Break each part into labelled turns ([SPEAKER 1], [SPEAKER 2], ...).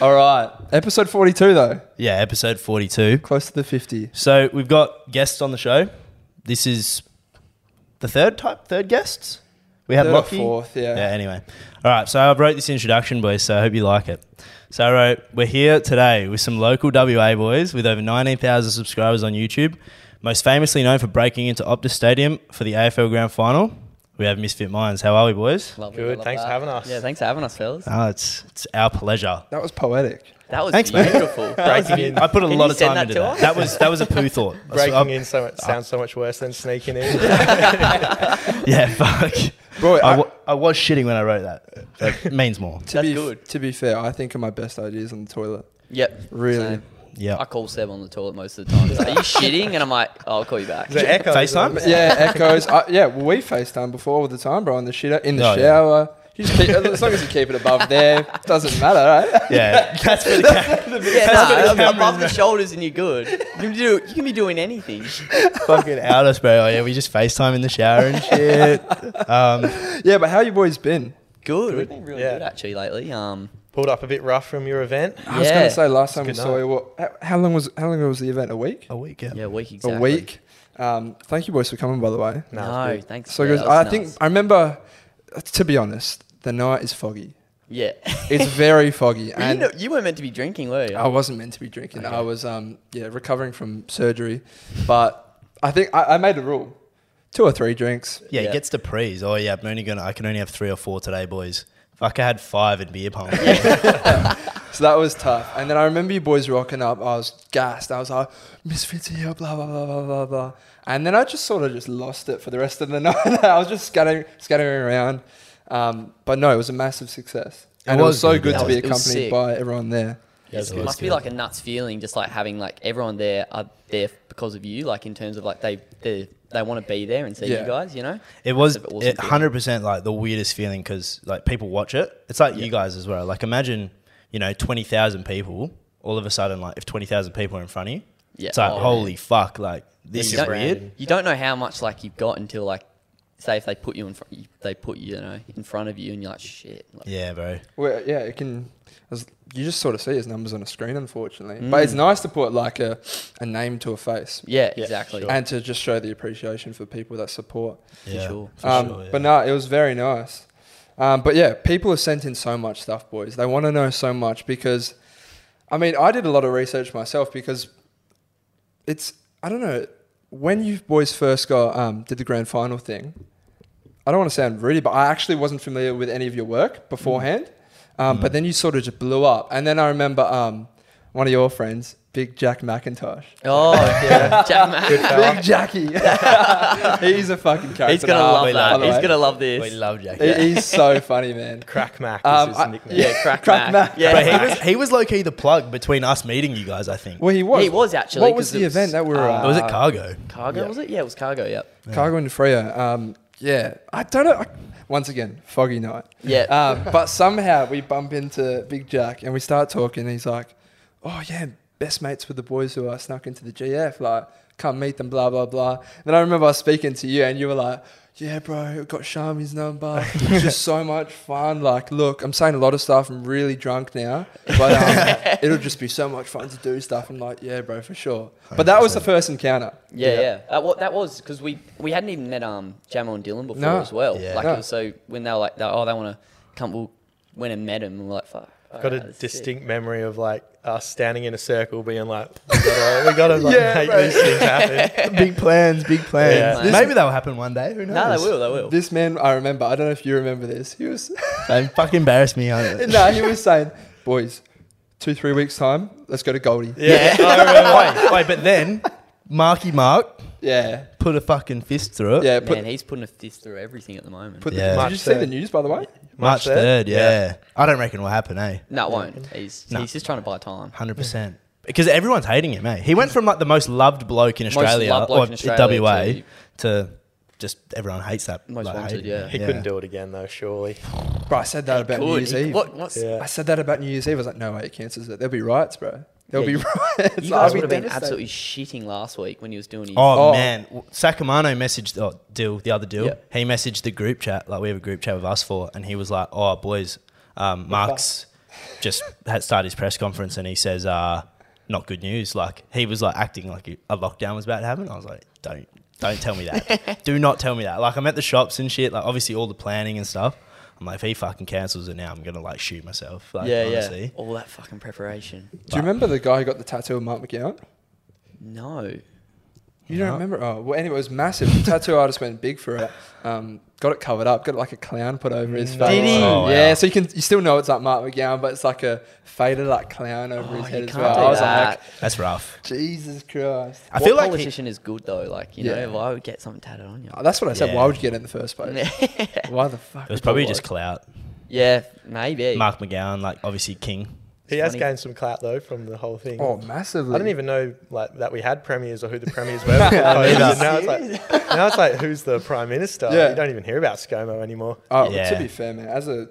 [SPEAKER 1] All right. Episode 42, though.
[SPEAKER 2] Yeah, episode 42.
[SPEAKER 1] Close to the 50.
[SPEAKER 2] So we've got guests on the show. This is the third type, third guests. We had
[SPEAKER 1] Third or
[SPEAKER 2] Lockie.
[SPEAKER 1] fourth, yeah.
[SPEAKER 2] Yeah, anyway. All right, so I wrote this introduction, boys, so I hope you like it. So I wrote, we're here today with some local WA boys with over 19,000 subscribers on YouTube, most famously known for breaking into Optus Stadium for the AFL Grand Final. We have Misfit Minds. How are we, boys?
[SPEAKER 3] Lovely.
[SPEAKER 4] Good,
[SPEAKER 3] love
[SPEAKER 4] thanks for
[SPEAKER 3] that.
[SPEAKER 4] having us.
[SPEAKER 3] Yeah, thanks for having us,
[SPEAKER 1] Uh,
[SPEAKER 3] fellas.
[SPEAKER 2] Ah, it's, it's our pleasure.
[SPEAKER 1] That was poetic.
[SPEAKER 3] That was
[SPEAKER 2] Thanks, mate.
[SPEAKER 3] beautiful.
[SPEAKER 4] Breaking in,
[SPEAKER 2] I put a
[SPEAKER 3] Can
[SPEAKER 2] lot
[SPEAKER 3] you
[SPEAKER 2] of
[SPEAKER 3] send
[SPEAKER 2] time
[SPEAKER 3] that
[SPEAKER 2] into
[SPEAKER 3] to
[SPEAKER 2] that.
[SPEAKER 3] us?
[SPEAKER 2] That was, that was a poo thought. That's what
[SPEAKER 4] breaking
[SPEAKER 2] I-
[SPEAKER 4] in so much sounds so much worse than sneaking in.
[SPEAKER 2] Yeah, fuck.
[SPEAKER 1] Bro,
[SPEAKER 2] I
[SPEAKER 1] I-
[SPEAKER 2] wa- I was shitting when I wrote that. That means more.
[SPEAKER 1] to
[SPEAKER 3] That's
[SPEAKER 1] be,
[SPEAKER 3] good.
[SPEAKER 1] To be fair, I think of my best ideas on the toilet.
[SPEAKER 3] Yep.
[SPEAKER 1] Really?
[SPEAKER 3] same.
[SPEAKER 2] Yeah.
[SPEAKER 3] I call Seb on the toilet most of the time. He's like, Are you shitting? And I'm like, oh, I'll call you back.
[SPEAKER 4] Is it echoes?
[SPEAKER 2] FaceTime?
[SPEAKER 1] But yeah, echoes. I, yeah, well, we FaceTime before all the time, bro, in the shitter, in the
[SPEAKER 2] Oh, yeah.
[SPEAKER 1] shower. You just keep, as long as you keep it above there, doesn't matter, right?
[SPEAKER 2] Yeah. That's for the ca-
[SPEAKER 3] Yeah,
[SPEAKER 2] That's
[SPEAKER 3] no,
[SPEAKER 2] good.
[SPEAKER 3] above the shoulders and you're good. You can, do, you can be doing anything.
[SPEAKER 2] fucking out us, bro. Like, yeah, we just FaceTime in the shower and shit. Um,
[SPEAKER 1] Yeah, but how you boys been?
[SPEAKER 3] Good. We've been really
[SPEAKER 4] Yeah.
[SPEAKER 3] good actually lately. Um,
[SPEAKER 4] Pulled up a bit rough from your event.
[SPEAKER 1] I was
[SPEAKER 3] Yeah.
[SPEAKER 1] gonna say last time we
[SPEAKER 4] good
[SPEAKER 1] saw
[SPEAKER 4] night.
[SPEAKER 1] you. What, how, how long was how long ago was the event? A week.
[SPEAKER 2] a week, yeah.
[SPEAKER 3] yeah, week exactly.
[SPEAKER 1] A week. Um, thank you boys for coming, by the way.
[SPEAKER 4] No,
[SPEAKER 3] No,
[SPEAKER 4] it's
[SPEAKER 3] thanks.
[SPEAKER 1] So
[SPEAKER 3] yeah,
[SPEAKER 1] guys,
[SPEAKER 3] that was
[SPEAKER 1] I think
[SPEAKER 3] nuts.
[SPEAKER 1] I remember. To be honest, the night is foggy.
[SPEAKER 3] Yeah.
[SPEAKER 1] It's very foggy,
[SPEAKER 3] Well,
[SPEAKER 1] and
[SPEAKER 3] you, know, you weren't meant to be drinking, were you?
[SPEAKER 1] I wasn't meant to be drinking. I was, um, yeah, recovering from surgery, but I think I, I made a rule: two or three drinks.
[SPEAKER 2] Yeah,
[SPEAKER 3] Yeah.
[SPEAKER 2] it gets to prees. Oh yeah, I'm only gonna. I can only have three or four today, boys. Fuck, I had five in beer pong.
[SPEAKER 1] So that was tough. And then I remember you boys rocking up. I was gassed. I was like, Misfits are here, blah, blah, blah, blah, blah, blah. And then I just sort of just lost it for the rest of the night. I was just scattering, scattering around. Um, but no, it was a massive success.
[SPEAKER 2] It
[SPEAKER 1] and it was
[SPEAKER 2] was
[SPEAKER 1] so
[SPEAKER 2] good.
[SPEAKER 1] good
[SPEAKER 3] That
[SPEAKER 1] to
[SPEAKER 3] was-
[SPEAKER 1] be
[SPEAKER 3] it was
[SPEAKER 1] accompanied
[SPEAKER 3] sick.
[SPEAKER 1] by everyone there.
[SPEAKER 3] It's- it must be like a nuts feeling, just like having like everyone there are there because of you, like in terms of like they they, they want to be there and see
[SPEAKER 1] Yeah.
[SPEAKER 3] you guys, you know.
[SPEAKER 2] It was
[SPEAKER 3] That's an awesome
[SPEAKER 2] it
[SPEAKER 3] feeling.
[SPEAKER 2] 100% like the weirdest feeling because like people watch it. It's like you guys as well. Like imagine, you know, 20,000 people all of a sudden, like if 20,000 people are in front of you,
[SPEAKER 3] Yeah.
[SPEAKER 2] it's like,
[SPEAKER 3] Oh,
[SPEAKER 2] holy fuck, like this
[SPEAKER 3] you
[SPEAKER 2] is
[SPEAKER 3] don't,
[SPEAKER 2] weird.
[SPEAKER 3] You don't know how much like you've got until like say if they put you in front, they put you, you know in front of you, and you're like shit. Like,
[SPEAKER 2] Yeah, bro.
[SPEAKER 1] Well, yeah, it can. As, you just sort of see his numbers on a screen, unfortunately. But it's nice to put like a, a name to a face
[SPEAKER 3] yeah,
[SPEAKER 4] Yeah,
[SPEAKER 3] exactly.
[SPEAKER 4] sure.
[SPEAKER 1] and to just show the appreciation for people that support.
[SPEAKER 2] Yeah,
[SPEAKER 3] sure.
[SPEAKER 2] for
[SPEAKER 1] Um,
[SPEAKER 2] sure, yeah.
[SPEAKER 1] But no, it was very nice. Um, but yeah, people have sent in so much stuff, boys. They want to know so much because, I mean, I did a lot of research myself because it's, I don't know, when you boys first got, um, did the grand final thing, I don't want to sound rude, but I actually wasn't familiar with any of your work beforehand. Um, But then you sort of just blew up. And then I remember um, one of your friends, Big Jack McIntosh.
[SPEAKER 3] Oh yeah, Jack Mac.
[SPEAKER 1] Big Jackie. He's a fucking character.
[SPEAKER 3] He's gonna
[SPEAKER 1] Nah,
[SPEAKER 3] love
[SPEAKER 2] we
[SPEAKER 3] that.
[SPEAKER 2] love
[SPEAKER 3] He's
[SPEAKER 1] it.
[SPEAKER 3] gonna love
[SPEAKER 2] We
[SPEAKER 3] this.
[SPEAKER 2] love Jack.
[SPEAKER 1] He- He's so funny, man.
[SPEAKER 4] Crack Mac is
[SPEAKER 1] Um,
[SPEAKER 4] his
[SPEAKER 1] I-
[SPEAKER 4] nickname.
[SPEAKER 3] yeah, crack,
[SPEAKER 1] Crack
[SPEAKER 3] Mac.
[SPEAKER 1] Mac.
[SPEAKER 3] Yeah,
[SPEAKER 2] But he was he was low key the plug between us meeting you guys. I think
[SPEAKER 1] Well, he was.
[SPEAKER 3] He was actually,
[SPEAKER 1] What was
[SPEAKER 3] 'cause
[SPEAKER 1] the
[SPEAKER 3] it was,
[SPEAKER 1] event that we were?
[SPEAKER 3] uh,
[SPEAKER 1] at?
[SPEAKER 2] Or was it cargo?
[SPEAKER 3] cargo was it? Yeah, it was cargo. Yep.
[SPEAKER 1] Cargo and Freo. Um, yeah, I don't know. I- Once again, foggy night.
[SPEAKER 3] Yeah.
[SPEAKER 1] Um, but somehow we bump into Big Jack and we start talking. he's like, "Oh yeah, best mates with the boys who I snuck into the GF. Like, come meet them. Blah blah blah." Then I remember I was speaking to you and you were like. Yeah, bro, got Shami's number. It's just so much fun. Like, look, I'm saying a lot of stuff. I'm really drunk now, but um, it'll just be so much fun to do stuff. I'm like, yeah, bro, for sure. But that was the first encounter.
[SPEAKER 3] Yeah, yeah. Uh, well, that was because we we hadn't even met um Jamal and Dylan before
[SPEAKER 1] No.
[SPEAKER 3] as well.
[SPEAKER 2] Yeah.
[SPEAKER 3] Like
[SPEAKER 1] No.
[SPEAKER 3] it was so when they were like, they- oh, they want to come. We went and met him, and we're like, fuck.
[SPEAKER 4] I've got a
[SPEAKER 3] alright, Oh, that's sick.
[SPEAKER 4] distinct memory of like us standing in a circle, being like, "We gotta, we gotta like, make these things happen."
[SPEAKER 2] big plans, big plans.
[SPEAKER 4] Yeah.
[SPEAKER 3] This-
[SPEAKER 2] Maybe they'll happen one day. Who knows?
[SPEAKER 3] No, they will. They will.
[SPEAKER 1] This man, I remember. I don't know if you remember this. He was,
[SPEAKER 2] They fucking embarrass me. aren't they?
[SPEAKER 1] no, he was saying, boys, two, three weeks time, let's go to Goldie. Yeah,
[SPEAKER 4] Yeah,
[SPEAKER 2] I remember- Oh, wait, wait, but then Marky Mark
[SPEAKER 1] yeah.
[SPEAKER 2] put a fucking fist through it.
[SPEAKER 1] put,
[SPEAKER 3] Man, he's putting a fist through everything at the moment.
[SPEAKER 1] put
[SPEAKER 2] Yeah.
[SPEAKER 1] The, did
[SPEAKER 4] March
[SPEAKER 1] you see the
[SPEAKER 4] third.
[SPEAKER 1] news by the way?
[SPEAKER 2] March
[SPEAKER 4] March third?
[SPEAKER 2] third. Yeah. I don't reckon will happen. Eh,
[SPEAKER 3] no, it won't. He's
[SPEAKER 2] No.
[SPEAKER 3] he's just trying to buy time.
[SPEAKER 2] hundred percent. Because everyone's hating him. Eh, he went from like the most loved bloke in
[SPEAKER 3] Most
[SPEAKER 2] Australia
[SPEAKER 3] loved bloke
[SPEAKER 2] or
[SPEAKER 3] in Australia
[SPEAKER 2] WA
[SPEAKER 3] to-
[SPEAKER 2] to, just everyone hates that.
[SPEAKER 3] Most
[SPEAKER 2] like,
[SPEAKER 3] wanted,
[SPEAKER 2] hate.
[SPEAKER 3] yeah.
[SPEAKER 4] He couldn't do it again though, surely.
[SPEAKER 1] Bro, I said that about New
[SPEAKER 3] Good.
[SPEAKER 1] Year's
[SPEAKER 3] He-
[SPEAKER 1] Eve.
[SPEAKER 3] What, what's,
[SPEAKER 4] Yeah.
[SPEAKER 1] I said that about New Year's Eve. I was like, no way, he cancels it. There'll be riots, bro. There'll
[SPEAKER 3] Yeah,
[SPEAKER 1] be riots.
[SPEAKER 3] You
[SPEAKER 1] I'll
[SPEAKER 3] guys would have been
[SPEAKER 1] devastated.
[SPEAKER 3] absolutely shitting last week when he was doing his.
[SPEAKER 2] Oh,
[SPEAKER 1] Oh.
[SPEAKER 2] man, W- Sacamano messaged oh, Dill the other Dill.
[SPEAKER 3] Yeah.
[SPEAKER 2] He messaged the group chat like we have a group chat with us four, and he was like, "Oh boys, um, Mark's just had started his press conference and he says, uh, not good news. Like he was like acting like a lockdown was about to happen. I was like, don't, don't tell me that. Do not tell me that. Like I'm at the shops and shit. Like obviously all the planning and stuff. I'm like, if he fucking cancels it now, I'm gonna like shoot myself. Like,
[SPEAKER 3] yeah,
[SPEAKER 2] honestly.
[SPEAKER 3] yeah. All that fucking preparation.
[SPEAKER 1] Do you remember the guy who got the tattoo of Mark McGowan?
[SPEAKER 3] No.
[SPEAKER 1] You don't
[SPEAKER 2] No.
[SPEAKER 1] remember? Oh, well, anyway, it was massive. The tattoo artist went big for it. Um, got it covered up. Got like a clown put over his face.
[SPEAKER 3] Did he?
[SPEAKER 2] Oh, wow.
[SPEAKER 1] Yeah. So you can you still know it's like Mark McGowan, but it's like a faded like clown over
[SPEAKER 3] Oh,
[SPEAKER 1] his
[SPEAKER 3] you
[SPEAKER 1] head as
[SPEAKER 3] can't
[SPEAKER 1] well.
[SPEAKER 3] do
[SPEAKER 1] I was
[SPEAKER 3] that.
[SPEAKER 1] like,
[SPEAKER 2] That's rough.
[SPEAKER 1] Jesus Christ.
[SPEAKER 2] I
[SPEAKER 3] what
[SPEAKER 2] feel like he,
[SPEAKER 3] politician is good though? Like you
[SPEAKER 1] Yeah.
[SPEAKER 3] know, why would get something tatted on you?
[SPEAKER 1] Oh, that's what I said.
[SPEAKER 2] Yeah.
[SPEAKER 1] Why would you get it in the first place? Why the fuck?
[SPEAKER 2] it was
[SPEAKER 1] would
[SPEAKER 2] probably
[SPEAKER 1] you
[SPEAKER 2] just
[SPEAKER 1] like-
[SPEAKER 2] clout.
[SPEAKER 3] yeah, maybe.
[SPEAKER 2] Mark McGowan, like obviously king.
[SPEAKER 4] He has
[SPEAKER 3] funny.
[SPEAKER 4] gained some clout though from the whole thing.
[SPEAKER 1] Oh, massively.
[SPEAKER 4] I didn't even know like that we had premiers or who the premiers were. before COVID. And now it's like now it's like who's the prime minister?
[SPEAKER 1] Yeah.
[SPEAKER 4] You don't even hear about ScoMo anymore.
[SPEAKER 1] Oh,
[SPEAKER 2] Yeah.
[SPEAKER 1] to be fair, man, as a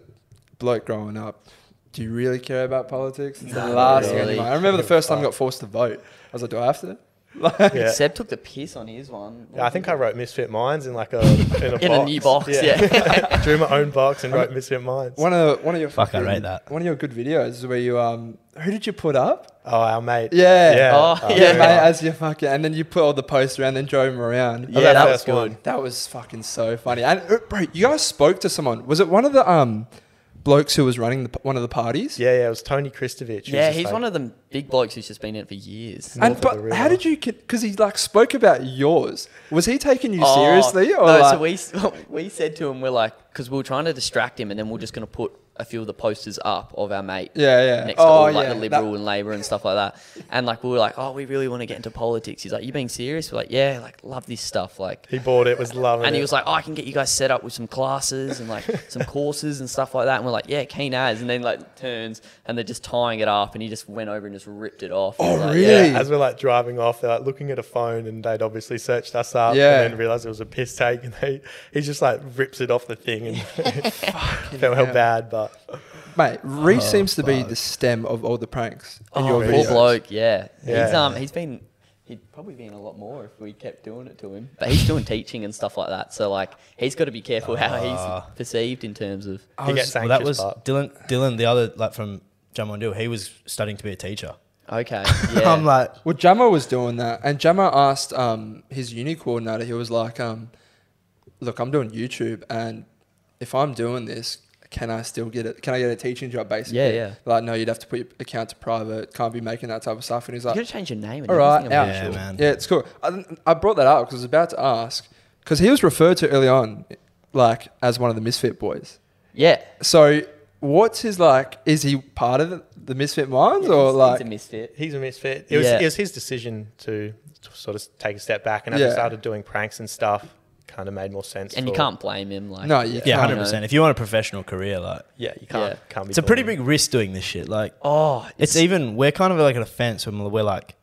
[SPEAKER 1] bloke growing up, do you really care about politics? It's
[SPEAKER 3] No,
[SPEAKER 1] the
[SPEAKER 3] not
[SPEAKER 1] last thing on
[SPEAKER 3] really.
[SPEAKER 1] your mind. I remember the first time I
[SPEAKER 4] Fuck.
[SPEAKER 1] got forced to vote. I was like, do I have to?
[SPEAKER 4] Yeah.
[SPEAKER 3] Seb took the piss on his one.
[SPEAKER 4] Yeah, I think I wrote Misfit Minds in like a in a,
[SPEAKER 3] In a
[SPEAKER 4] box.
[SPEAKER 3] new box, yeah.
[SPEAKER 4] Drew my own box and wrote Misfit Minds.
[SPEAKER 1] One of one of your
[SPEAKER 2] Fuck, I rate
[SPEAKER 1] fucking-
[SPEAKER 2] that.
[SPEAKER 1] One of your good videos is where you um, who did you put up?
[SPEAKER 4] Oh, our mate.
[SPEAKER 1] Yeah.
[SPEAKER 4] Yeah.
[SPEAKER 3] Oh,
[SPEAKER 4] Oh,
[SPEAKER 1] Yeah,
[SPEAKER 3] yeah.
[SPEAKER 1] mate, as your fucking, and then you put all the posts around, then drove him around.
[SPEAKER 4] Yeah,
[SPEAKER 3] Yeah, that
[SPEAKER 4] first
[SPEAKER 3] was good.
[SPEAKER 4] one.
[SPEAKER 1] That was fucking so funny. And uh, bro, you guys spoke to someone. Was it one of the um blokes who was running the, p- one of the parties?
[SPEAKER 4] Yeah, yeah. It was Tony Kristovich.
[SPEAKER 3] Yeah, he's one of the big blokes who's just been in it for years.
[SPEAKER 1] And
[SPEAKER 4] North of
[SPEAKER 1] but
[SPEAKER 4] the river.
[SPEAKER 1] how did you? Because he like spoke about yours. Was he taking you
[SPEAKER 3] Oh,
[SPEAKER 1] seriously or
[SPEAKER 3] no,
[SPEAKER 1] like,
[SPEAKER 3] so we s- we said to him, we're like, because we were trying to distract him, and then we are just going to put a few of the posters up of our mate.
[SPEAKER 1] Yeah, yeah.
[SPEAKER 3] Next to all,
[SPEAKER 1] Oh,
[SPEAKER 3] like
[SPEAKER 1] yeah,
[SPEAKER 3] the liberal
[SPEAKER 1] that-
[SPEAKER 3] and labor and stuff like that, and like we were like, oh, we really want to get into politics. He's like, you being serious? We're like, yeah, like love this stuff, like.
[SPEAKER 4] He bought it. Was loving it.
[SPEAKER 3] And he was like, oh, I can get you guys set up with some classes and like some courses and stuff like that. And we're like, yeah, keen as. And then like turns and they're just tying it up, and he just went over and just ripped it off.
[SPEAKER 1] Oh,
[SPEAKER 3] He's like,
[SPEAKER 1] really?
[SPEAKER 3] yeah.
[SPEAKER 4] Yeah, as we're like driving off, they're like looking at a phone, and they'd obviously searched us up,
[SPEAKER 1] Yeah.
[SPEAKER 4] and then realized it was a piss take, and they he just like rips it off the thing, and felt how
[SPEAKER 1] hell.
[SPEAKER 4] bad, but
[SPEAKER 1] mate? Reece
[SPEAKER 2] Oh,
[SPEAKER 1] seams to be
[SPEAKER 2] fuck.
[SPEAKER 1] the stem of all the pranks in
[SPEAKER 3] oh,
[SPEAKER 1] your
[SPEAKER 3] poor
[SPEAKER 1] videos.
[SPEAKER 3] bloke, yeah. He's
[SPEAKER 4] Yeah.
[SPEAKER 3] um he's been he'd probably been a lot more if we kept doing it to him. But he's doing teaching and stuff like that, so like he's got to be careful how
[SPEAKER 2] Ah.
[SPEAKER 3] he's perceived in terms of.
[SPEAKER 1] I
[SPEAKER 4] he
[SPEAKER 1] was-
[SPEAKER 4] gets
[SPEAKER 2] Well,
[SPEAKER 4] anxious.
[SPEAKER 2] that was
[SPEAKER 4] but-
[SPEAKER 2] Dylan. Dylan, the other like from Jamondil, he was studying to be a teacher.
[SPEAKER 3] Okay, yeah.
[SPEAKER 2] I'm like,
[SPEAKER 1] Well, Jammer was doing that, and Jammer asked um, his uni coordinator. He was like, um, "Look, I'm doing YouTube, and if I'm doing this, can I still get it? Can I get a teaching job? Basically,
[SPEAKER 3] Yeah, yeah.
[SPEAKER 1] Like, no, you'd have to put your account to private. Can't be making that type of stuff. And he's
[SPEAKER 3] you
[SPEAKER 1] like,
[SPEAKER 3] gotta change your name. And
[SPEAKER 1] All right,
[SPEAKER 3] everything, I'm
[SPEAKER 1] out.
[SPEAKER 2] Yeah,
[SPEAKER 1] Yeah,
[SPEAKER 2] man.
[SPEAKER 1] it's cool. I, I brought that up because I was about to ask because he was referred to early on, like as one of the Misfit Boys.
[SPEAKER 3] Yeah.
[SPEAKER 1] So, what's his like? Is he part of the, the Misfit Minds
[SPEAKER 3] Yeah,
[SPEAKER 1] or
[SPEAKER 3] he's-
[SPEAKER 1] like?
[SPEAKER 3] he's a misfit.
[SPEAKER 4] He's a misfit. It was,
[SPEAKER 3] Yeah.
[SPEAKER 4] it was his decision to sort of take a step back, and as
[SPEAKER 1] Yeah.
[SPEAKER 4] I started doing pranks and stuff, kind of made more sense.
[SPEAKER 3] And you
[SPEAKER 4] for-
[SPEAKER 3] can't blame him. Like
[SPEAKER 1] No, you
[SPEAKER 2] yeah,
[SPEAKER 1] can't.
[SPEAKER 2] hundred percent. If you want a professional career, like
[SPEAKER 4] Yeah, you can't.
[SPEAKER 3] Yeah.
[SPEAKER 4] can't be
[SPEAKER 2] it's a pretty
[SPEAKER 4] bullied.
[SPEAKER 2] big risk doing this shit. Like,
[SPEAKER 3] Oh,
[SPEAKER 2] it's even we're kind of like at a fence when we're like,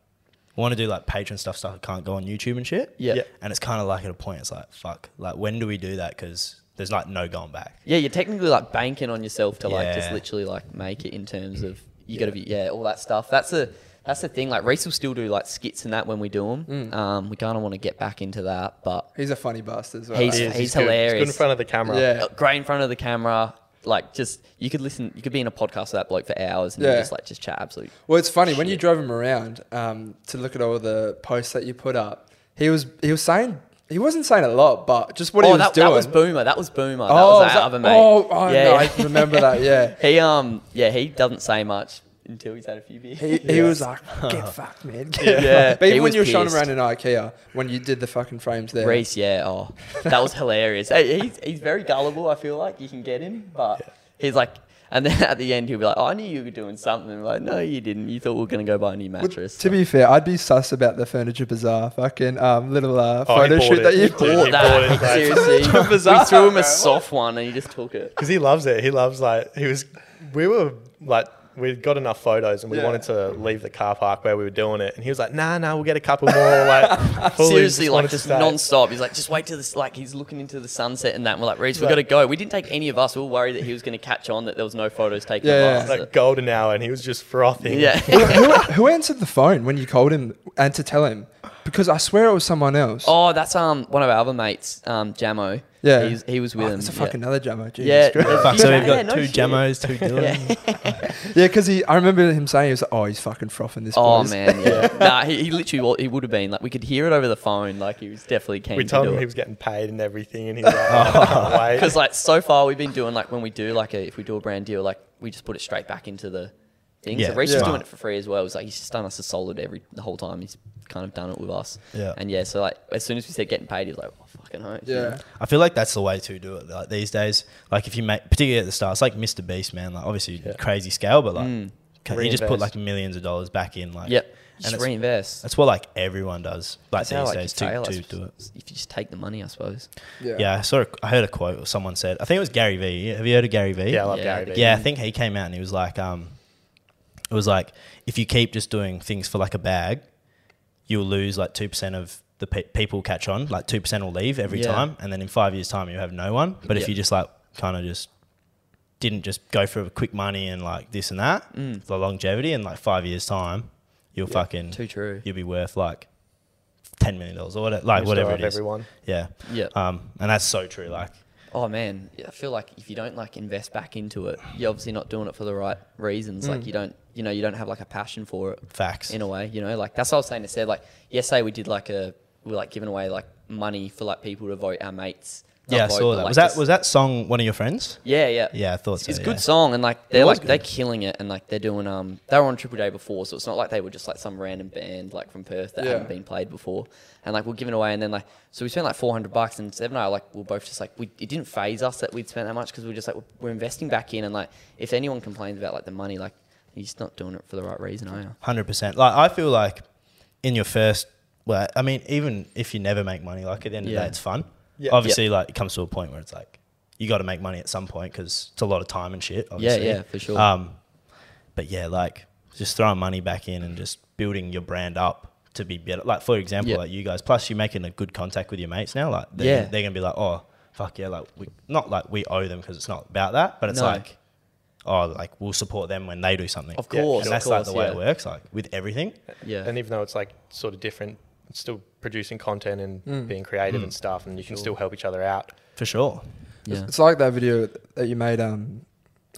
[SPEAKER 2] we want to do like patron stuff, stuff that can't go on YouTube and shit.
[SPEAKER 3] yeah. yeah.
[SPEAKER 4] Yeah.
[SPEAKER 2] and it's kind of like at a point, it's like fuck, like when do we do that? Because there's like no going back.
[SPEAKER 3] you're technically like banking on yourself to like just
[SPEAKER 2] Yeah.
[SPEAKER 3] literally like make it in terms of you got to be yeah all that stuff. That's the that's the thing. Like Reese will still do like skits and that when we do them.
[SPEAKER 1] Mm.
[SPEAKER 3] Um, we kind of want to get back into that, but
[SPEAKER 1] He's a funny bastard. As well.
[SPEAKER 3] He's-
[SPEAKER 4] He
[SPEAKER 3] He's
[SPEAKER 4] is, good. He's good in
[SPEAKER 3] hilarious.
[SPEAKER 4] front of the camera.
[SPEAKER 1] Yeah.
[SPEAKER 3] uh, great in front of the camera. Like just you could listen, you could be in a podcast with that bloke for hours and you
[SPEAKER 1] Yeah.
[SPEAKER 3] just like just chat absolute.
[SPEAKER 1] Well, it's funny when you
[SPEAKER 3] Shit.
[SPEAKER 1] drove him around um, to look at all the posts that you put up. He was he was saying he wasn't saying a lot, but just what
[SPEAKER 3] oh,
[SPEAKER 1] he was
[SPEAKER 3] that,
[SPEAKER 1] doing.
[SPEAKER 3] that was Boomer. That was Boomer. that
[SPEAKER 1] Oh,
[SPEAKER 3] was our
[SPEAKER 1] was that-
[SPEAKER 3] other mate.
[SPEAKER 1] oh, oh, no, I remember that, yeah.
[SPEAKER 3] he um yeah he doesn't say much until he's had a few beers.
[SPEAKER 1] He, he was like, "Get fucked, man." Get
[SPEAKER 3] Yeah.
[SPEAKER 1] fucked." But
[SPEAKER 3] He
[SPEAKER 1] even when
[SPEAKER 3] was
[SPEAKER 1] you were showing him
[SPEAKER 3] pissed.
[SPEAKER 1] around in IKEA, when you did the fucking frames there,
[SPEAKER 3] Reese, yeah, oh, that was hilarious. Hey, he's, he's very gullible. I feel like you can get him, but he's like, and then at the end he'll be like, oh, "I knew you were doing something." I'm like, no, you didn't. You thought we were gonna go buy a new
[SPEAKER 1] Well,
[SPEAKER 3] mattress.
[SPEAKER 1] To be fair, I'd be sus about the furniture bazaar fucking um, little uh,
[SPEAKER 4] Oh, he
[SPEAKER 1] photo
[SPEAKER 4] bought
[SPEAKER 1] shoot
[SPEAKER 4] it.
[SPEAKER 1] that you
[SPEAKER 4] He
[SPEAKER 1] bought.
[SPEAKER 4] bought it.
[SPEAKER 3] that,
[SPEAKER 4] bought mate.
[SPEAKER 3] seriously, we
[SPEAKER 1] Bizarre,
[SPEAKER 3] threw him
[SPEAKER 1] bro.
[SPEAKER 3] a soft one and he just took it.
[SPEAKER 4] because he loves it. He loves like he was. We were like we got enough photos and we
[SPEAKER 1] Yeah.
[SPEAKER 4] wanted to leave the car park where we were doing it, and he was like, "Nah, nah, we'll get a couple more." Like fully
[SPEAKER 3] Seriously,
[SPEAKER 4] wanted
[SPEAKER 3] like
[SPEAKER 4] to
[SPEAKER 3] just
[SPEAKER 4] stay.
[SPEAKER 3] non-stop. He's like, just wait till this. Like he's looking into the sunset and that. And we're like, Reese, we got to go. We didn't take any of us. We were worried that he was going to catch on that there was no photos taken
[SPEAKER 1] Yeah, yeah.
[SPEAKER 3] of us.
[SPEAKER 4] Like golden hour, and he was just frothing.
[SPEAKER 3] yeah.
[SPEAKER 1] who, who answered the phone when you called him and to tell him? because I swear it was someone else.
[SPEAKER 3] Oh, that's um one of our other mates, um Jamo.
[SPEAKER 1] Yeah.
[SPEAKER 3] He's, he was with
[SPEAKER 1] Oh,
[SPEAKER 3] him.
[SPEAKER 1] that's a
[SPEAKER 3] yeah.
[SPEAKER 1] fucking other jammer. Jesus
[SPEAKER 3] Yeah,
[SPEAKER 1] Christ.
[SPEAKER 3] there's-
[SPEAKER 2] Fuck, so we've got
[SPEAKER 3] yeah, no
[SPEAKER 2] two
[SPEAKER 3] shit.
[SPEAKER 2] Jamos, two Dylan.
[SPEAKER 3] Yeah.
[SPEAKER 1] Yeah, because he. I remember him saying he was like, "Oh, he's fucking frothing this."
[SPEAKER 3] Oh
[SPEAKER 1] place."
[SPEAKER 3] man, yeah. nah, he, he literally wa- he would have been like we could hear it over the phone. Like he was definitely keen
[SPEAKER 4] We
[SPEAKER 3] to
[SPEAKER 4] told
[SPEAKER 3] do
[SPEAKER 4] him
[SPEAKER 3] it.
[SPEAKER 4] he was getting paid and everything, and he's like, "I can't wait."
[SPEAKER 3] Because like so far we've been doing like when we do like a, if we do a brand deal like we just put it straight back into the thing.
[SPEAKER 2] Yeah,
[SPEAKER 3] so Reach is
[SPEAKER 1] yeah.
[SPEAKER 3] doing it for free as well. It's like he's just done us a solid every the whole time. He's kind of done it with us.
[SPEAKER 2] Yeah.
[SPEAKER 3] And yeah, so like as soon as we said getting paid, he's like, oh, fucking hope.
[SPEAKER 1] Yeah.
[SPEAKER 2] I feel like that's the way to do it. Like these days, like if you make, particularly at the start, it's like Mr. Beast, man. Like obviously crazy scale, but like can he just put
[SPEAKER 4] Reinvest.
[SPEAKER 2] like millions of dollars back in. Like
[SPEAKER 3] Mm. Yep.
[SPEAKER 2] and
[SPEAKER 3] Just
[SPEAKER 2] it's,
[SPEAKER 3] reinvest.
[SPEAKER 2] that's what like everyone does. Like
[SPEAKER 3] That's how
[SPEAKER 2] these
[SPEAKER 3] like
[SPEAKER 2] days
[SPEAKER 3] you
[SPEAKER 2] to,
[SPEAKER 3] fail, I
[SPEAKER 2] to
[SPEAKER 3] suppose.
[SPEAKER 2] do it.
[SPEAKER 3] If you just take the money, I suppose.
[SPEAKER 1] Yeah.
[SPEAKER 2] Yeah, I saw. A, I heard a quote or someone said. I think it was Gary Vee. Have you heard of Gary Vee?
[SPEAKER 4] yeah, I love
[SPEAKER 3] Yeah,
[SPEAKER 4] Gary
[SPEAKER 3] the
[SPEAKER 4] Vee.
[SPEAKER 2] Yeah, I think he came out and he was like, um, it was like if you keep just doing things for like a bag, you'll lose like two percent of the pe- people catch on. Like two percent will leave every
[SPEAKER 3] Yeah.
[SPEAKER 2] time, and then in five years' time you have no one. But
[SPEAKER 3] Yeah.
[SPEAKER 2] if you just like kind of just didn't just go for quick money and like this and that,
[SPEAKER 3] Mm.
[SPEAKER 2] the longevity in like five years' time, you'll fucking
[SPEAKER 3] Too true.
[SPEAKER 2] you'll be worth like ten million dollars or whatever, like
[SPEAKER 4] Used to
[SPEAKER 2] whatever
[SPEAKER 4] love
[SPEAKER 2] it is.
[SPEAKER 4] Everyone.
[SPEAKER 2] Yeah,
[SPEAKER 3] Yeah.
[SPEAKER 2] um, and that's so true. Like
[SPEAKER 3] Oh man, Yeah, I feel like if you don't like invest back into it, you're obviously not doing it for the right reasons. Like you don't, you know, you don't have like a passion for it
[SPEAKER 2] Mm. facts.
[SPEAKER 3] in a way. You know, like that's what I was saying to Seb. Like yesterday, we did like a we were like giving away like money for like people to vote our mates. Not
[SPEAKER 2] yeah, I
[SPEAKER 3] vote,
[SPEAKER 2] saw that.
[SPEAKER 3] but, like,
[SPEAKER 2] was that
[SPEAKER 3] just-
[SPEAKER 2] was that song one of your friends?
[SPEAKER 3] Yeah, yeah,
[SPEAKER 2] Yeah, I thought
[SPEAKER 3] It's,
[SPEAKER 2] so,
[SPEAKER 3] it's a
[SPEAKER 2] yeah.
[SPEAKER 3] good song, and like they're
[SPEAKER 2] was
[SPEAKER 3] like they're killing it, and like they're doing um they were on Triple J before, so it's not like they were just like some random band like from Perth that
[SPEAKER 1] Yeah.
[SPEAKER 3] hadn't been played before, and like we're giving away, and then like so we spent like four hundred bucks, and Seven and I like we're both just like we it didn't phase us that we'd spent that much because we're just like we're, we're investing back in, and like if anyone complains about like the money, like you're just not doing it for the right reason, are you?
[SPEAKER 2] Hundred percent. Like I feel like in your first, well, I mean, even if you never make money, like at the end of
[SPEAKER 3] Yeah.
[SPEAKER 2] the day, it's fun.
[SPEAKER 4] Yeah.
[SPEAKER 2] Obviously, like it comes to a point where it's like you got to make money at some point because it's a lot of time and shit. Obviously.
[SPEAKER 3] yeah, for sure.
[SPEAKER 2] Um, but yeah, like just throwing money back in and just building your brand up to be better. Like for example,
[SPEAKER 3] Yeah.
[SPEAKER 2] like you guys. Plus, you're making a good contact with your mates now. Like they're,
[SPEAKER 3] Yeah.
[SPEAKER 2] they're gonna be like, oh fuck yeah, like we not like we owe them because it's not about that, but it's
[SPEAKER 3] No.
[SPEAKER 2] like. Oh, like we'll support them when they do something.
[SPEAKER 3] Of
[SPEAKER 4] Yeah, and
[SPEAKER 3] course,
[SPEAKER 2] And
[SPEAKER 3] of
[SPEAKER 2] that's like
[SPEAKER 3] course,
[SPEAKER 2] the way
[SPEAKER 3] yeah.
[SPEAKER 2] it works, like with everything.
[SPEAKER 3] Yeah.
[SPEAKER 4] And even though it's like sort of different, it's still producing content and
[SPEAKER 3] Hmm.
[SPEAKER 4] being creative and
[SPEAKER 2] Hmm.
[SPEAKER 4] stuff, and you can still help each other out.
[SPEAKER 2] For sure.
[SPEAKER 3] yeah.
[SPEAKER 1] It's like that video that you made um,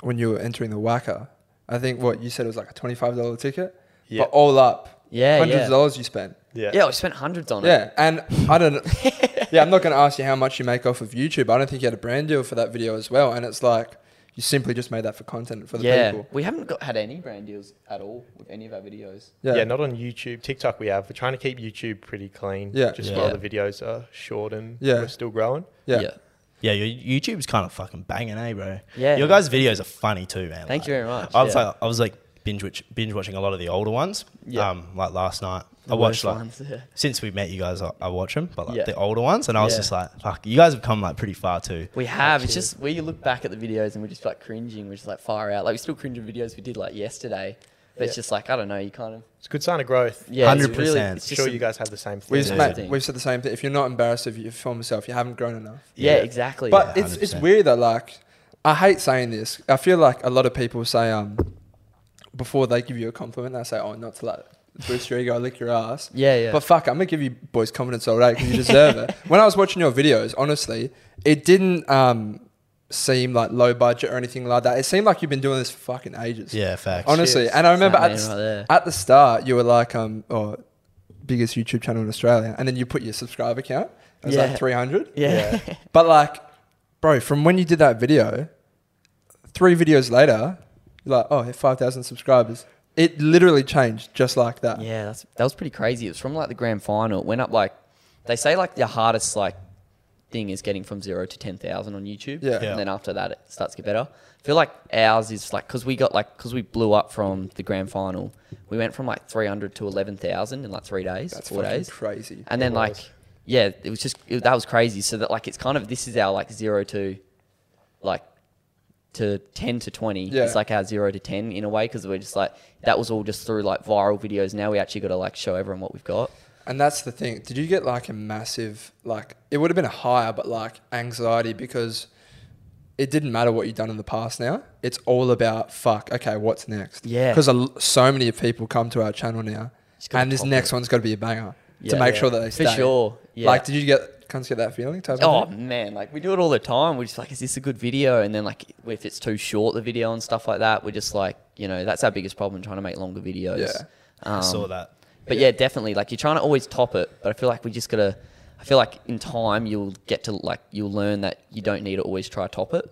[SPEAKER 1] when you were entering the Wacker. I think what you said was like a twenty-five dollar ticket,
[SPEAKER 4] Yeah.
[SPEAKER 1] but all up,
[SPEAKER 3] Yeah,
[SPEAKER 1] hundreds
[SPEAKER 3] yeah.
[SPEAKER 1] of dollars you spent.
[SPEAKER 4] Yeah.
[SPEAKER 3] Yeah, I spent hundreds on it.
[SPEAKER 1] Yeah, and I don't. yeah, I'm not going to ask you how much you make off of YouTube. I don't think you had a brand deal for that video as well. And it's like you simply just made that for content for the
[SPEAKER 3] yeah.
[SPEAKER 1] people.
[SPEAKER 3] We haven't got, had any brand deals at all with any of our videos.
[SPEAKER 1] Yeah,
[SPEAKER 4] Yeah. not on YouTube. TikTok we have. We're trying to keep YouTube pretty clean.
[SPEAKER 1] Yeah.
[SPEAKER 4] Just
[SPEAKER 2] Yeah.
[SPEAKER 4] while the videos are short and
[SPEAKER 1] Yeah.
[SPEAKER 4] we're still growing.
[SPEAKER 1] yeah.
[SPEAKER 3] yeah.
[SPEAKER 2] Yeah, your YouTube's kind of fucking banging, eh, bro?
[SPEAKER 3] Yeah.
[SPEAKER 2] Your guys' videos are funny too, man.
[SPEAKER 3] Thank
[SPEAKER 2] Like,
[SPEAKER 3] you very much,
[SPEAKER 2] I was
[SPEAKER 3] yeah.
[SPEAKER 2] like, I was like binge watch, binge watching a lot of the older ones.
[SPEAKER 3] Yeah.
[SPEAKER 2] Um, like last night, I
[SPEAKER 3] The
[SPEAKER 2] watched
[SPEAKER 3] worst
[SPEAKER 2] like
[SPEAKER 3] ones, yeah.
[SPEAKER 2] since we met you guys, I, I watch them, but like
[SPEAKER 3] Yeah.
[SPEAKER 2] the older ones, and I was
[SPEAKER 3] Yeah.
[SPEAKER 2] just like, fuck, you guys have come like pretty far too.
[SPEAKER 3] We have. It's just we look back at the videos and we're just like cringing. We're just like far out. Like we still cringe at videos we did like yesterday. But it's
[SPEAKER 4] Yeah.
[SPEAKER 3] just like I don't know. You kind of
[SPEAKER 4] It's a good sign of growth.
[SPEAKER 3] yeah. it's
[SPEAKER 2] 100%.
[SPEAKER 3] really- it's
[SPEAKER 4] I'm
[SPEAKER 3] just
[SPEAKER 4] sure
[SPEAKER 3] a-
[SPEAKER 4] you guys have the same
[SPEAKER 1] We
[SPEAKER 4] thing.
[SPEAKER 1] just
[SPEAKER 2] Yeah.
[SPEAKER 1] made, we've said the same thing. If you're not embarrassed of your film yourself, you haven't grown enough.
[SPEAKER 3] Yeah,
[SPEAKER 4] Yeah.
[SPEAKER 3] exactly.
[SPEAKER 1] But
[SPEAKER 2] Yeah,
[SPEAKER 1] it's it's
[SPEAKER 2] 100%.
[SPEAKER 1] weird though. Like I hate saying this. I feel like a lot of people say um before they give you a compliment, they say, "Oh, not to like boost your ego, lick your ass."
[SPEAKER 3] yeah, yeah.
[SPEAKER 1] But fuck, I'm gonna give you boys confidence all right 'cause you deserve it. When I was watching your videos, honestly, it didn't um seem like low budget or anything like that. It seemed like you've been doing this for fucking ages.
[SPEAKER 2] Yeah, facts.
[SPEAKER 1] Honestly,
[SPEAKER 4] Cheers.
[SPEAKER 1] and I remember
[SPEAKER 3] That
[SPEAKER 1] at the,
[SPEAKER 3] man right there.
[SPEAKER 1] st- at the start you were like, um, oh, biggest YouTube channel in Australia, and then you put your subscriber count. It was
[SPEAKER 3] Yeah.
[SPEAKER 1] like 300.
[SPEAKER 3] yeah.
[SPEAKER 1] But like, bro, from when you did that video, three videos later, you're like, oh, yeah, 5,000 subscribers. It literally changed just like that.
[SPEAKER 3] Yeah, that's, that was pretty crazy. It was from like the grand final. It went up like they say like the hardest like thing is getting from zero to ten thousand on YouTube.
[SPEAKER 1] Yeah.
[SPEAKER 2] Yeah.
[SPEAKER 3] And then after that, it starts to get better. I feel like ours is like because we got like because we blew up from the grand final. We went from like three hundred to eleven thousand in like three days,
[SPEAKER 1] That's
[SPEAKER 3] four
[SPEAKER 1] fucking
[SPEAKER 3] days,
[SPEAKER 1] crazy.
[SPEAKER 3] and then
[SPEAKER 4] It
[SPEAKER 3] like
[SPEAKER 4] was.
[SPEAKER 3] yeah, it was just it, that was crazy. So that like it's kind of this is our like zero to like to 10 to 20
[SPEAKER 1] Yeah.
[SPEAKER 3] it's like our 0 to 10 in a way because we're just like that was all just through like viral videos now we actually got to like show everyone what we've got
[SPEAKER 1] And that's the thing. Did you get like a massive, like, it would have been a higher, but like anxiety because it didn't matter what you'd done in the past now. It's all about, fuck, okay, what's next?
[SPEAKER 3] Yeah.
[SPEAKER 1] Because so many people come to our channel now
[SPEAKER 3] Just gotta
[SPEAKER 1] and this
[SPEAKER 3] top
[SPEAKER 1] next one's got to be a banger.
[SPEAKER 3] Yeah.
[SPEAKER 1] to make
[SPEAKER 4] Yeah.
[SPEAKER 1] sure that they
[SPEAKER 3] for
[SPEAKER 1] stay.
[SPEAKER 3] sure. Yeah.
[SPEAKER 1] Like, did you get cunts get that feeling? Type
[SPEAKER 3] Oh
[SPEAKER 1] of thing?
[SPEAKER 3] man, like we do it all the time. We're just like, is this a good video? And then like, if it's too short, the video and stuff like that, we're just like, you know, that's our biggest problem, trying to make longer videos.
[SPEAKER 1] Yeah.
[SPEAKER 3] um,
[SPEAKER 2] I saw that.
[SPEAKER 3] But yeah. definitely. Like you're trying to always top it, but I feel like we just gotta. I feel like in time you'll get to like you'll learn that you don't need to always try top it,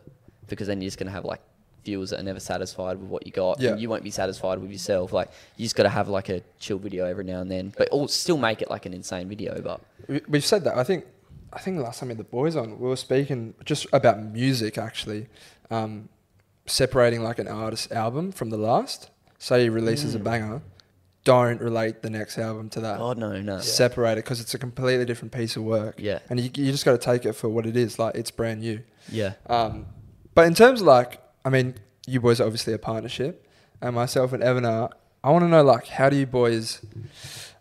[SPEAKER 3] because then you're just gonna have like viewers that are never satisfied with what you got.
[SPEAKER 1] Yeah.
[SPEAKER 3] and you won't be satisfied with yourself. Like you just gotta have like a chill video every now and then, but all, still make it like an insane video. But
[SPEAKER 1] We, we've said that. I think, I think last time we had the boys on, we were speaking just about music actually, um, separating like an artist's album from the last. Say he releases a banger, don't relate the next album to that.
[SPEAKER 3] God no, no.
[SPEAKER 1] Separate it because it's a completely different piece of work.
[SPEAKER 3] Yeah.
[SPEAKER 1] and you, you just got to take it for what it is. Like it's brand new.
[SPEAKER 3] Yeah.
[SPEAKER 1] Um, but in terms of like, I mean, you boys are obviously a partnership, and myself and Evan are. I want to know like, how do you boys,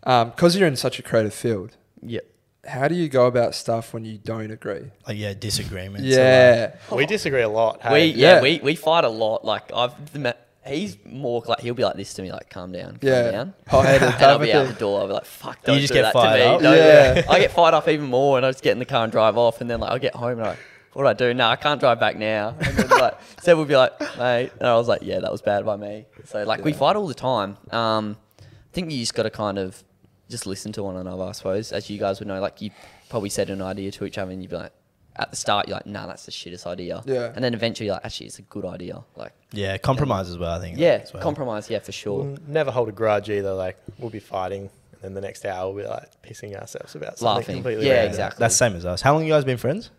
[SPEAKER 1] because you're in such a creative field,
[SPEAKER 3] Yeah.
[SPEAKER 1] how do you go about stuff when you don't agree?
[SPEAKER 2] Like yeah, disagreements.
[SPEAKER 1] yeah,
[SPEAKER 4] We disagree a lot.
[SPEAKER 3] We
[SPEAKER 4] Hey?
[SPEAKER 3] yeah,
[SPEAKER 1] yeah.
[SPEAKER 3] we, we fight a lot. Like I've met, he's more like he'll be like this to me, like calm down, calm
[SPEAKER 1] yeah,
[SPEAKER 3] down.
[SPEAKER 1] hot-headed
[SPEAKER 3] And I'll
[SPEAKER 1] type of
[SPEAKER 3] be out the
[SPEAKER 1] thing.
[SPEAKER 3] door. I'll be like, "Fuck, don't
[SPEAKER 2] You just
[SPEAKER 3] do
[SPEAKER 2] get
[SPEAKER 3] that
[SPEAKER 2] fired
[SPEAKER 3] to me."
[SPEAKER 2] up?
[SPEAKER 3] Don't-
[SPEAKER 1] Yeah.
[SPEAKER 3] I get fired up even more, and I just get in the car and drive off. And then like I get home and I, what do I do? No, I can't drive back now. And then, like, Seb would be like, "Mate," and I was like, "Yeah, that was bad by me." So like we fight all the time. Um, I think you just got to kind of just listen to one another, I suppose. As you guys would know, like you probably said an idea to each other, and you'd be like, at the start, you're like, "Nah, that's the shittest idea."
[SPEAKER 1] Yeah.
[SPEAKER 3] And then eventually, you're like, actually, it's a good idea. Like,
[SPEAKER 2] Yeah, compromise as well. I think.
[SPEAKER 3] yeah,
[SPEAKER 2] as well.
[SPEAKER 3] compromise. Yeah, for sure.
[SPEAKER 1] Mm,
[SPEAKER 4] We'll never hold a grudge either. Like we'll be fighting, and then the next hour we'll be like pissing ourselves about something
[SPEAKER 3] Laughing.
[SPEAKER 4] completely.
[SPEAKER 3] Yeah,
[SPEAKER 4] random.
[SPEAKER 3] exactly.
[SPEAKER 2] That's same as us. How long you guys been friends?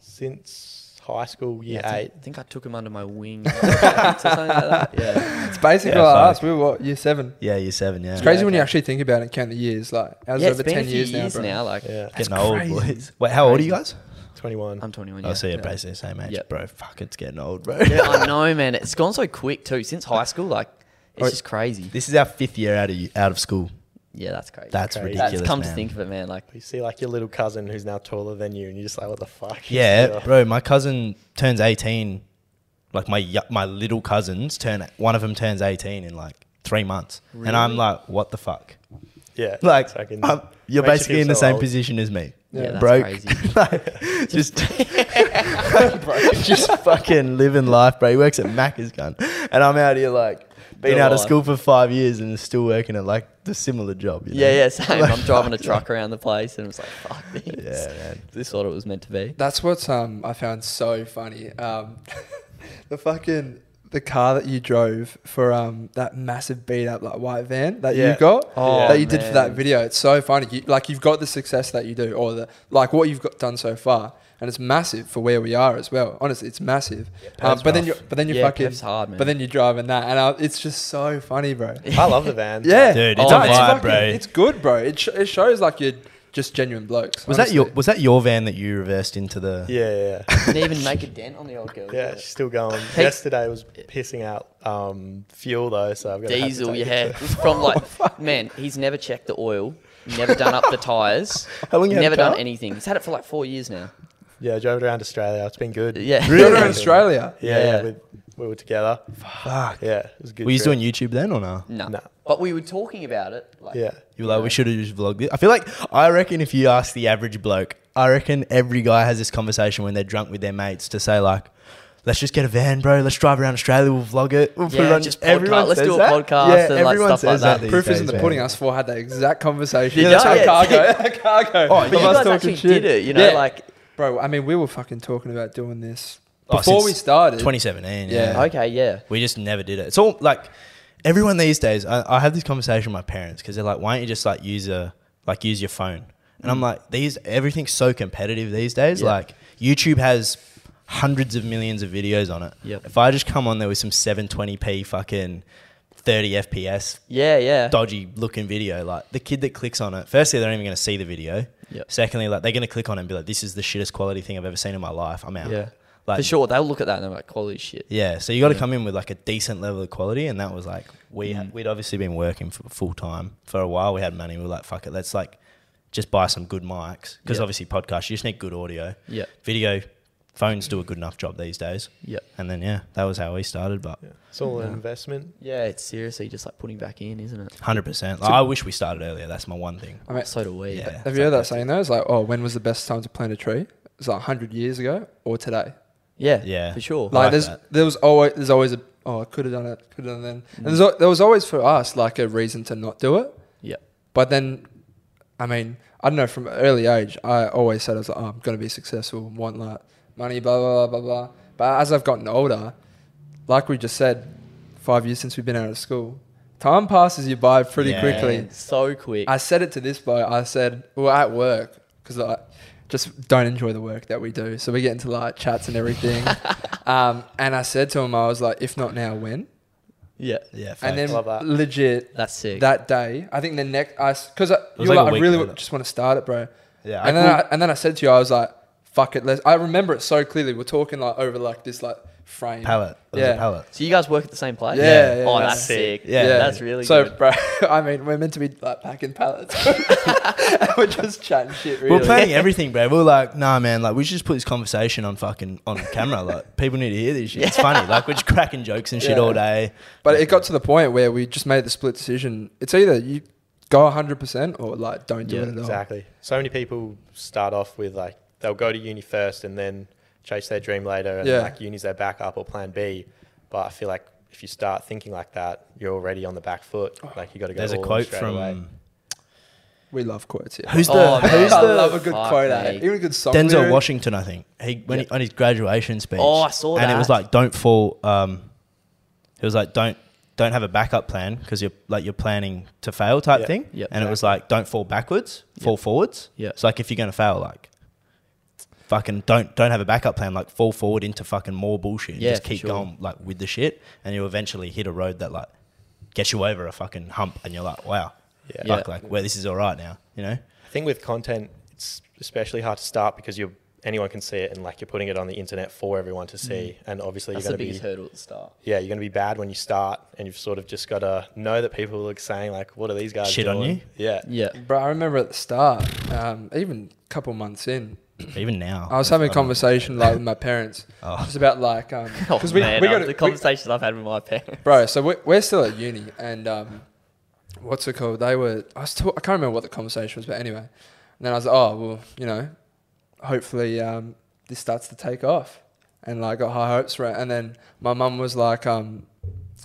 [SPEAKER 4] Since high school, year
[SPEAKER 3] I
[SPEAKER 4] eight.
[SPEAKER 3] think, I think I took him under my wing. or something like that. Yeah.
[SPEAKER 1] It's basically
[SPEAKER 2] Yeah,
[SPEAKER 1] like
[SPEAKER 2] fuck.
[SPEAKER 1] us. We were what, year seven.
[SPEAKER 2] Yeah, year seven. Yeah,
[SPEAKER 1] It's crazy when you
[SPEAKER 3] okay.
[SPEAKER 1] actually think about it and count the years. Like, ours
[SPEAKER 3] yeah,
[SPEAKER 1] was
[SPEAKER 3] it's
[SPEAKER 1] over
[SPEAKER 3] been a
[SPEAKER 1] ten
[SPEAKER 3] few
[SPEAKER 1] years, now, bro.
[SPEAKER 3] Like,
[SPEAKER 4] Yeah,
[SPEAKER 1] That's
[SPEAKER 2] getting old,
[SPEAKER 1] crazy.
[SPEAKER 2] boys. Wait, how old are you guys?
[SPEAKER 4] twenty-one.
[SPEAKER 3] I'm 21.
[SPEAKER 2] I
[SPEAKER 3] Yeah.
[SPEAKER 2] Oh, so you're
[SPEAKER 1] Yeah.
[SPEAKER 2] basically the same age,
[SPEAKER 3] Yep.
[SPEAKER 2] bro. Fuck, it's getting old, bro.
[SPEAKER 3] yeah, I know, man. It's gone so quick too. Since high school, like, it's
[SPEAKER 1] Alright.
[SPEAKER 3] just crazy.
[SPEAKER 2] Oh, This is our fifth year out of out of school.
[SPEAKER 3] Yeah, that's crazy.
[SPEAKER 2] That's
[SPEAKER 4] Crazy.
[SPEAKER 2] ridiculous.
[SPEAKER 3] That's come to
[SPEAKER 2] man.
[SPEAKER 3] think of it, man. Like,
[SPEAKER 4] you see like your little cousin who's now taller than you, and you're just like, what the fuck?
[SPEAKER 2] Yeah, bro. My cousin turns eighteen. Like my yo- my little cousins turn. One of them turns eighteen in like three months, and I'm
[SPEAKER 3] Really?
[SPEAKER 2] like, what the fuck?
[SPEAKER 4] Yeah,
[SPEAKER 2] Like,
[SPEAKER 4] fucking-
[SPEAKER 2] I'm- you're
[SPEAKER 4] makes you
[SPEAKER 2] basically
[SPEAKER 4] feel
[SPEAKER 2] in the
[SPEAKER 4] so
[SPEAKER 2] same
[SPEAKER 4] old.
[SPEAKER 2] position as me.
[SPEAKER 1] Yeah, that's
[SPEAKER 2] broke.
[SPEAKER 3] crazy.
[SPEAKER 2] Like, just, just fucking living life, bro. He works at Macca's gun, and I'm out here like been
[SPEAKER 3] Good
[SPEAKER 2] out of
[SPEAKER 3] life.
[SPEAKER 2] school for five years and still working at like the similar job. you know?
[SPEAKER 3] yeah, yeah, same.
[SPEAKER 2] Like,
[SPEAKER 3] I'm driving a
[SPEAKER 2] fuck,
[SPEAKER 3] truck around the place, and I was like, fuck
[SPEAKER 2] like,
[SPEAKER 3] this.
[SPEAKER 2] Yeah, man.
[SPEAKER 3] This is what it was meant to be.
[SPEAKER 1] That's what um, I found so funny. Um, the fucking the car that you drove for um, that massive beat up like white van that
[SPEAKER 4] Yeah.
[SPEAKER 1] you got
[SPEAKER 3] Oh,
[SPEAKER 1] that you did for that
[SPEAKER 3] man.
[SPEAKER 1] video. It's so funny. You, like you've got the success that you do, or the like what you've got done so far, and it's massive for where we are as well. Honestly, it's massive. um,
[SPEAKER 2] Pev's
[SPEAKER 1] but then
[SPEAKER 2] rough.
[SPEAKER 1] you but then you
[SPEAKER 3] Yeah,
[SPEAKER 1] fucking
[SPEAKER 3] Pev's hard, man.
[SPEAKER 1] but then you're driving that, and I, it's just so funny, bro.
[SPEAKER 4] I love the van.
[SPEAKER 1] Yeah,
[SPEAKER 2] Dude,
[SPEAKER 3] it's a vibe,
[SPEAKER 1] fucking-
[SPEAKER 2] bro.
[SPEAKER 1] It's good, bro. It, sh- it shows like you're just genuine blokes.
[SPEAKER 2] Was that your
[SPEAKER 1] honestly.
[SPEAKER 2] was that your van that you reversed into the?
[SPEAKER 4] yeah, yeah.
[SPEAKER 3] Didn't even make a dent on the old girl.
[SPEAKER 4] Yeah,
[SPEAKER 3] did it?
[SPEAKER 4] she's still going. Yesterday was pissing out um, fuel though, so I've got to have to
[SPEAKER 3] diesel,
[SPEAKER 4] take it
[SPEAKER 3] yeah.
[SPEAKER 4] to-
[SPEAKER 3] From like, man, he's never checked the oil, never done up the tires,
[SPEAKER 2] How long you had
[SPEAKER 3] never
[SPEAKER 2] the car?
[SPEAKER 3] done anything. He's had it for like four years now.
[SPEAKER 4] Yeah, I drove it around Australia. It's been good.
[SPEAKER 3] Yeah.
[SPEAKER 1] You're
[SPEAKER 4] Really?
[SPEAKER 1] in Australia?
[SPEAKER 4] yeah.
[SPEAKER 3] Yeah.
[SPEAKER 4] yeah, we, we were together.
[SPEAKER 2] Fuck.
[SPEAKER 4] Yeah, it was a good.
[SPEAKER 2] Were you
[SPEAKER 4] trip.
[SPEAKER 2] doing YouTube then or no?
[SPEAKER 3] No.
[SPEAKER 4] No.
[SPEAKER 3] But we were talking about it. Like,
[SPEAKER 4] Yeah,
[SPEAKER 2] You were like, we should have just vlogged it. I feel like I reckon if you ask the average bloke, I reckon every guy has this conversation when they're drunk with their mates to say like, let's just get a van, bro. Let's drive around Australia. We'll vlog it. We'll
[SPEAKER 3] Yeah, just podcast. Let's
[SPEAKER 2] says
[SPEAKER 3] do a
[SPEAKER 2] that.
[SPEAKER 3] podcast and, like, stuff like that.
[SPEAKER 2] these
[SPEAKER 1] Proof is in
[SPEAKER 2] days,
[SPEAKER 1] the
[SPEAKER 2] man.
[SPEAKER 1] pudding. Us four had that exact conversation.
[SPEAKER 3] Yeah,
[SPEAKER 1] that's
[SPEAKER 3] yeah.
[SPEAKER 1] how cargo. cargo.
[SPEAKER 2] Oh,
[SPEAKER 1] Of
[SPEAKER 3] But you
[SPEAKER 1] us
[SPEAKER 3] guys
[SPEAKER 1] talking
[SPEAKER 3] actually
[SPEAKER 1] shit.
[SPEAKER 3] did it, you know,
[SPEAKER 1] Yeah.
[SPEAKER 3] like,
[SPEAKER 1] bro. I mean, we were fucking talking about doing this
[SPEAKER 2] Oh,
[SPEAKER 1] before
[SPEAKER 2] since
[SPEAKER 1] we started.
[SPEAKER 2] 2017.
[SPEAKER 1] Yeah.
[SPEAKER 2] yeah.
[SPEAKER 3] okay, yeah.
[SPEAKER 2] We just never did it. It's all like everyone these days. I, I have this conversation with my parents because they're like, "Why don't you just like use a like use your phone?" And I'm like, "These everything's so competitive these days.
[SPEAKER 3] Mm. Yeah.
[SPEAKER 2] Like YouTube has hundreds of millions of videos on it.
[SPEAKER 3] Yep.
[SPEAKER 2] If I just come on there with some 720p fucking 30 FPS
[SPEAKER 3] Yeah, yeah.
[SPEAKER 2] dodgy looking video, like the kid that clicks on it, firstly they're not even going to see the video.
[SPEAKER 3] Yep.
[SPEAKER 2] Secondly, like they're going to click on it and be like, "This is the shittest quality thing I've ever seen in my life. I'm out."
[SPEAKER 3] Yeah.
[SPEAKER 2] Like,
[SPEAKER 3] for sure. They'll look at that and they're like, quality shit.
[SPEAKER 2] yeah, so you got to come in with like a decent level of quality, and that was like we
[SPEAKER 1] Mm.
[SPEAKER 2] we'd obviously been working for full time for a while. We had money. We were like, fuck it, let's like just buy some good mics because
[SPEAKER 3] Yeah.
[SPEAKER 2] obviously podcast you just need good audio,
[SPEAKER 3] Yeah.
[SPEAKER 2] video. phones do a good enough job these days.
[SPEAKER 3] Yep.
[SPEAKER 2] And then yeah, that was how we started. But
[SPEAKER 4] Yeah. It's all an
[SPEAKER 3] Yeah.
[SPEAKER 4] investment.
[SPEAKER 3] Yeah, it's seriously just like putting back in, isn't it?
[SPEAKER 2] hundred percent. Like, I wish we started earlier. That's my one thing.
[SPEAKER 1] I mean,
[SPEAKER 3] So do we.
[SPEAKER 2] Yeah.
[SPEAKER 1] have you heard that saying though? It's like, oh, when was the best time to plant a tree? It's like 100 years ago or today.
[SPEAKER 3] Yeah,
[SPEAKER 2] Yeah.
[SPEAKER 3] for sure.
[SPEAKER 1] like
[SPEAKER 2] like
[SPEAKER 1] there's
[SPEAKER 2] that.
[SPEAKER 1] there was always there's always a oh I could have done it could have done it then and there's, al- there was always for us like a reason to not do it
[SPEAKER 3] Yeah.
[SPEAKER 1] but then I mean I don't know from an early age I always said I was like oh, I'm gonna be successful want like money blah blah blah blah blah but as I've gotten older like we just said five years since we've been out of school time passes you by pretty
[SPEAKER 2] Yeah.
[SPEAKER 1] quickly
[SPEAKER 3] Man, so quick.
[SPEAKER 1] I said it to this bloke. I said, "We're at work because I just don't enjoy the work that we do." So we get into like chats and everything. um, and I said to him, "I was like, if not now, when?"
[SPEAKER 3] yeah,
[SPEAKER 2] Yeah. Facts.
[SPEAKER 1] And then
[SPEAKER 4] Love that.
[SPEAKER 1] legit
[SPEAKER 3] that's sick.
[SPEAKER 1] that day, I think the next I because
[SPEAKER 2] was
[SPEAKER 1] you were
[SPEAKER 2] like a
[SPEAKER 1] like, I
[SPEAKER 2] week
[SPEAKER 1] really
[SPEAKER 2] later.
[SPEAKER 1] just want to start it, bro.
[SPEAKER 2] yeah, I
[SPEAKER 1] and then
[SPEAKER 2] could-
[SPEAKER 1] I, and then I said to you, I was like, "Fuck it." Let's, I remember it so clearly. We're talking like over like this like frame.
[SPEAKER 2] palette. It was
[SPEAKER 1] Yeah.
[SPEAKER 2] a palette.
[SPEAKER 3] so you guys work at the same place?
[SPEAKER 1] Yeah, yeah,
[SPEAKER 3] oh,
[SPEAKER 1] yeah.
[SPEAKER 3] that's,
[SPEAKER 1] That's
[SPEAKER 3] sick.
[SPEAKER 2] sick. Yeah.
[SPEAKER 3] that's really
[SPEAKER 1] so,
[SPEAKER 3] good.
[SPEAKER 1] bro, I mean, we're meant to be like packing pallets. we're just chatting shit. Really.
[SPEAKER 2] We We're planning everything, bro. We We're like, nah, man. Like, we should just put this conversation on fucking on camera. Like, people need to hear this shit. It's funny. Like, we're just cracking jokes and shit
[SPEAKER 1] Yeah.
[SPEAKER 2] all day.
[SPEAKER 1] But it got to the point where we just made the split decision. It's either you go 100% or like don't do
[SPEAKER 3] Yeah,
[SPEAKER 1] it at
[SPEAKER 4] Exactly. So many people start off with like they'll go to uni first and then chase their dream later, and
[SPEAKER 1] Yeah.
[SPEAKER 4] like uni's their backup or plan B. But I feel like if you start thinking like that, you're already on the back foot.
[SPEAKER 3] Oh,
[SPEAKER 4] Like you got to go.
[SPEAKER 2] There's a
[SPEAKER 4] all in
[SPEAKER 2] quote
[SPEAKER 4] straight
[SPEAKER 2] from
[SPEAKER 4] away.
[SPEAKER 1] all. We love quotes here.
[SPEAKER 2] who's the
[SPEAKER 3] Oh, man.
[SPEAKER 2] who's
[SPEAKER 1] I
[SPEAKER 2] the
[SPEAKER 1] love a good
[SPEAKER 3] Fuck
[SPEAKER 1] quote, eh?
[SPEAKER 3] me.
[SPEAKER 1] Even a good song.
[SPEAKER 2] Denzel
[SPEAKER 1] lyric.
[SPEAKER 2] Washington, I think. He when he, on his graduation speech.
[SPEAKER 3] Oh, I saw
[SPEAKER 2] And it
[SPEAKER 3] that.
[SPEAKER 2] was like, don't fall. Um, it was like, don't don't have a backup plan because you're like you're planning to fail type
[SPEAKER 4] Yeah.
[SPEAKER 2] thing.
[SPEAKER 3] Yep.
[SPEAKER 2] and it was like, don't fall backwards, fall forwards.
[SPEAKER 3] Yeah.
[SPEAKER 2] It's like if you're gonna fail, like. Fucking don't don't have a backup plan. Like fall forward into fucking more bullshit.
[SPEAKER 3] Yeah,
[SPEAKER 2] just
[SPEAKER 3] for
[SPEAKER 2] keep
[SPEAKER 3] sure.
[SPEAKER 2] going like with the shit, and you eventually hit a road that like gets you over a fucking hump, and you're like, wow,
[SPEAKER 4] Yeah.
[SPEAKER 2] fuck,
[SPEAKER 3] Yeah.
[SPEAKER 2] like where this is all right now, you know?
[SPEAKER 4] I think with content, it's especially hard to start because you're anyone can see it, and like you're putting it on the internet for everyone to see, and obviously
[SPEAKER 3] Mm. that's
[SPEAKER 4] you're
[SPEAKER 3] the
[SPEAKER 4] going to
[SPEAKER 3] biggest
[SPEAKER 4] be.
[SPEAKER 3] hurdle at the start.
[SPEAKER 4] Yeah, you're going to be bad when you start, and you've sort of just got to know that people are like, saying like, "What are these guys
[SPEAKER 2] Shit on
[SPEAKER 4] doing?"
[SPEAKER 2] you?
[SPEAKER 4] Yeah,
[SPEAKER 3] Yeah,
[SPEAKER 1] Bro, I remember at the start, um, even a couple months in,
[SPEAKER 2] Even
[SPEAKER 3] Oh,
[SPEAKER 2] now,
[SPEAKER 1] I was having a
[SPEAKER 2] I'm-
[SPEAKER 1] conversation like with my parents.
[SPEAKER 2] Oh.
[SPEAKER 1] Just about like, um,
[SPEAKER 3] oh,
[SPEAKER 1] 'cause
[SPEAKER 3] man,
[SPEAKER 1] got
[SPEAKER 3] the
[SPEAKER 1] a-
[SPEAKER 3] conversations I've had with my parents.
[SPEAKER 1] bro. So we're, we're still at uni, and um, what's it called? They were. I was. Talk, I can't remember what the conversation was, but anyway. And then I was like, oh well, you know, hopefully um, this starts to take off, and like got high hopes for it. And then my mum was like, um,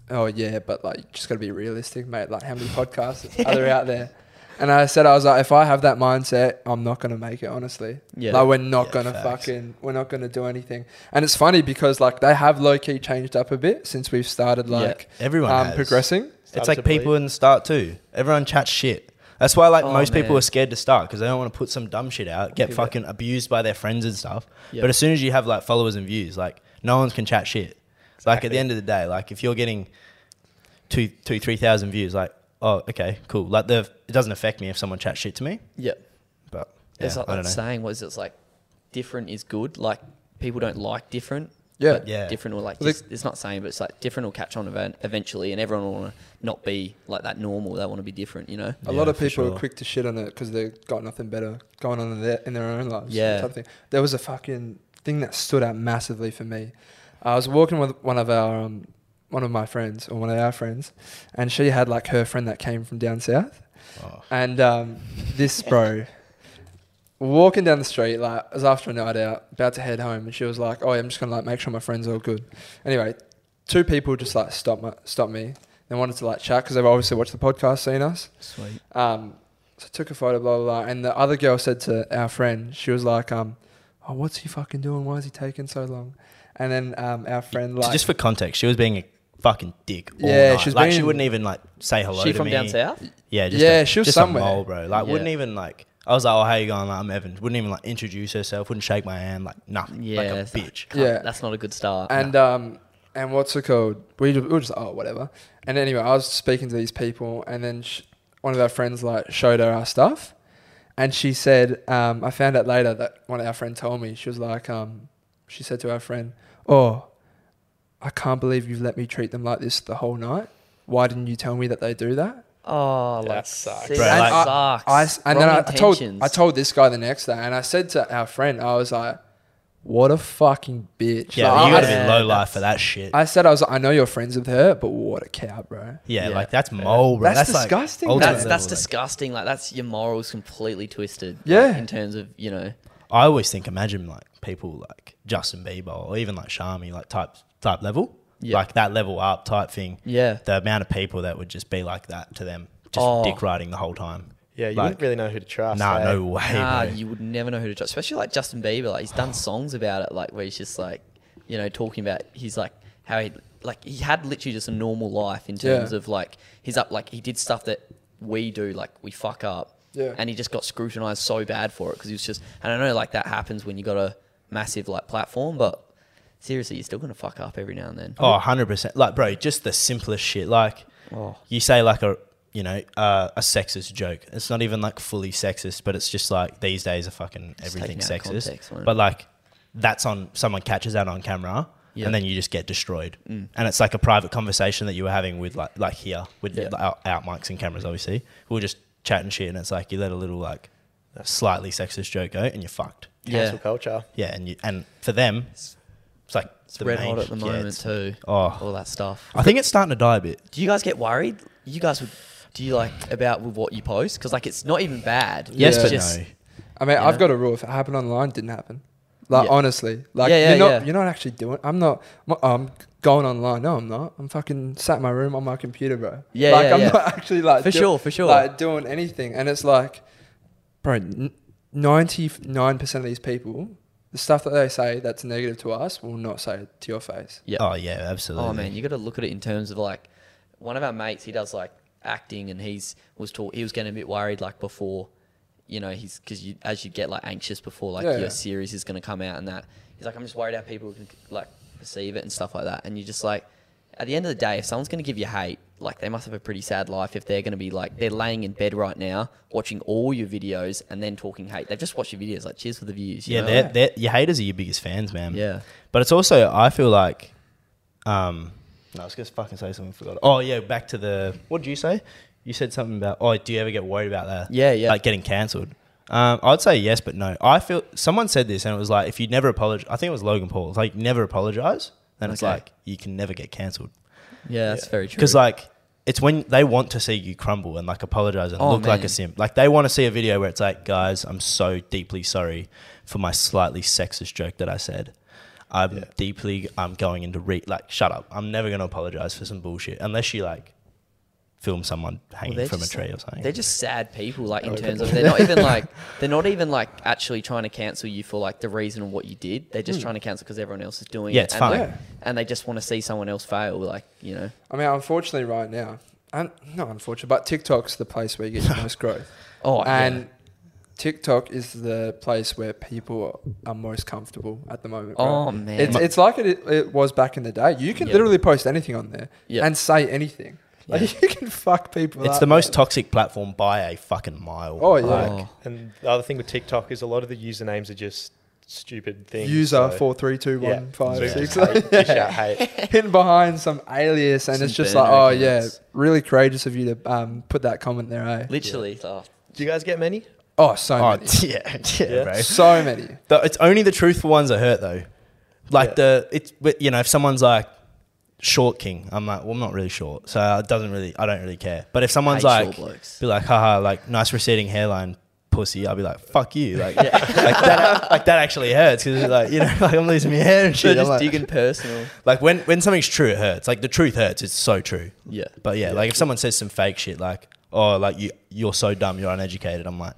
[SPEAKER 1] oh yeah, but like you just got to be realistic, mate. Like how many podcasts are there out there? And I said, I was like, if I have that mindset, I'm not gonna make it. Honestly,
[SPEAKER 3] Yeah.
[SPEAKER 1] like we're not
[SPEAKER 2] Yeah,
[SPEAKER 1] gonna
[SPEAKER 2] facts.
[SPEAKER 1] fucking, we're not gonna do anything. And it's funny because like they have low key changed up a bit since we've started
[SPEAKER 3] Yeah.
[SPEAKER 1] like
[SPEAKER 2] Everyone
[SPEAKER 1] um,
[SPEAKER 2] has.
[SPEAKER 1] progressing.
[SPEAKER 4] Start
[SPEAKER 2] It's
[SPEAKER 4] to
[SPEAKER 2] like people
[SPEAKER 4] believe.
[SPEAKER 2] in start too. Everyone chats shit. That's why like
[SPEAKER 3] Oh,
[SPEAKER 2] most people
[SPEAKER 3] man.
[SPEAKER 2] are scared to start because they don't want to put some dumb shit out, get
[SPEAKER 3] Yeah.
[SPEAKER 2] fucking abused by their friends and stuff.
[SPEAKER 3] Yeah.
[SPEAKER 2] But as soon as you have like followers and views, like no one can chat shit. Like at the end of the day, like if you're getting two, two, three thousand views, like oh okay, cool. Like the it doesn't affect me if someone chats shit to me.
[SPEAKER 3] Yeah,
[SPEAKER 2] But yeah,
[SPEAKER 3] it's like
[SPEAKER 2] I
[SPEAKER 3] that
[SPEAKER 2] don't know.
[SPEAKER 3] saying was it's like different is good. Like people don't like different.
[SPEAKER 1] Yeah.
[SPEAKER 3] but
[SPEAKER 2] Yeah.
[SPEAKER 3] Different will like
[SPEAKER 1] Well, they-
[SPEAKER 3] just, it's not saying, but it's like different will catch on event eventually, and everyone will want to not be like that normal. They want to be different, you know.
[SPEAKER 1] A
[SPEAKER 2] Yeah,
[SPEAKER 1] lot of
[SPEAKER 2] for
[SPEAKER 1] people
[SPEAKER 2] sure.
[SPEAKER 1] are quick to shit on it because they've got nothing better going on in their, in their own lives.
[SPEAKER 3] Yeah.
[SPEAKER 1] type of thing. There was a fucking thing that stood out massively for me. I was walking with one of our, um, one of my friends or one of our friends, and she had like her friend that came from down south,
[SPEAKER 2] Oh.
[SPEAKER 1] and um, this bro. Walking down the street, like it was after a night out, about to head home, and she was like, "Oh, yeah, I'm just gonna like make sure my friends are all good." Anyway, two people just like stopped my, stopped me. They wanted to like chat because they've obviously watched the podcast, seen us,
[SPEAKER 3] Sweet.
[SPEAKER 1] um, so I took a photo, blah, blah, blah. And the other girl said to our friend, she was like, um, oh, what's he fucking doing? Why is he taking so long? And then um, our friend,
[SPEAKER 2] So
[SPEAKER 1] like,
[SPEAKER 2] just for context, she was being a fucking dick. All
[SPEAKER 1] Yeah,
[SPEAKER 2] night.
[SPEAKER 1] she's
[SPEAKER 2] like she
[SPEAKER 1] being-
[SPEAKER 2] wouldn't even like say hello.
[SPEAKER 3] she
[SPEAKER 2] to
[SPEAKER 3] from
[SPEAKER 2] me.
[SPEAKER 3] down south?
[SPEAKER 2] Yeah, just
[SPEAKER 1] Yeah,
[SPEAKER 2] a,
[SPEAKER 1] she was
[SPEAKER 2] just a
[SPEAKER 1] somewhere.
[SPEAKER 2] mole, bro. Like, wouldn't
[SPEAKER 3] Yeah.
[SPEAKER 2] even like. I was like, "Oh, how you going?" Like, I'm Evan. Wouldn't even like introduce herself. Wouldn't shake my hand. Like nothing.
[SPEAKER 3] Yeah,
[SPEAKER 2] like a
[SPEAKER 3] it's like-
[SPEAKER 2] bitch.
[SPEAKER 3] Can't-
[SPEAKER 1] Yeah.
[SPEAKER 3] that's not a good start.
[SPEAKER 1] and, um, and what's it called? We, ju- we were just, oh, whatever. And anyway, I was speaking to these people, and then sh- one of our friends, like, showed her our stuff. And she said, um, I found out later that one of our friends told me, she was like, um, she said to our friend, oh, I can't believe you've let me treat them like this the whole night. Why didn't you tell me that they do that?
[SPEAKER 3] oh, like,
[SPEAKER 4] That sucks.
[SPEAKER 3] see,
[SPEAKER 2] Bro,
[SPEAKER 3] that
[SPEAKER 2] like-
[SPEAKER 3] sucks.
[SPEAKER 1] I s and then
[SPEAKER 3] Wrong
[SPEAKER 1] I, I told
[SPEAKER 3] intentions.
[SPEAKER 1] I told this guy the next day, and I said to our friend, I was like, What a fucking bitch.
[SPEAKER 2] Yeah,
[SPEAKER 1] Like,
[SPEAKER 2] you
[SPEAKER 1] I-
[SPEAKER 2] gotta
[SPEAKER 3] yeah,
[SPEAKER 2] be low life
[SPEAKER 3] that's-
[SPEAKER 2] for that shit.
[SPEAKER 1] I said I was. like, I know you're friends with her, but what a cow, bro.
[SPEAKER 2] yeah,
[SPEAKER 3] yeah.
[SPEAKER 2] like that's mole, bro.
[SPEAKER 1] That's
[SPEAKER 2] like
[SPEAKER 1] disgusting,
[SPEAKER 2] ultimate
[SPEAKER 1] man.
[SPEAKER 3] That's
[SPEAKER 2] level,
[SPEAKER 3] that's
[SPEAKER 2] like-
[SPEAKER 3] disgusting. Like that's your morals completely twisted. like,
[SPEAKER 1] Yeah.
[SPEAKER 3] in terms of you know.
[SPEAKER 2] I always think, imagine like people like Justin Bieber or even like Shami, like type type level,
[SPEAKER 3] Yeah.
[SPEAKER 2] like that level up type thing.
[SPEAKER 3] Yeah.
[SPEAKER 2] The amount of people that would just be like that to them, just
[SPEAKER 3] Oh.
[SPEAKER 2] dick riding the whole time.
[SPEAKER 4] Yeah, you
[SPEAKER 2] like,
[SPEAKER 4] wouldn't really know who to trust.
[SPEAKER 2] Nah,
[SPEAKER 4] eh?
[SPEAKER 2] no way.
[SPEAKER 3] Nah,
[SPEAKER 2] bro.
[SPEAKER 3] you would never know who to trust. Especially like Justin Bieber, like he's done songs about it, like where he's just like, you know, talking about he's like how he like he had literally just a normal life in
[SPEAKER 1] Yeah.
[SPEAKER 3] terms of like he's up like he did stuff that we do, like we fuck up,
[SPEAKER 1] Yeah.
[SPEAKER 3] and he just got scrutinized so bad for it because he was just and I know like that happens when you got a massive like platform, but seriously, you're still gonna fuck up every now and then.
[SPEAKER 2] Oh, 100%. Like, bro, just the simplest shit. Like,
[SPEAKER 3] Oh.
[SPEAKER 2] you say, like, a, you know, uh, a sexist joke. It's not even, like, fully sexist, but it's just, like, these days are fucking everything
[SPEAKER 3] taken out
[SPEAKER 2] sexist.
[SPEAKER 3] of context, man.
[SPEAKER 2] but, like, that's on, someone catches that on camera.
[SPEAKER 3] Yeah. Mm.
[SPEAKER 2] And then you just get destroyed, and it's like a private conversation that you were having with like like here with
[SPEAKER 3] Yeah.
[SPEAKER 2] like, out, out mics and cameras. Obviously, we were just chatting shit, and it's like you let a little like slightly sexist joke go, and you're fucked.
[SPEAKER 4] Cancel
[SPEAKER 3] yeah,
[SPEAKER 4] culture.
[SPEAKER 2] Yeah, and you and for them, it's like
[SPEAKER 3] it's
[SPEAKER 2] the
[SPEAKER 3] red
[SPEAKER 2] main-
[SPEAKER 3] hot at the
[SPEAKER 2] yeah,
[SPEAKER 3] moment
[SPEAKER 2] it's-
[SPEAKER 3] too.
[SPEAKER 2] Oh,
[SPEAKER 3] All that stuff.
[SPEAKER 2] I think it's starting to die a bit.
[SPEAKER 3] Do you guys get worried? You guys would. Do you like about with what you post? Because like it's not even bad.
[SPEAKER 2] Yes,
[SPEAKER 3] It's
[SPEAKER 2] but
[SPEAKER 3] just-
[SPEAKER 2] no.
[SPEAKER 1] I mean,
[SPEAKER 3] You
[SPEAKER 1] I've
[SPEAKER 3] know?
[SPEAKER 1] got a rule. If it happened online, it didn't happen. Like
[SPEAKER 3] Yeah.
[SPEAKER 1] honestly, like
[SPEAKER 3] Yeah, yeah,
[SPEAKER 1] you're not
[SPEAKER 3] yeah.
[SPEAKER 1] you're not actually doing. I'm not. I'm um, going online. No, I'm not. I'm fucking sat in my room on my computer, bro.
[SPEAKER 3] Yeah,
[SPEAKER 1] like
[SPEAKER 3] yeah,
[SPEAKER 1] I'm
[SPEAKER 3] yeah.
[SPEAKER 1] not actually like
[SPEAKER 3] For sure, for sure.
[SPEAKER 1] like doing anything. And it's like, bro, ninety nine percent of these people, the stuff that they say that's negative to us will not say it to your face.
[SPEAKER 3] Yeah.
[SPEAKER 2] Oh yeah, absolutely.
[SPEAKER 3] Oh man, you got to look at it in terms of like one of our mates. He does like acting, and he's was taught he was getting a bit worried like before, you know, he's because you as you get like anxious before like
[SPEAKER 1] Yeah,
[SPEAKER 3] your
[SPEAKER 1] yeah.
[SPEAKER 3] series is going to come out and that he's like I'm just worried how people can like perceive it and stuff like that. And you just like at the end of the day, if someone's going to give you hate, like they must have a pretty sad life if they're going to be like they're laying in bed right now watching all your videos and then talking hate. They've just watched your videos. Like cheers for the views. you
[SPEAKER 2] yeah,
[SPEAKER 3] know?
[SPEAKER 2] they're, they're, your haters are your biggest fans, man.
[SPEAKER 3] Yeah.
[SPEAKER 2] but it's also I feel like, um, no, I was gonna fucking say something, forgot. it. Oh yeah, back to the what did you say? You said something about oh, do you ever get worried about that?
[SPEAKER 3] Yeah, yeah.
[SPEAKER 2] like getting cancelled. Um, I'd say yes, but no. I feel someone said this and it was like if you never apologize, I think it was Logan Paul. It's like never apologize, then it's
[SPEAKER 3] Okay.
[SPEAKER 2] like you can never get cancelled.
[SPEAKER 3] yeah, that's very true.
[SPEAKER 2] Because like it's when they want to see you crumble and like apologize and
[SPEAKER 3] Oh,
[SPEAKER 2] look like
[SPEAKER 3] man.
[SPEAKER 2] a simp. Like they want to see a video where it's like, guys, I'm so deeply sorry for my slightly sexist joke that I said. I'm deeply I'm going into re like shut up. I'm never gonna apologize for some bullshit unless you like film someone hanging
[SPEAKER 3] they're
[SPEAKER 2] from a
[SPEAKER 3] just-
[SPEAKER 2] tree or something.
[SPEAKER 3] They're just sad people, like in terms of they're not even like they're not even like actually trying to cancel you for like the reason of what you did. They're just trying to cancel because everyone else is doing
[SPEAKER 2] Yeah,
[SPEAKER 3] it.
[SPEAKER 2] it's
[SPEAKER 3] and,
[SPEAKER 2] fun.
[SPEAKER 3] like,
[SPEAKER 1] Yeah.
[SPEAKER 3] and they just want to see someone else fail, like you know.
[SPEAKER 1] I mean, unfortunately, right now, and not unfortunate, but TikTok's the place where you get your most growth.
[SPEAKER 3] Oh, yeah.
[SPEAKER 1] and TikTok is the place where people are most comfortable at the moment. bro.
[SPEAKER 3] Oh, man.
[SPEAKER 1] it's, it's like it, it was back in the day. You can
[SPEAKER 3] Yeah.
[SPEAKER 1] literally post anything on there
[SPEAKER 3] Yeah.
[SPEAKER 1] and say anything. Like you can fuck people.
[SPEAKER 2] it's
[SPEAKER 1] up,
[SPEAKER 2] the most
[SPEAKER 1] man.
[SPEAKER 2] toxic platform by a fucking mile.
[SPEAKER 1] Oh yeah,
[SPEAKER 3] Oh.
[SPEAKER 4] And the other thing with TikTok is a lot of the usernames are just stupid things.
[SPEAKER 1] user
[SPEAKER 4] so-
[SPEAKER 1] four three two
[SPEAKER 4] Yeah.
[SPEAKER 1] one five
[SPEAKER 4] So you
[SPEAKER 1] six.
[SPEAKER 4] just hate- you shout hate.
[SPEAKER 1] hidden behind some alias, and
[SPEAKER 3] Some
[SPEAKER 1] it's just
[SPEAKER 3] burner
[SPEAKER 1] like, oh
[SPEAKER 3] accounts.
[SPEAKER 1] yeah, really courageous of you to um, put that comment there. Eh?
[SPEAKER 3] literally, oh,
[SPEAKER 4] Do you guys get many?
[SPEAKER 1] Oh, so
[SPEAKER 2] Oh,
[SPEAKER 1] many,
[SPEAKER 2] yeah, yeah,
[SPEAKER 4] Yeah.
[SPEAKER 2] bro.
[SPEAKER 1] so many.
[SPEAKER 2] The, it's only the truthful ones that hurt though. Like
[SPEAKER 4] Yeah.
[SPEAKER 2] the it's but, you know if someone's like short king, I'm like well I'm not really short, so it doesn't really I don't really care. But if someone's
[SPEAKER 3] Hate short
[SPEAKER 2] like
[SPEAKER 3] blokes.
[SPEAKER 2] be like haha like nice receding hairline pussy, I'll be like fuck you like, like that like that actually hurts because like you know like I'm losing my hair and
[SPEAKER 3] they're
[SPEAKER 2] shit. I'm
[SPEAKER 3] just
[SPEAKER 2] like,
[SPEAKER 3] digging personal.
[SPEAKER 2] like when when something's true it hurts. Like the truth hurts. It's so true.
[SPEAKER 3] Yeah.
[SPEAKER 2] But yeah, like if someone says some fake shit like oh like you you're so dumb you're uneducated, I'm like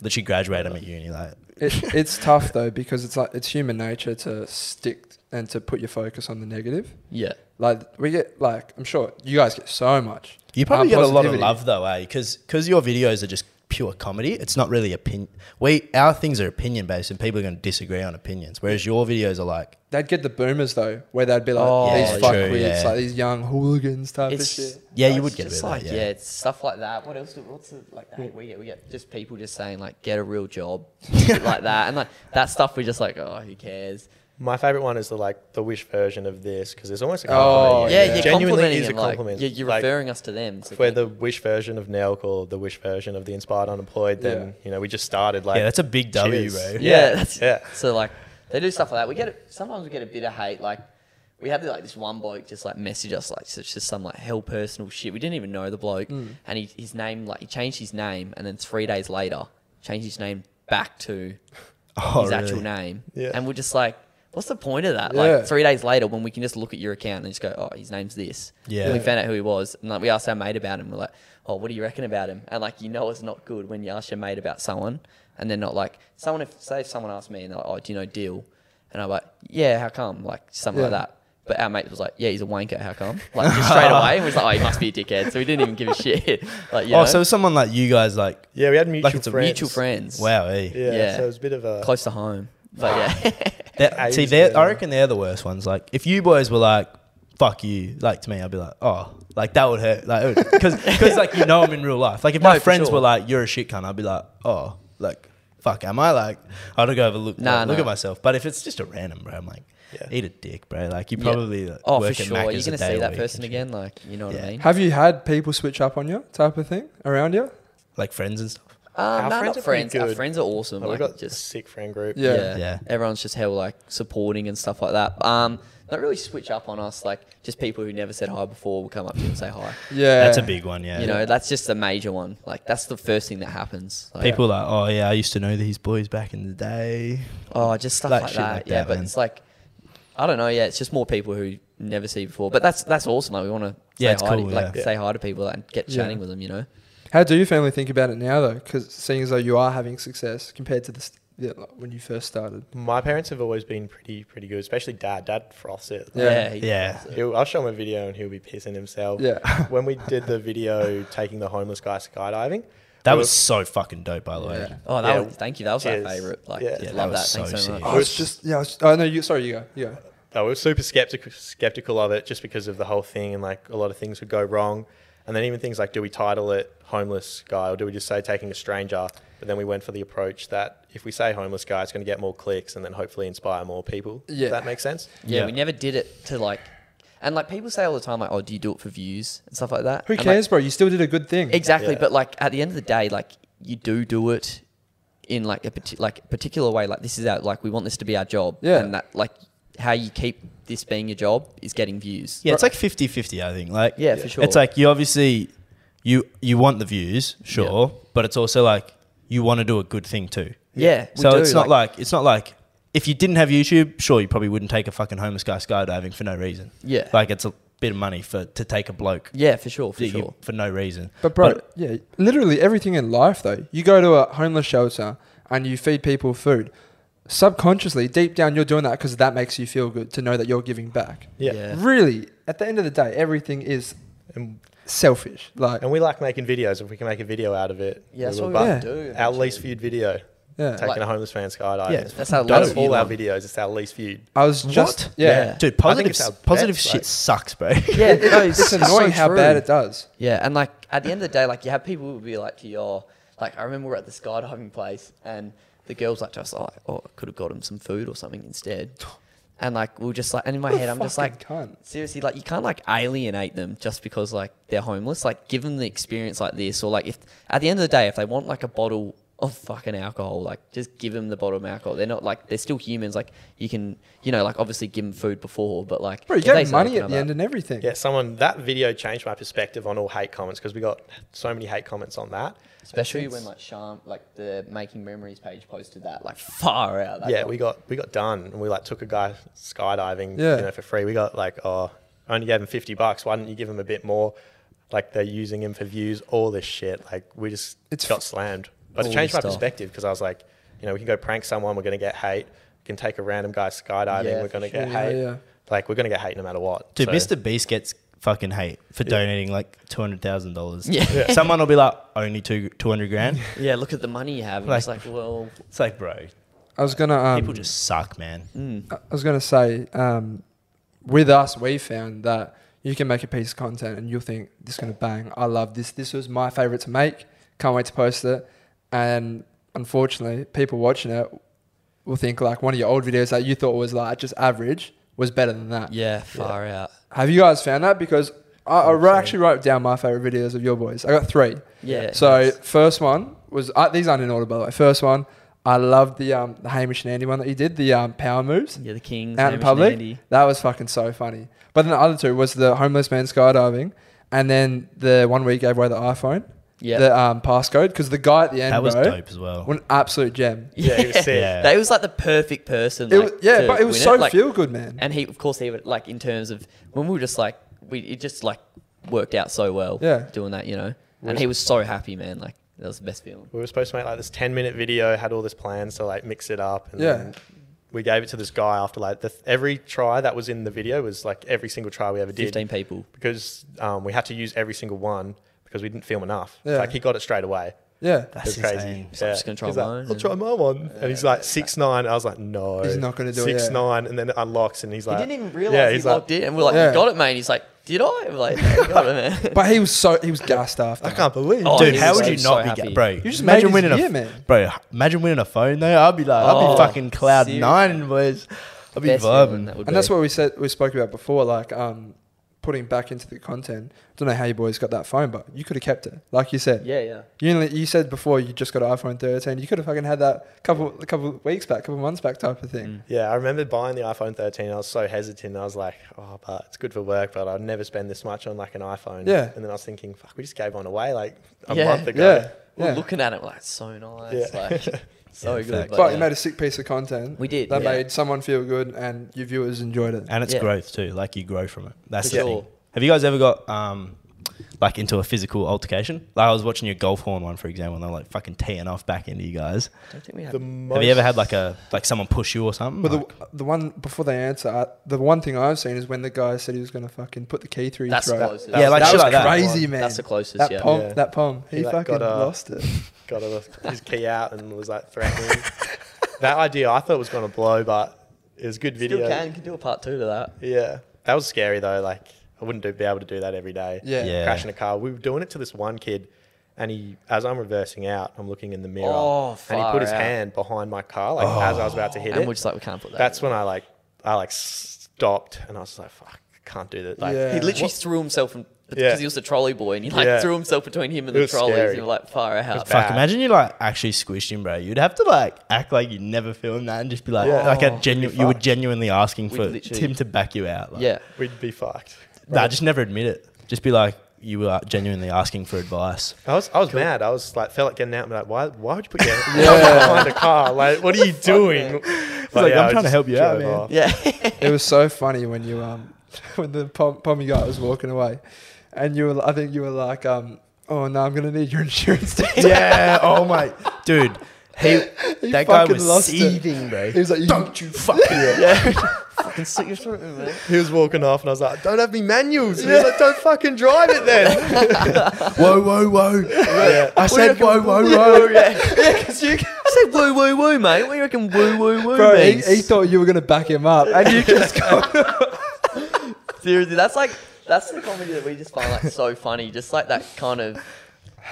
[SPEAKER 2] literally graduate I'm at uni like
[SPEAKER 1] it, it's tough though because it's like it's human nature to stick and to put your focus on the negative.
[SPEAKER 3] Yeah,
[SPEAKER 1] Like we get like I'm sure you guys get so much.
[SPEAKER 2] You probably
[SPEAKER 1] um,
[SPEAKER 2] get a lot of
[SPEAKER 1] positivity.
[SPEAKER 2] love though, eh? Because your videos are just pure comedy. It's not really opinion. We our things are opinion based, and people are going to disagree on opinions. Whereas your videos are like,
[SPEAKER 1] They'd get the boomers though, where they'd be like
[SPEAKER 3] Oh,
[SPEAKER 1] these
[SPEAKER 2] yeah, true,
[SPEAKER 1] fuckwits,
[SPEAKER 2] yeah.
[SPEAKER 1] like these young hooligans type
[SPEAKER 3] it's
[SPEAKER 1] of shit.
[SPEAKER 2] yeah, you
[SPEAKER 3] it's
[SPEAKER 2] would get a bit
[SPEAKER 3] just
[SPEAKER 2] of
[SPEAKER 3] like
[SPEAKER 2] that, yeah.
[SPEAKER 3] it's stuff like that. What else? do- What's the, like that we get? We get just people just saying like get a real job, shit like that, and like that stuff. We're just like oh, who cares?
[SPEAKER 4] My favorite one is the like the wish version of this because there's almost a
[SPEAKER 1] Oh,
[SPEAKER 4] compliment.
[SPEAKER 3] Yeah,
[SPEAKER 1] Yeah.
[SPEAKER 3] you're
[SPEAKER 4] genuinely
[SPEAKER 3] complimenting
[SPEAKER 4] is a
[SPEAKER 3] them, like,
[SPEAKER 4] compliment.
[SPEAKER 3] you're, you're
[SPEAKER 4] Like,
[SPEAKER 3] referring us to them. so
[SPEAKER 4] if we're the wish version of Nelk or the wish version of the Inspired Unemployed, then
[SPEAKER 1] Yeah.
[SPEAKER 4] you know we just started like
[SPEAKER 2] yeah, that's a big W,
[SPEAKER 4] cheers.
[SPEAKER 2] bro.
[SPEAKER 3] Yeah,
[SPEAKER 4] Yeah,
[SPEAKER 3] that's,
[SPEAKER 4] yeah.
[SPEAKER 3] So like, They do stuff like that. We get it, sometimes we get a bit of hate. Like we had like this one bloke just like message us like it's just some like hell personal shit. We didn't even know the bloke,
[SPEAKER 4] Mm.
[SPEAKER 3] and he, his name like he changed his name, and then three days later changed his name back to
[SPEAKER 2] Oh,
[SPEAKER 3] his
[SPEAKER 2] really?
[SPEAKER 3] actual name.
[SPEAKER 4] Yeah.
[SPEAKER 3] And we're just like, what's the point of that?
[SPEAKER 1] Yeah.
[SPEAKER 3] Like three days later, when we can just look at your account and just go, oh, his name's this.
[SPEAKER 2] Yeah.
[SPEAKER 3] And we found out who he was, and like we asked our mate about him. We're like, oh, what do you reckon about him? And like you know, it's not good when you ask your mate about someone, and they're not like someone. If say if someone asked me and they're like, oh, do you know Deal? And I'm like, yeah, how come? Like something
[SPEAKER 1] Yeah.
[SPEAKER 3] like that. But our mate was like, yeah, he's a wanker. How come? Like just straight away, and we was like, oh, he must be a dickhead. So we didn't even give a shit. like, you
[SPEAKER 2] oh,
[SPEAKER 3] know,
[SPEAKER 2] so someone like you guys, like,
[SPEAKER 4] Yeah, we had mutual
[SPEAKER 2] it's a
[SPEAKER 4] friends.
[SPEAKER 3] mutual friends.
[SPEAKER 2] wow, eh?
[SPEAKER 4] Yeah,
[SPEAKER 3] Yeah.
[SPEAKER 4] so it was a bit of a.
[SPEAKER 3] Close to home. But yeah.
[SPEAKER 2] That- see,
[SPEAKER 4] Aged
[SPEAKER 2] they're, I
[SPEAKER 4] them.
[SPEAKER 2] reckon they're the worst ones. Like, if you boys were like, "Fuck you," like to me, I'd be like, "Oh, like that would hurt," like because because like you know them in real life. Like if
[SPEAKER 3] No,
[SPEAKER 2] my
[SPEAKER 3] for
[SPEAKER 2] friends
[SPEAKER 3] sure.
[SPEAKER 2] were like, "You're a shit cunt," I'd be like, "Oh, like fuck, am I?" Like I'd go over look
[SPEAKER 3] Nah,
[SPEAKER 2] like, look
[SPEAKER 3] nah.
[SPEAKER 2] at myself. But if it's just a random bro, I'm like,
[SPEAKER 4] Yeah.
[SPEAKER 2] eat a dick, bro. Like you
[SPEAKER 3] Yeah.
[SPEAKER 2] probably like,
[SPEAKER 3] Oh,
[SPEAKER 2] work
[SPEAKER 3] for
[SPEAKER 2] at
[SPEAKER 3] sure. You're
[SPEAKER 2] Macca's a
[SPEAKER 3] gonna
[SPEAKER 2] day
[SPEAKER 3] see
[SPEAKER 2] a
[SPEAKER 3] that
[SPEAKER 2] week
[SPEAKER 3] person
[SPEAKER 2] and shit.
[SPEAKER 3] again, like you know what
[SPEAKER 2] Yeah.
[SPEAKER 3] I mean. Um,
[SPEAKER 1] Have you had people switch up on you, type of thing, around you?
[SPEAKER 2] like friends and stuff.
[SPEAKER 3] Um,
[SPEAKER 4] Our
[SPEAKER 3] nah,
[SPEAKER 4] friends
[SPEAKER 3] not
[SPEAKER 4] are pretty
[SPEAKER 3] friends. Our
[SPEAKER 4] good.
[SPEAKER 3] friends are awesome.
[SPEAKER 4] Like,
[SPEAKER 3] like,
[SPEAKER 4] we got a
[SPEAKER 3] just
[SPEAKER 4] sick friend group.
[SPEAKER 1] Yeah.
[SPEAKER 3] yeah.
[SPEAKER 2] Yeah.
[SPEAKER 3] everyone's just hell like supporting and stuff like that. Um, not really switch up on us. Like just people who never said hi before will come up to you and say hi.
[SPEAKER 1] Yeah,
[SPEAKER 2] That's a big one, yeah.
[SPEAKER 3] You know, that's just the major one. Like that's the first thing that happens. Like,
[SPEAKER 2] People like, oh yeah, I used to know these boys back in the day.
[SPEAKER 3] Oh, just stuff
[SPEAKER 2] Like
[SPEAKER 3] like,
[SPEAKER 2] shit
[SPEAKER 3] that.
[SPEAKER 2] like
[SPEAKER 3] yeah,
[SPEAKER 2] that,
[SPEAKER 3] but
[SPEAKER 2] man.
[SPEAKER 3] it's like I don't know. Yeah, it's just more people who never see before. But that's that's awesome. Like we want to
[SPEAKER 2] Yeah, it's
[SPEAKER 3] say hi,
[SPEAKER 2] cool,
[SPEAKER 3] to, like
[SPEAKER 2] yeah.
[SPEAKER 3] say hi to people and get
[SPEAKER 1] Yeah.
[SPEAKER 3] chatting with them. You know.
[SPEAKER 1] How do your family think about it now, though? Because seeing as though you are having success compared to the st- yeah, like when you first started.
[SPEAKER 4] My parents have always been pretty, pretty good, especially dad. Dad froths it.
[SPEAKER 1] Yeah.
[SPEAKER 3] he-
[SPEAKER 2] Yeah.
[SPEAKER 4] He'll, I'll show him a video and he'll be pissing himself.
[SPEAKER 1] Yeah.
[SPEAKER 4] when we did the video taking the homeless guy skydiving,
[SPEAKER 2] That
[SPEAKER 4] we
[SPEAKER 2] was so fucking dope, by the way.
[SPEAKER 1] Yeah.
[SPEAKER 3] Oh, that
[SPEAKER 4] Yeah.
[SPEAKER 3] was, thank you. That was my
[SPEAKER 4] Cheers.
[SPEAKER 3] favorite. Like,
[SPEAKER 4] Yeah.
[SPEAKER 3] just
[SPEAKER 4] Yeah,
[SPEAKER 2] that
[SPEAKER 3] love that.
[SPEAKER 2] was
[SPEAKER 3] Thanks
[SPEAKER 2] so
[SPEAKER 3] so,
[SPEAKER 2] sick.
[SPEAKER 3] much.
[SPEAKER 1] I was just yeah. I was, oh no, you sorry, you go. You go.
[SPEAKER 4] no, we were super skeptical skeptical of it just because of the whole thing and like a lot of things would go wrong. And then even things like do we title it homeless guy or do we just say taking a stranger? But then we went for the approach that if we say homeless guy, it's going to get more clicks and then hopefully inspire more people.
[SPEAKER 1] Yeah.
[SPEAKER 4] Does that make sense?
[SPEAKER 3] Yeah,
[SPEAKER 2] Yeah.
[SPEAKER 3] we never did it to like, and like people say all the time, like, oh, do you do it for views and stuff like that?
[SPEAKER 1] Who
[SPEAKER 3] And, like,
[SPEAKER 1] cares, bro? You still did a good thing.
[SPEAKER 3] exactly,
[SPEAKER 4] Yeah.
[SPEAKER 3] but like at the end of the day, like you do do it in like a parti- like particular way. Like this is our like we want this to be our job.
[SPEAKER 1] Yeah.
[SPEAKER 3] and that like how you keep this being your job is getting views.
[SPEAKER 2] Yeah, it's like 50 50, I think. Like,
[SPEAKER 3] Yeah, for sure.
[SPEAKER 2] It's like you obviously you you want the views, sure, but it's also like you want to do a good thing too.
[SPEAKER 3] yeah. we
[SPEAKER 2] so
[SPEAKER 3] do,
[SPEAKER 2] it's not like, it's not like if you didn't have YouTube, sure, you probably wouldn't take a fucking homeless guy skydiving for no reason.
[SPEAKER 3] Yeah.
[SPEAKER 2] like it's a bit of money for to take a bloke
[SPEAKER 3] yeah, for sure, for
[SPEAKER 2] that you-
[SPEAKER 3] sure.
[SPEAKER 2] for no reason.
[SPEAKER 1] But bro, yeah, literally everything in life though. You go to a homeless shelter and you feed people food. Subconsciously, deep down, you're doing that because that makes you feel good to know that you're giving back.
[SPEAKER 4] Yeah.
[SPEAKER 1] Really, at the end of the day, everything is
[SPEAKER 4] And,
[SPEAKER 1] selfish. Like,
[SPEAKER 4] and we like making videos. If we can make a video out of it,
[SPEAKER 3] Yeah, that's
[SPEAKER 4] will.
[SPEAKER 3] what we
[SPEAKER 4] But
[SPEAKER 3] want to do.
[SPEAKER 4] Our
[SPEAKER 3] eventually.
[SPEAKER 4] least viewed video, taking
[SPEAKER 1] yeah,
[SPEAKER 3] Like-
[SPEAKER 4] a homeless man skydiving.
[SPEAKER 2] Yeah,
[SPEAKER 4] It's
[SPEAKER 3] That's our
[SPEAKER 4] Out of
[SPEAKER 3] last
[SPEAKER 4] all our videos, it's our least viewed.
[SPEAKER 1] I was just
[SPEAKER 2] What?
[SPEAKER 1] yeah.
[SPEAKER 2] Dude,
[SPEAKER 4] I think
[SPEAKER 2] positive,
[SPEAKER 4] it's our
[SPEAKER 2] positive
[SPEAKER 4] best,
[SPEAKER 2] shit
[SPEAKER 4] like-
[SPEAKER 2] sucks, bro.
[SPEAKER 3] Yeah, no,
[SPEAKER 1] It's, annoying how bad it does.
[SPEAKER 3] Yeah, and like at the end of the day, like you have people who will be like to your like I remember we were at the skydiving place and the girls like to us like, Oh, I could have got him some food or something instead. And like we will just like and in my head I'm just
[SPEAKER 1] Fucking
[SPEAKER 3] like
[SPEAKER 1] cunt.
[SPEAKER 3] seriously, like you can't like alienate them just because like they're homeless. Like give them the experience like this, or like if at the end of the day, if they want like a bottle of fucking alcohol, like just give them the bottle of alcohol. They're not like they're still humans. Like you can, you know, like obviously give them food before, but like
[SPEAKER 1] Bro, you
[SPEAKER 3] if they
[SPEAKER 1] gave
[SPEAKER 3] say
[SPEAKER 1] money
[SPEAKER 3] they
[SPEAKER 1] at
[SPEAKER 3] can
[SPEAKER 1] the
[SPEAKER 3] have
[SPEAKER 1] end
[SPEAKER 3] that-
[SPEAKER 1] and everything.
[SPEAKER 4] Yeah, someone that video changed my perspective on all hate comments because we got so many hate comments on that.
[SPEAKER 3] Especially when like Sham, like the Making Memories page posted that, like far out. That
[SPEAKER 4] yeah,
[SPEAKER 3] got-
[SPEAKER 4] we got we got done and we like took a guy skydiving,
[SPEAKER 1] Yeah.
[SPEAKER 4] you know, for free. We got like, oh, I only gave him fifty bucks. Why didn't you give him a bit more? Like they're using him for views, all this shit. Like we just
[SPEAKER 1] It's
[SPEAKER 4] got
[SPEAKER 1] f-
[SPEAKER 4] slammed. But
[SPEAKER 3] all
[SPEAKER 4] it
[SPEAKER 3] this
[SPEAKER 4] changed my
[SPEAKER 3] stuff.
[SPEAKER 4] perspective because I was like, you know, we can go prank someone, we're gonna get hate. We can take a random guy skydiving,
[SPEAKER 3] Yeah,
[SPEAKER 4] we're
[SPEAKER 3] for
[SPEAKER 4] gonna
[SPEAKER 3] sure.
[SPEAKER 4] get
[SPEAKER 1] Yeah,
[SPEAKER 4] hate.
[SPEAKER 1] yeah.
[SPEAKER 4] Like we're gonna get hate no matter what.
[SPEAKER 2] Dude,
[SPEAKER 4] So-
[SPEAKER 2] Mr. Beast gets fucking hate for donating like two hundred thousand dollars.
[SPEAKER 3] Yeah. Yeah.
[SPEAKER 2] Someone will be like, only two two hundred grand.
[SPEAKER 3] yeah, look at the money you have. and it's
[SPEAKER 2] Like-
[SPEAKER 3] like, well,
[SPEAKER 2] It's like, bro,
[SPEAKER 1] I was gonna. Um,
[SPEAKER 2] people just suck, man.
[SPEAKER 3] mm.
[SPEAKER 1] I was gonna say, um, with us, we found that you can make a piece of content and you'll think this is gonna bang. I love this. This was my favorite to make. Can't wait to post it. And unfortunately, people watching it will think like one of your old videos that you thought was like just average was better than that.
[SPEAKER 3] yeah, far out.
[SPEAKER 1] Have you guys found that? Because I, I wrote- actually wrote down my favorite videos of your boys. I got three.
[SPEAKER 3] Yeah.
[SPEAKER 1] So
[SPEAKER 3] nice.
[SPEAKER 1] first one was uh, these aren't in order by the way. First one, I loved the um, the Hamish and Andy one that you did, the um, power moves
[SPEAKER 3] Yeah, the Kings.
[SPEAKER 1] out in
[SPEAKER 3] Hamish and
[SPEAKER 1] public.
[SPEAKER 3] Andy.
[SPEAKER 1] That was fucking so funny. But then the other two was the homeless man skydiving, and then the one where you gave away the iPhone,
[SPEAKER 3] Yeah.
[SPEAKER 1] the um, passcode, because the guy at the end,
[SPEAKER 2] That was
[SPEAKER 1] bro,
[SPEAKER 2] dope as well.
[SPEAKER 1] What an absolute gem.
[SPEAKER 4] Yeah, he was sick.
[SPEAKER 2] Yeah.
[SPEAKER 3] That was like the perfect person.
[SPEAKER 1] It
[SPEAKER 3] like,
[SPEAKER 1] was, yeah,
[SPEAKER 3] to
[SPEAKER 1] but it was
[SPEAKER 3] win
[SPEAKER 1] so
[SPEAKER 3] Like,
[SPEAKER 1] feel good, man.
[SPEAKER 3] And he, of course, he would like in terms of when we were just like we, it just like worked out so well.
[SPEAKER 1] Yeah.
[SPEAKER 3] doing that, you know, and he was so happy, man. Like that was the best feeling.
[SPEAKER 4] We were supposed to make like this 10 minute video, had all this plans to like mix it up. And
[SPEAKER 1] Yeah.
[SPEAKER 4] then we gave it to this guy after like the, every try that was in the video was like every single try we ever did.
[SPEAKER 3] Fifteen people.
[SPEAKER 4] Because um, we had to use every single one because we didn't film enough. It's
[SPEAKER 1] Yeah.
[SPEAKER 4] Like he got it straight away.
[SPEAKER 1] yeah,
[SPEAKER 2] That's
[SPEAKER 4] it
[SPEAKER 2] insane.
[SPEAKER 4] was crazy.
[SPEAKER 3] So I'm just gonna try
[SPEAKER 4] He's
[SPEAKER 3] mine
[SPEAKER 4] Like, I'll
[SPEAKER 3] and-
[SPEAKER 4] try my one. and he's like six nine. I was like, no.
[SPEAKER 1] He's not gonna do it,
[SPEAKER 4] Six
[SPEAKER 1] yeah.
[SPEAKER 4] nine, and then it unlocks, and he's like,
[SPEAKER 3] he didn't even realize
[SPEAKER 4] Yeah,
[SPEAKER 3] he
[SPEAKER 4] he's like,
[SPEAKER 3] logged in, and we're like,
[SPEAKER 1] Yeah.
[SPEAKER 3] "You got it, mate." He's like, "Did I?" I'm like, "No, you got it, man."
[SPEAKER 1] but he was so he was gassed after.
[SPEAKER 4] I can't believe.
[SPEAKER 3] Oh,
[SPEAKER 2] Dude,
[SPEAKER 3] he
[SPEAKER 2] how
[SPEAKER 3] was
[SPEAKER 2] would
[SPEAKER 3] so-
[SPEAKER 2] you
[SPEAKER 3] so
[SPEAKER 2] not be
[SPEAKER 3] happy.
[SPEAKER 2] ga- bro? You
[SPEAKER 1] just made
[SPEAKER 2] imagine
[SPEAKER 1] his
[SPEAKER 2] winning a
[SPEAKER 1] year,
[SPEAKER 2] f-
[SPEAKER 1] man.
[SPEAKER 2] bro. h- Imagine winning a phone though. I'd be like, I'd
[SPEAKER 3] Oh,
[SPEAKER 2] be fucking cloud
[SPEAKER 3] seriously.
[SPEAKER 2] nine, boys. I'd be
[SPEAKER 3] Best feeling
[SPEAKER 2] vibing.
[SPEAKER 3] that would
[SPEAKER 1] and that's
[SPEAKER 3] be.
[SPEAKER 1] what we said we spoke about before, like um, putting back into the content. I don't know how you boys got that phone, but you could have kept it, like you said.
[SPEAKER 3] Yeah, yeah.
[SPEAKER 1] You only, you said before you just got an iPhone 13. You could have fucking had that couple a couple weeks back, couple months back type of
[SPEAKER 3] Mm.
[SPEAKER 1] thing.
[SPEAKER 4] Yeah, I remember buying the iPhone 13. I was so hesitant. I was like, oh, but it's good for work, but I'd never spend this much on like an iPhone.
[SPEAKER 1] Yeah.
[SPEAKER 4] And then I was thinking, fuck, we just gave one away like a
[SPEAKER 3] Yeah.
[SPEAKER 4] month ago.
[SPEAKER 1] Yeah,
[SPEAKER 3] We're
[SPEAKER 1] yeah.
[SPEAKER 3] looking at it, we're like, "So nice."
[SPEAKER 4] Yeah.
[SPEAKER 3] Like, so
[SPEAKER 2] Yeah,
[SPEAKER 3] good.
[SPEAKER 2] fact.
[SPEAKER 1] but
[SPEAKER 3] yeah.
[SPEAKER 1] you made a sick piece of content.
[SPEAKER 3] We did,
[SPEAKER 1] That
[SPEAKER 3] yeah.
[SPEAKER 1] made someone feel good, and your viewers enjoyed it.
[SPEAKER 2] And it's
[SPEAKER 3] Yeah.
[SPEAKER 2] growth too. Like you grow from it. That's
[SPEAKER 3] For
[SPEAKER 2] the
[SPEAKER 3] sure.
[SPEAKER 2] thing. Have you guys ever got um, like into a physical altercation? Like I was watching your golf horn one, for example, and they're like fucking teeing off back into you guys.
[SPEAKER 3] Don't think we had.
[SPEAKER 4] The
[SPEAKER 2] Have you ever had like a like someone push you or something?
[SPEAKER 1] But
[SPEAKER 2] Like-
[SPEAKER 1] the, the one before they answer, I, the one thing I've seen is when the guy said he was going to fucking put the key through his
[SPEAKER 3] That's the
[SPEAKER 1] throat.
[SPEAKER 3] closest.
[SPEAKER 2] Yeah, like
[SPEAKER 1] that
[SPEAKER 2] shit
[SPEAKER 1] was
[SPEAKER 2] like that.
[SPEAKER 1] crazy, man.
[SPEAKER 3] That's the closest.
[SPEAKER 1] that
[SPEAKER 3] yeah.
[SPEAKER 1] pom,
[SPEAKER 4] Yeah.
[SPEAKER 1] that pom, he,
[SPEAKER 4] He, like,
[SPEAKER 1] fucking
[SPEAKER 4] got, uh,
[SPEAKER 1] lost it.
[SPEAKER 4] got a, his key out and was like threatening? that idea I thought was going to blow, but it was a good video.
[SPEAKER 3] Still can can do a part two to that.
[SPEAKER 4] Yeah. That was scary though. Like, I wouldn't do, be able to do that every day.
[SPEAKER 1] Yeah.
[SPEAKER 2] Yeah.
[SPEAKER 4] Crashing a car. We were doing it to this one kid. And he, as I'm reversing out, I'm looking in the mirror,
[SPEAKER 3] Oh,
[SPEAKER 4] and he
[SPEAKER 3] far
[SPEAKER 4] put his
[SPEAKER 3] out. Oh.
[SPEAKER 4] hand behind my car, like as I was about to hit
[SPEAKER 3] And
[SPEAKER 4] it.
[SPEAKER 3] we're just like, we can't put that.
[SPEAKER 4] That's when I like I like stopped and I was like, fuck, can't do that. Like
[SPEAKER 1] Yeah.
[SPEAKER 3] He literally threw himself in because
[SPEAKER 4] Yeah.
[SPEAKER 3] he was the trolley boy and he like
[SPEAKER 4] Yeah.
[SPEAKER 3] threw himself between him and
[SPEAKER 4] It
[SPEAKER 3] the
[SPEAKER 4] was
[SPEAKER 3] trolleys
[SPEAKER 4] scary.
[SPEAKER 3] and like far out.
[SPEAKER 4] bad.
[SPEAKER 2] Fuck,
[SPEAKER 4] Bad.
[SPEAKER 2] imagine you like actually squished him, bro. You'd have to like act like you never filmed that and just be like,
[SPEAKER 4] Yeah.
[SPEAKER 2] like
[SPEAKER 4] Oh,
[SPEAKER 2] a genuine, you were genuinely asking
[SPEAKER 3] We'd
[SPEAKER 2] for
[SPEAKER 3] literally-
[SPEAKER 2] Tim to back you out. Like,
[SPEAKER 3] Yeah.
[SPEAKER 4] we'd be fucked.
[SPEAKER 2] Nah, just never admit it. Just be like, you were genuinely asking for advice.
[SPEAKER 4] I was I was mad. I was like felt like getting out and be like, why why would you put your yeah. behind a car? Like, what are you doing? But
[SPEAKER 2] like, "I'm
[SPEAKER 4] I
[SPEAKER 2] trying to
[SPEAKER 4] just
[SPEAKER 2] help you out,
[SPEAKER 4] drove
[SPEAKER 2] man."
[SPEAKER 4] off.
[SPEAKER 3] Yeah.
[SPEAKER 1] it was so funny when you um when the pom- pommy guy was walking away, and you were I think you were like um oh no I'm gonna need your insurance. to-"
[SPEAKER 2] yeah. Oh my, dude. He,
[SPEAKER 1] He
[SPEAKER 2] that guy
[SPEAKER 1] fucking
[SPEAKER 2] was
[SPEAKER 1] lost it.
[SPEAKER 2] seething, bro.
[SPEAKER 1] He was like, you-
[SPEAKER 2] "Don't you fucking yeah."
[SPEAKER 3] Fucking slit your throat, man.
[SPEAKER 4] He was walking off and I was like, Don't have me manuals. And he was like, Don't fucking drive it then.
[SPEAKER 2] whoa, whoa, whoa!
[SPEAKER 4] yeah.
[SPEAKER 2] I said, whoa, whoa,
[SPEAKER 3] Oh,
[SPEAKER 2] whoa!
[SPEAKER 3] yeah. Yeah, because you I said woo woo woo, mate. What do you reckon woo woo woo
[SPEAKER 1] Bro, he,
[SPEAKER 3] means?
[SPEAKER 1] he thought you were gonna back him up, and you just go.
[SPEAKER 3] Seriously, that's like that's the comedy that we just find like so funny. Just like that kind of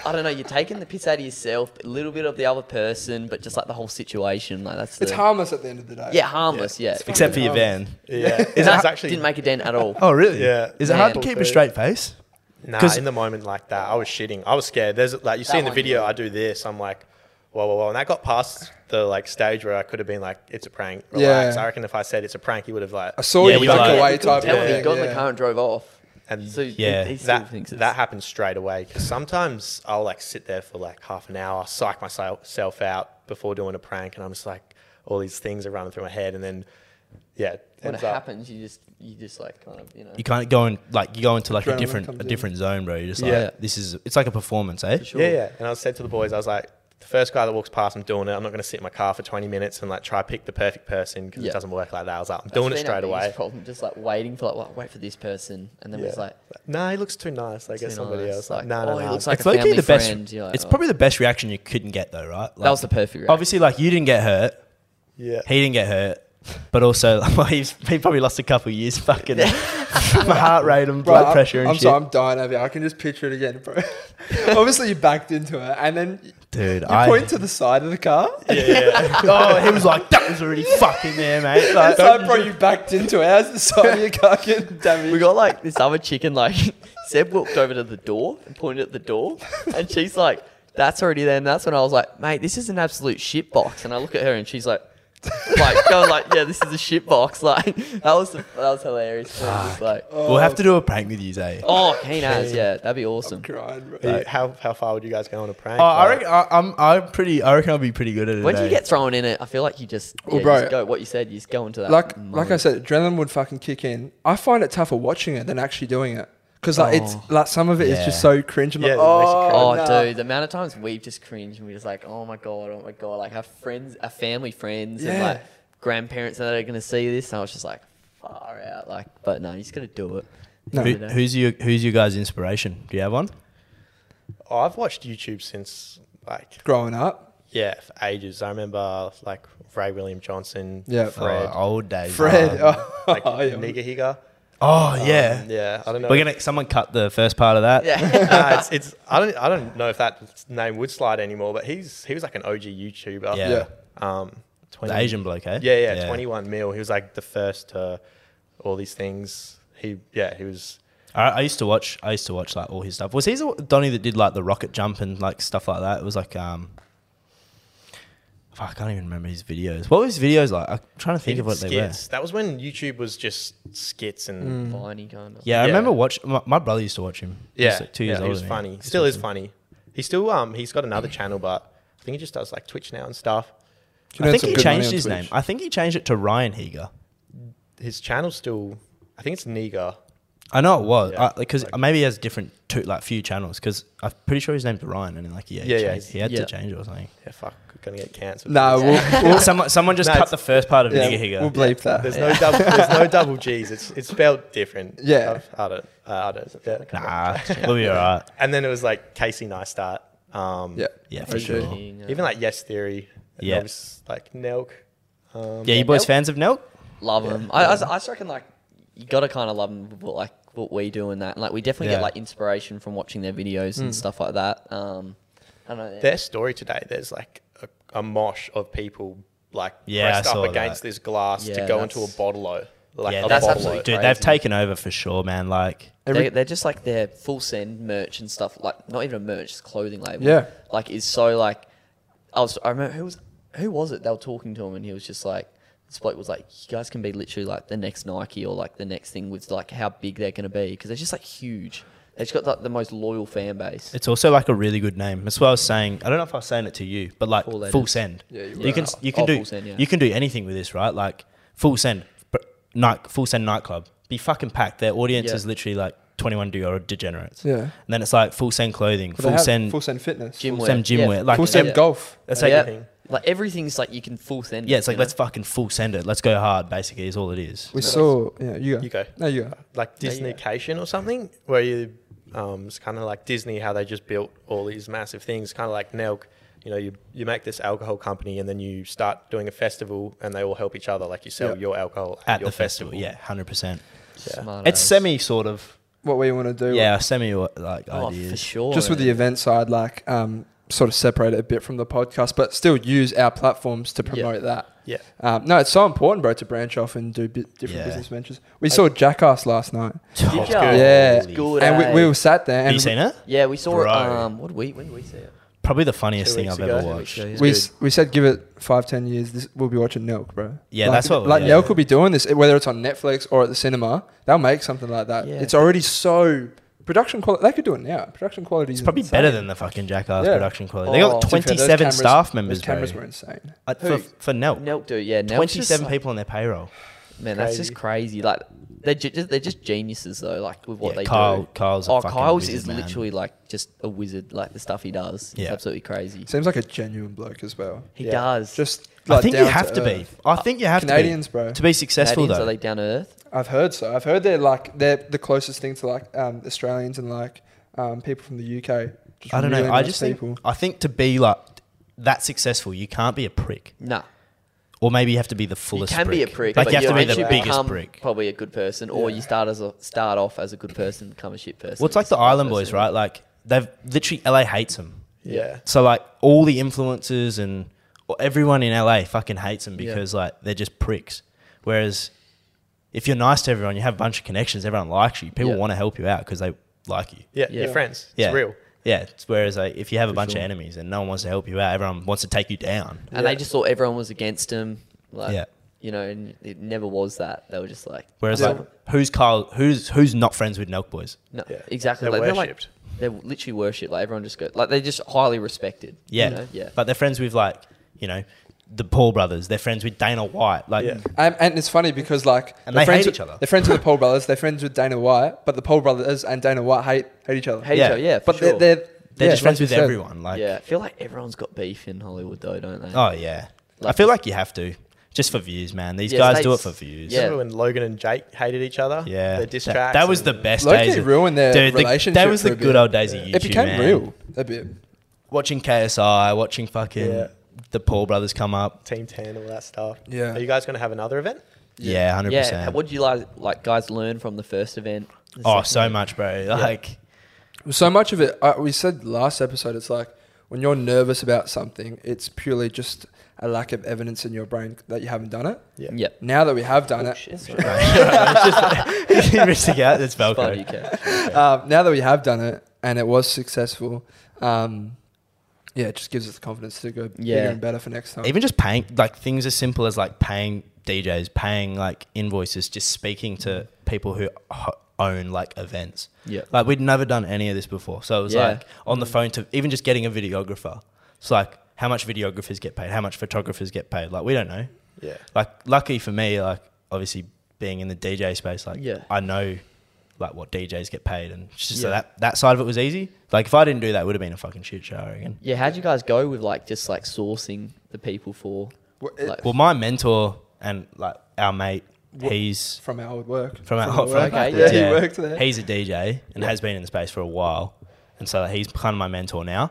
[SPEAKER 3] I don't know, you're taking the piss out of yourself, but a little bit of the other person, but just like the whole situation. Like that's the,
[SPEAKER 1] It's harmless at the end of the day.
[SPEAKER 3] Yeah, harmless, yeah.
[SPEAKER 2] Except for your van.
[SPEAKER 4] Yeah.
[SPEAKER 3] That
[SPEAKER 4] It's actually
[SPEAKER 3] didn't make a dent at all.
[SPEAKER 2] Oh, really?
[SPEAKER 4] Yeah.
[SPEAKER 2] Is it hard to
[SPEAKER 3] Man.
[SPEAKER 2] keep a straight face?
[SPEAKER 4] Nah,
[SPEAKER 2] 'Cause-
[SPEAKER 4] in the moment like that, I was shitting. I was scared. There's like you see
[SPEAKER 3] That
[SPEAKER 4] in the
[SPEAKER 3] one,
[SPEAKER 4] video, I do this. I'm like, whoa, whoa, whoa, and that got past the like stage where I could have been like, it's a prank. Relax.
[SPEAKER 1] Yeah.
[SPEAKER 4] I reckon if I said it's a prank, he would have like.
[SPEAKER 1] I saw
[SPEAKER 2] Yeah,
[SPEAKER 1] you
[SPEAKER 2] we
[SPEAKER 1] back
[SPEAKER 2] like-
[SPEAKER 1] away
[SPEAKER 3] Yeah,
[SPEAKER 1] type
[SPEAKER 3] tell
[SPEAKER 1] of
[SPEAKER 3] me
[SPEAKER 1] thing.
[SPEAKER 3] he got in
[SPEAKER 1] yeah.
[SPEAKER 3] the car and drove off.
[SPEAKER 4] And
[SPEAKER 3] So
[SPEAKER 2] Yeah.
[SPEAKER 3] yeah, he, he still
[SPEAKER 4] that
[SPEAKER 3] thinks it's
[SPEAKER 4] that happened straight away because sometimes I'll like sit there for like half an hour, psych myself out before doing a prank, and I'm just like, all these things are running through my head, and then yeah,
[SPEAKER 3] when it
[SPEAKER 4] ends up-
[SPEAKER 3] happens, you just you just like kind of you know.
[SPEAKER 2] You can't go in like you go into like a
[SPEAKER 1] Adrenaline
[SPEAKER 2] different
[SPEAKER 1] comes
[SPEAKER 2] a
[SPEAKER 1] in.
[SPEAKER 2] different zone, bro. You're just like,
[SPEAKER 4] Yeah.
[SPEAKER 2] this is it's like a performance, eh?
[SPEAKER 3] sure.
[SPEAKER 4] Yeah, yeah. And I said to the boys, I was like, the first guy that walks past, I'm doing it. I'm not going to sit in my car for 20 minutes and like try pick the perfect person because
[SPEAKER 3] Yeah.
[SPEAKER 4] it doesn't work like that. I was like, I'm doing it
[SPEAKER 3] That's been our
[SPEAKER 4] straight
[SPEAKER 3] biggest
[SPEAKER 4] away.
[SPEAKER 3] Problem, just like waiting for like well, wait for this person, and then
[SPEAKER 4] Yeah.
[SPEAKER 3] it's like
[SPEAKER 4] nah, he looks too nice. Like,
[SPEAKER 3] too
[SPEAKER 4] get somebody
[SPEAKER 3] nice,
[SPEAKER 4] else. Like,
[SPEAKER 3] like,
[SPEAKER 4] no,
[SPEAKER 3] oh,
[SPEAKER 4] no,
[SPEAKER 3] he
[SPEAKER 4] no.
[SPEAKER 3] looks like- a
[SPEAKER 2] low-key
[SPEAKER 3] family
[SPEAKER 2] the best.
[SPEAKER 3] friend, you're like,
[SPEAKER 2] it's
[SPEAKER 3] "Oh."
[SPEAKER 2] probably the best reaction you couldn't get though, right?
[SPEAKER 3] that was the perfect. reaction.
[SPEAKER 2] obviously like you didn't get hurt,
[SPEAKER 4] yeah.
[SPEAKER 2] he didn't get hurt, but also well, he's, he probably lost a couple of years fucking from heart rate and
[SPEAKER 1] Bro,
[SPEAKER 2] blood
[SPEAKER 1] I'm-
[SPEAKER 2] pressure and
[SPEAKER 1] I'm
[SPEAKER 2] shit.
[SPEAKER 1] sorry, I'm dying over here. I can just picture it again, bro. Obviously, you backed into it, and then you
[SPEAKER 2] Dude, I
[SPEAKER 1] point to the side of the car.
[SPEAKER 4] Yeah, yeah.
[SPEAKER 2] oh he was like that was already fucking there, mate. Like,
[SPEAKER 1] It's like, bro, you backed into it. How's the side of your car getting damaged?
[SPEAKER 3] we got like this other chicken. Like Seb walked over to the door and pointed at the door, and she's like. that's already there. And that's when I was like, mate, this is an absolute shit box. And I look at her and she's like, like I was like, yeah, this is a shit box. Like that was the, that was hilarious. It was just like,
[SPEAKER 2] We'll have to do a prank with you, Zay.
[SPEAKER 3] oh, keen as yeah, that'd be awesome.
[SPEAKER 1] Grind, bro.
[SPEAKER 4] Like, how how far would you guys go on a prank?
[SPEAKER 2] Oh, I
[SPEAKER 4] Like,
[SPEAKER 2] reckon I, I'm. I'm pretty. I reckon I'll be pretty good at it.
[SPEAKER 3] When do you
[SPEAKER 2] eh?
[SPEAKER 3] get thrown in it? I feel like you just, yeah,
[SPEAKER 1] Well,
[SPEAKER 3] you
[SPEAKER 1] bro,
[SPEAKER 3] just go what you said. You just go into that.
[SPEAKER 1] like like
[SPEAKER 3] moment.
[SPEAKER 1] I said, adrenaline would fucking kick in. I find it tougher watching it than actually doing it because like it's like some of it is just
[SPEAKER 2] Oh. Yeah.
[SPEAKER 1] so cringe. I'm like,
[SPEAKER 4] Yeah, it makes you
[SPEAKER 1] oh,
[SPEAKER 3] Oh,
[SPEAKER 1] nah."
[SPEAKER 3] dude, the amount of times we've just cringed and we're just like, oh my god, oh my god, like our friends, our family friends, and
[SPEAKER 1] Yeah.
[SPEAKER 3] like grandparents that are gonna see this, and I was just like, far out, like, but no, you just gotta do it.
[SPEAKER 1] No.
[SPEAKER 2] Who, who's your Who's your guys' inspiration? Do you have one?
[SPEAKER 4] oh, I've watched YouTube since like
[SPEAKER 1] Growing up,
[SPEAKER 4] yeah, for ages. I remember like Ray William Johnson,
[SPEAKER 1] Yeah.
[SPEAKER 4] Fred,
[SPEAKER 2] Oh, old days.
[SPEAKER 1] Fred.
[SPEAKER 2] Um,
[SPEAKER 4] like
[SPEAKER 1] oh, yeah.
[SPEAKER 4] Nigger Higger.
[SPEAKER 2] Oh, yeah.
[SPEAKER 4] Um, Yeah, I don't know.
[SPEAKER 2] We're gonna. Someone cut the first part of that.
[SPEAKER 3] Yeah,
[SPEAKER 4] Nah, it's, it's I don't I don't know if that name would slide anymore, but he's he was like an OG YouTuber.
[SPEAKER 2] Yeah.
[SPEAKER 1] yeah.
[SPEAKER 4] Um, 20,
[SPEAKER 2] The Asian bloke, eh?
[SPEAKER 4] Yeah, yeah, 21 mil. He was like the first to all these things. He, yeah, he was.
[SPEAKER 2] I, I used to watch. I used to watch like all his stuff. Was he the Donny that did like the rocket jump and like stuff like that? It was like um. fuck, I can't even remember his videos. What were his videos like? I'm trying to
[SPEAKER 4] he
[SPEAKER 2] think of
[SPEAKER 4] did
[SPEAKER 2] what they were.
[SPEAKER 4] skits. That was when YouTube was just skits
[SPEAKER 1] Mm.
[SPEAKER 4] and
[SPEAKER 3] Viney kind of.
[SPEAKER 2] Yeah, I
[SPEAKER 4] Yeah.
[SPEAKER 2] remember watch. My, my brother used to watch him. He was,
[SPEAKER 4] yeah,
[SPEAKER 2] like, two years
[SPEAKER 4] yeah,
[SPEAKER 2] older.
[SPEAKER 4] He was
[SPEAKER 2] than me.
[SPEAKER 4] funny.
[SPEAKER 2] He's
[SPEAKER 4] Still is
[SPEAKER 2] awesome.
[SPEAKER 4] funny. He still um he's got another channel, but I think he just does like Twitch now and stuff.
[SPEAKER 1] You
[SPEAKER 2] I
[SPEAKER 1] earn
[SPEAKER 2] think
[SPEAKER 1] some
[SPEAKER 2] he
[SPEAKER 1] good money
[SPEAKER 2] changed
[SPEAKER 1] on
[SPEAKER 2] his
[SPEAKER 1] Twitch.
[SPEAKER 2] name. I think he changed it to Ryan Heger.
[SPEAKER 4] His channel's still, I think it's Niga.
[SPEAKER 2] I know it was
[SPEAKER 4] Yeah,
[SPEAKER 2] because maybe he has different two like few channels because I'm pretty sure his name's Ryan and like yeah, he,
[SPEAKER 4] Yeah, yeah,
[SPEAKER 2] changed-
[SPEAKER 4] he's-
[SPEAKER 2] he had
[SPEAKER 3] yeah.
[SPEAKER 2] to change it or something.
[SPEAKER 4] Yeah, fuck, we're gonna get cancelled.
[SPEAKER 1] Nah,
[SPEAKER 4] for this.
[SPEAKER 1] we'll,
[SPEAKER 2] Well, someone someone just
[SPEAKER 4] No,
[SPEAKER 2] cut
[SPEAKER 4] it's-
[SPEAKER 2] the first part of
[SPEAKER 1] yeah,
[SPEAKER 2] Nigger Higger.
[SPEAKER 1] we'll bleep that.
[SPEAKER 4] there's no double, there's no double G's. It's it's spelled different.
[SPEAKER 1] Yeah.
[SPEAKER 4] I, I don't, I don't. yeah, I can't remember.
[SPEAKER 2] Nah, we'll be all right.
[SPEAKER 4] And then it was like Casey Neistat. Um,
[SPEAKER 1] yeah,
[SPEAKER 2] Yeah, for
[SPEAKER 1] Okay.
[SPEAKER 2] sure.
[SPEAKER 3] King, uh,
[SPEAKER 4] Even like Yes Theory. and
[SPEAKER 2] Yeah.
[SPEAKER 4] obvious, Like Nelk. Um,
[SPEAKER 2] Yeah, you boys fans of Nelk?
[SPEAKER 3] love them. I, I, I just reckon like you gotta kind of love them, what, like what we do and that. And, like we definitely
[SPEAKER 2] Yeah.
[SPEAKER 3] get like inspiration from watching their videos and stuff like that. Um, I don't know.
[SPEAKER 4] Their story today, there's like a, a mosh of people like
[SPEAKER 2] Yeah,
[SPEAKER 4] pressed
[SPEAKER 2] I
[SPEAKER 4] up
[SPEAKER 2] saw
[SPEAKER 4] against
[SPEAKER 2] that.
[SPEAKER 4] this glass to
[SPEAKER 3] Yeah,
[SPEAKER 4] go into a
[SPEAKER 3] that's-
[SPEAKER 4] bottle like
[SPEAKER 2] yeah,
[SPEAKER 4] a
[SPEAKER 2] that's
[SPEAKER 4] bottle-o.
[SPEAKER 2] absolutely
[SPEAKER 3] absolutely
[SPEAKER 2] dude. They've
[SPEAKER 3] crazy.
[SPEAKER 2] taken over for sure, man. Like
[SPEAKER 1] Every-
[SPEAKER 3] they're, they're just like their full send merch and stuff like not even a merch it's a clothing label
[SPEAKER 1] Yeah.
[SPEAKER 3] like is so like i was i remember who was who was it they were talking to him and he was just like this bloke was like you guys can be literally like the next nike or like the next thing with like how big they're going to be because they're just like huge they've just got like the most loyal fan base
[SPEAKER 2] it's also like a really good name. That's what I was saying. I don't know if I was saying it to you, but like
[SPEAKER 3] Full
[SPEAKER 2] full,
[SPEAKER 3] letters.
[SPEAKER 2] send.
[SPEAKER 1] Yeah, you
[SPEAKER 2] you,
[SPEAKER 1] were.
[SPEAKER 2] can you can
[SPEAKER 3] Oh,
[SPEAKER 2] do
[SPEAKER 3] full send, yeah.
[SPEAKER 2] you can do anything with this, right? Like full send, br- night full send nightclub. Be fucking packed. Their audience
[SPEAKER 3] Yeah.
[SPEAKER 2] is literally like 21 do or degenerates.
[SPEAKER 1] Yeah.
[SPEAKER 2] And then it's like full send clothing,
[SPEAKER 1] But they
[SPEAKER 2] full
[SPEAKER 1] have
[SPEAKER 2] send,
[SPEAKER 1] full send fitness,
[SPEAKER 3] gym
[SPEAKER 2] full
[SPEAKER 3] wear.
[SPEAKER 2] send gym wear. Like
[SPEAKER 1] full
[SPEAKER 2] yeah.
[SPEAKER 1] send
[SPEAKER 3] yeah.
[SPEAKER 1] golf.
[SPEAKER 2] That's
[SPEAKER 3] yeah.
[SPEAKER 2] like
[SPEAKER 4] everything.
[SPEAKER 3] like everything's like you can full send
[SPEAKER 2] yeah, it's like
[SPEAKER 3] you
[SPEAKER 2] let's
[SPEAKER 3] know?
[SPEAKER 2] fucking full send it. Let's go hard. Basically, is all it is.
[SPEAKER 1] We saw. Yeah, you go.
[SPEAKER 4] You go.
[SPEAKER 1] No, you go.
[SPEAKER 4] Like
[SPEAKER 3] Yeah, yeah.
[SPEAKER 4] Disneycation or something, where you, um, it's kind of like Disney, how they just built all these massive things, kind of like Nelk. You know, you, you make this alcohol company and then you start doing a festival and they all help each other. Like you sell
[SPEAKER 1] Yeah.
[SPEAKER 4] your alcohol at,
[SPEAKER 2] At
[SPEAKER 4] your
[SPEAKER 2] the festival, yeah, hundred percent.
[SPEAKER 4] Yeah.
[SPEAKER 3] Smart
[SPEAKER 2] It's
[SPEAKER 3] ass.
[SPEAKER 2] semi sort of,
[SPEAKER 1] What we want to do?
[SPEAKER 2] yeah, semi like
[SPEAKER 3] oh for
[SPEAKER 2] ideas.
[SPEAKER 3] sure
[SPEAKER 1] just with
[SPEAKER 3] man.
[SPEAKER 1] the event side, like um, sort of separate it a bit from the podcast, but still use our platforms to promote that.
[SPEAKER 4] Yeah.
[SPEAKER 1] Um, no, it's so important, bro, to branch off and do bi- different
[SPEAKER 2] Yeah.
[SPEAKER 1] business ventures. We saw Jackass last night,
[SPEAKER 3] Did
[SPEAKER 2] Oh,
[SPEAKER 3] ya?
[SPEAKER 4] good.
[SPEAKER 1] Yeah.
[SPEAKER 3] It's good,
[SPEAKER 1] and
[SPEAKER 3] eh?
[SPEAKER 1] we, we were sat there.
[SPEAKER 2] Have
[SPEAKER 1] And
[SPEAKER 2] you seen it?
[SPEAKER 3] yeah we saw it
[SPEAKER 2] Bro.
[SPEAKER 3] um what did we when did we see it
[SPEAKER 2] Probably the funniest
[SPEAKER 4] Two
[SPEAKER 2] thing
[SPEAKER 4] weeks
[SPEAKER 2] I've
[SPEAKER 4] ago.
[SPEAKER 2] ever
[SPEAKER 4] Two
[SPEAKER 2] watched.
[SPEAKER 3] weeks ago, yeah.
[SPEAKER 1] We, s- we said give it five ten years. This, we'll be watching Nelk, bro.
[SPEAKER 2] Yeah,
[SPEAKER 1] like,
[SPEAKER 2] that's what-
[SPEAKER 1] Like
[SPEAKER 2] yeah.
[SPEAKER 1] Nelk will be doing this, whether it's on Netflix or at the cinema. They'll make something like that.
[SPEAKER 3] Yeah.
[SPEAKER 1] It's already so production quality. They could do it now. Production quality.
[SPEAKER 2] It's probably better than the fucking Jackass
[SPEAKER 1] Yeah.
[SPEAKER 2] production quality. They got
[SPEAKER 3] Oh.
[SPEAKER 1] To be fair, those
[SPEAKER 2] 27
[SPEAKER 1] cameras-
[SPEAKER 2] staff members.
[SPEAKER 1] Those cameras
[SPEAKER 2] bro.
[SPEAKER 1] were insane.
[SPEAKER 2] Uh, for,
[SPEAKER 3] Who?
[SPEAKER 2] for Nelk.
[SPEAKER 3] Nelk dude yeah Nelk's just,
[SPEAKER 2] 27
[SPEAKER 3] like-
[SPEAKER 2] people on their payroll.
[SPEAKER 3] Man, that's just crazy. Like they're ju- just, they're just geniuses though. Like with what
[SPEAKER 2] Yeah,
[SPEAKER 3] they
[SPEAKER 2] Kyle-
[SPEAKER 3] do.
[SPEAKER 2] Kyle's a
[SPEAKER 3] oh,
[SPEAKER 2] fucking
[SPEAKER 3] Kyle's
[SPEAKER 2] wizard,
[SPEAKER 3] is
[SPEAKER 2] man.
[SPEAKER 3] literally like just a wizard. Like the stuff he does, it's
[SPEAKER 2] Yeah.
[SPEAKER 3] absolutely crazy.
[SPEAKER 1] Seems like a genuine bloke as well.
[SPEAKER 3] He
[SPEAKER 4] Yeah.
[SPEAKER 3] does.
[SPEAKER 1] Just
[SPEAKER 2] I
[SPEAKER 1] like,
[SPEAKER 2] think you
[SPEAKER 1] down
[SPEAKER 2] have to be.
[SPEAKER 1] earth.
[SPEAKER 2] I think you have
[SPEAKER 1] Canadians,
[SPEAKER 2] to be.
[SPEAKER 1] bro.
[SPEAKER 2] To be successful,
[SPEAKER 3] Canadians,
[SPEAKER 2] though.
[SPEAKER 3] are they down to earth?
[SPEAKER 1] I've heard so. I've heard they're like they're the closest thing to like um, Australians and like um, people from the UK. Just
[SPEAKER 2] I don't know.
[SPEAKER 1] really
[SPEAKER 2] I
[SPEAKER 1] nice
[SPEAKER 2] just
[SPEAKER 1] people.
[SPEAKER 2] think, I think to be like that successful, you can't be a prick.
[SPEAKER 3] Nah.
[SPEAKER 2] Or maybe you have to be the fullest
[SPEAKER 3] you can
[SPEAKER 2] prick.
[SPEAKER 3] be a prick.
[SPEAKER 2] Like
[SPEAKER 3] but
[SPEAKER 2] you have
[SPEAKER 3] you
[SPEAKER 2] to be the
[SPEAKER 3] eventually
[SPEAKER 2] biggest
[SPEAKER 3] become
[SPEAKER 2] prick.
[SPEAKER 3] Probably a good person, or you start as a start off as a good person, become a shit person.
[SPEAKER 2] What's like the
[SPEAKER 3] Vice
[SPEAKER 2] Island
[SPEAKER 3] versa.
[SPEAKER 2] Boys, right? Like they've literally LA hates them.
[SPEAKER 4] Yeah.
[SPEAKER 2] So like all the influencers and or everyone in LA fucking hates them
[SPEAKER 3] Yeah.
[SPEAKER 2] because like they're just pricks. Whereas if you're nice to everyone, you have a bunch of connections, everyone likes you. People
[SPEAKER 3] Yeah.
[SPEAKER 2] want to help you out because they like you.
[SPEAKER 4] Yeah.
[SPEAKER 3] Yeah.
[SPEAKER 4] Your friends. It's
[SPEAKER 2] Yeah.
[SPEAKER 4] real.
[SPEAKER 2] Yeah. it's- Whereas like, if you have a
[SPEAKER 5] For
[SPEAKER 2] bunch
[SPEAKER 5] sure.
[SPEAKER 2] of enemies and no one wants to help you out, everyone wants to take you down.
[SPEAKER 1] Yeah.
[SPEAKER 3] And they just thought everyone was against him. Like,
[SPEAKER 2] Yeah.
[SPEAKER 3] You know, and it never was that. They were just like,
[SPEAKER 2] Whereas
[SPEAKER 1] Yeah.
[SPEAKER 2] like who's Kyle? Who's who's not friends with Nelk boys?
[SPEAKER 3] no,
[SPEAKER 4] Yeah.
[SPEAKER 3] exactly.
[SPEAKER 4] They're
[SPEAKER 3] like, they're like-
[SPEAKER 4] worshipped.
[SPEAKER 3] They're literally worshipped. Like everyone just go, like they're just highly respected. you
[SPEAKER 2] Yeah.
[SPEAKER 3] know? Yeah.
[SPEAKER 2] But they're friends with like you know the Paul brothers. They're friends with Dana White. Like
[SPEAKER 4] Yeah.
[SPEAKER 1] Um, and it's funny because like
[SPEAKER 2] And
[SPEAKER 1] they're
[SPEAKER 2] they
[SPEAKER 1] friends
[SPEAKER 2] hate
[SPEAKER 1] with,
[SPEAKER 2] each other.
[SPEAKER 1] They're friends with the Paul brothers. They're friends with Dana White, but the Paul brothers and Dana White hate hate each other.
[SPEAKER 3] Hate each
[SPEAKER 2] Yeah.
[SPEAKER 3] other, yeah. for
[SPEAKER 1] but they're
[SPEAKER 3] sure.
[SPEAKER 1] they're,
[SPEAKER 2] they're
[SPEAKER 1] yeah,
[SPEAKER 2] just
[SPEAKER 1] like
[SPEAKER 2] friends
[SPEAKER 1] you
[SPEAKER 2] with
[SPEAKER 1] said.
[SPEAKER 2] everyone. Like
[SPEAKER 3] yeah. I feel like everyone's got beef in Hollywood though, don't they?
[SPEAKER 2] oh yeah. I
[SPEAKER 3] Like-
[SPEAKER 2] feel like you have to just for views, man. These
[SPEAKER 3] Yeah,
[SPEAKER 2] guys do it
[SPEAKER 3] States-
[SPEAKER 2] for views.
[SPEAKER 3] Yeah.
[SPEAKER 4] Remember when Logan and Jake hated each other?
[SPEAKER 2] Yeah,
[SPEAKER 4] Their diss
[SPEAKER 2] That-
[SPEAKER 4] tracks
[SPEAKER 2] That, was the
[SPEAKER 4] and-
[SPEAKER 2] best
[SPEAKER 1] Loki
[SPEAKER 2] days. of-
[SPEAKER 1] ruined their
[SPEAKER 2] the-
[SPEAKER 1] relationship
[SPEAKER 2] that was
[SPEAKER 1] for
[SPEAKER 2] the
[SPEAKER 1] a
[SPEAKER 2] good
[SPEAKER 1] bit.
[SPEAKER 2] old days of YouTube.
[SPEAKER 1] It became
[SPEAKER 2] man.
[SPEAKER 1] real a bit.
[SPEAKER 2] Watching KSI, watching fucking
[SPEAKER 4] Yeah.
[SPEAKER 2] the Paul brothers come up.
[SPEAKER 4] Team 10, all that stuff.
[SPEAKER 1] Yeah.
[SPEAKER 4] Are you guys going to have another event?
[SPEAKER 2] Yeah, hundred
[SPEAKER 3] Yeah.
[SPEAKER 2] percent.
[SPEAKER 3] What did you like, like guys learn from the first event? The
[SPEAKER 2] Oh,
[SPEAKER 3] second
[SPEAKER 2] so much, bro. Like
[SPEAKER 1] So much of it, uh, we said last episode, it's like when you're nervous about something, it's purely just a lack of evidence in your brain that you haven't done it.
[SPEAKER 4] Yeah.
[SPEAKER 3] event? Yep.
[SPEAKER 1] Now that we have done
[SPEAKER 3] Oh,
[SPEAKER 1] it,
[SPEAKER 3] shit, sorry.
[SPEAKER 2] it's just you're missing out. It's
[SPEAKER 3] Spider,
[SPEAKER 2] Velcro.
[SPEAKER 3] you can.
[SPEAKER 1] um, now that we have done it and it was successful, um, yeah, it just gives us the confidence to go
[SPEAKER 3] Yeah.
[SPEAKER 1] bigger and better for next time.
[SPEAKER 2] Even just paying, like things as simple as like paying DJs, paying like invoices, just speaking to people who ho- own like events.
[SPEAKER 3] Yeah.
[SPEAKER 2] Like we'd never done any of this before, so it was
[SPEAKER 3] Yeah.
[SPEAKER 2] like on the phone to even just getting a videographer. It's like how much videographers get paid, how much photographers get paid. Like we don't know.
[SPEAKER 4] Yeah.
[SPEAKER 2] Like lucky for me, like obviously being in the DJ space, like
[SPEAKER 3] Yeah.
[SPEAKER 2] I know like what DJs get paid, and it's just so
[SPEAKER 3] Yeah.
[SPEAKER 2] that that side of it was easy. Like if I didn't do that, it would have been a fucking shit show. I reckon.
[SPEAKER 3] Yeah, how'd you guys go with like just like sourcing the people for
[SPEAKER 1] Well, it-
[SPEAKER 3] like
[SPEAKER 2] Well, my mentor and like our mate,
[SPEAKER 1] What-
[SPEAKER 2] he's
[SPEAKER 1] from our old work.
[SPEAKER 2] from our
[SPEAKER 1] old work.
[SPEAKER 2] from-
[SPEAKER 3] Okay,
[SPEAKER 1] yeah,
[SPEAKER 2] yeah.
[SPEAKER 1] he worked there.
[SPEAKER 2] He's a DJ and has been in the space for a while, and so he's kind of my mentor now.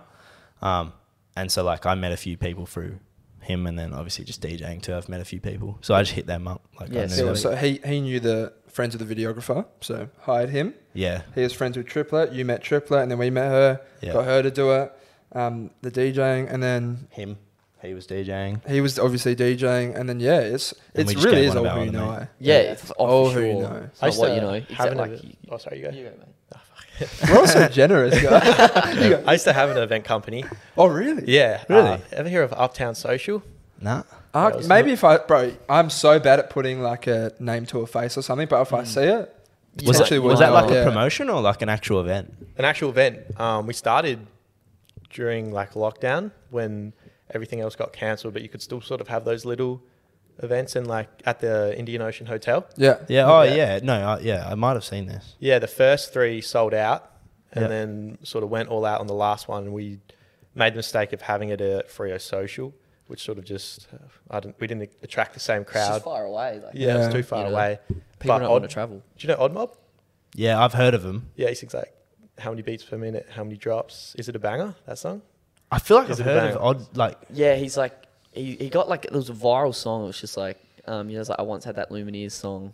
[SPEAKER 2] Um, and so like I met a few people through him, and then obviously just DJing too. I've met a few people, so I just hit them up. Like
[SPEAKER 3] Yeah,
[SPEAKER 2] I knew
[SPEAKER 1] So,
[SPEAKER 2] them.
[SPEAKER 1] so he, he knew the friends of the videographer, so hired him.
[SPEAKER 2] yeah,
[SPEAKER 1] He was friends with Triplet. You met Triplet, and then we met her.
[SPEAKER 2] Yeah.
[SPEAKER 1] Got her to do it. Um, the DJing, and then
[SPEAKER 2] him. He was DJing.
[SPEAKER 1] he was obviously DJing, and then yeah, it's
[SPEAKER 2] And
[SPEAKER 1] it's
[SPEAKER 2] we just
[SPEAKER 1] really
[SPEAKER 2] gave
[SPEAKER 1] is
[SPEAKER 2] one
[SPEAKER 1] all
[SPEAKER 2] about
[SPEAKER 1] who you
[SPEAKER 2] it,
[SPEAKER 1] know.
[SPEAKER 2] mate.
[SPEAKER 1] eh?
[SPEAKER 3] yeah, it's
[SPEAKER 1] Oh,
[SPEAKER 3] oh, for
[SPEAKER 1] who
[SPEAKER 3] sure.
[SPEAKER 1] knows?
[SPEAKER 3] It's not what you know.
[SPEAKER 4] have
[SPEAKER 3] Except
[SPEAKER 4] an
[SPEAKER 3] like
[SPEAKER 4] event-
[SPEAKER 3] you,
[SPEAKER 4] oh, sorry, you go.
[SPEAKER 3] you go, mate.
[SPEAKER 1] We're all so generous. guys. You go,
[SPEAKER 4] I used to have an event company.
[SPEAKER 1] oh really?
[SPEAKER 4] Yeah.
[SPEAKER 2] Really?
[SPEAKER 4] uh, ever hear of Uptown Social?
[SPEAKER 2] Nah.
[SPEAKER 1] Uh,
[SPEAKER 4] That was
[SPEAKER 1] maybe if I bro, I'm so bad at putting like a name to a face or something, but if I see it,
[SPEAKER 2] Was that,
[SPEAKER 1] potentially
[SPEAKER 2] was
[SPEAKER 1] would
[SPEAKER 2] that
[SPEAKER 1] know,
[SPEAKER 2] like a
[SPEAKER 1] yeah.
[SPEAKER 2] promotion or like an actual event?
[SPEAKER 4] An actual event. Um, we started during like lockdown when everything else got cancelled, but you could still sort of have those little events and like at the Indian Ocean Hotel.
[SPEAKER 1] Yeah.
[SPEAKER 2] Yeah. Oh,
[SPEAKER 4] Yeah.
[SPEAKER 2] yeah. No. I, yeah, I might have seen this.
[SPEAKER 4] Yeah, the first three sold out and
[SPEAKER 2] Yeah.
[SPEAKER 4] then sort of went all out on the last one. We made the mistake of having it at Frio Social, which sort of just, uh, I didn't, we didn't attract the same
[SPEAKER 3] It's
[SPEAKER 4] crowd.
[SPEAKER 3] just far away. Like,
[SPEAKER 4] yeah, it was
[SPEAKER 1] Yeah.
[SPEAKER 4] too far
[SPEAKER 3] You know,
[SPEAKER 4] away.
[SPEAKER 3] people
[SPEAKER 4] but
[SPEAKER 3] don't want
[SPEAKER 4] odd-
[SPEAKER 3] to travel.
[SPEAKER 4] Do you know Odd Mob?
[SPEAKER 2] Yeah, I've heard of him.
[SPEAKER 4] Yeah, he sings like, how many beats per minute, how many drops. Is it a banger, that song?
[SPEAKER 2] I feel like
[SPEAKER 4] Is
[SPEAKER 2] I've
[SPEAKER 4] it a
[SPEAKER 2] heard of
[SPEAKER 4] bang?
[SPEAKER 2] odd like
[SPEAKER 3] Yeah, he's like he, he got like it was a viral song. It was just like um, you know, it's like I once had that Lumineers song.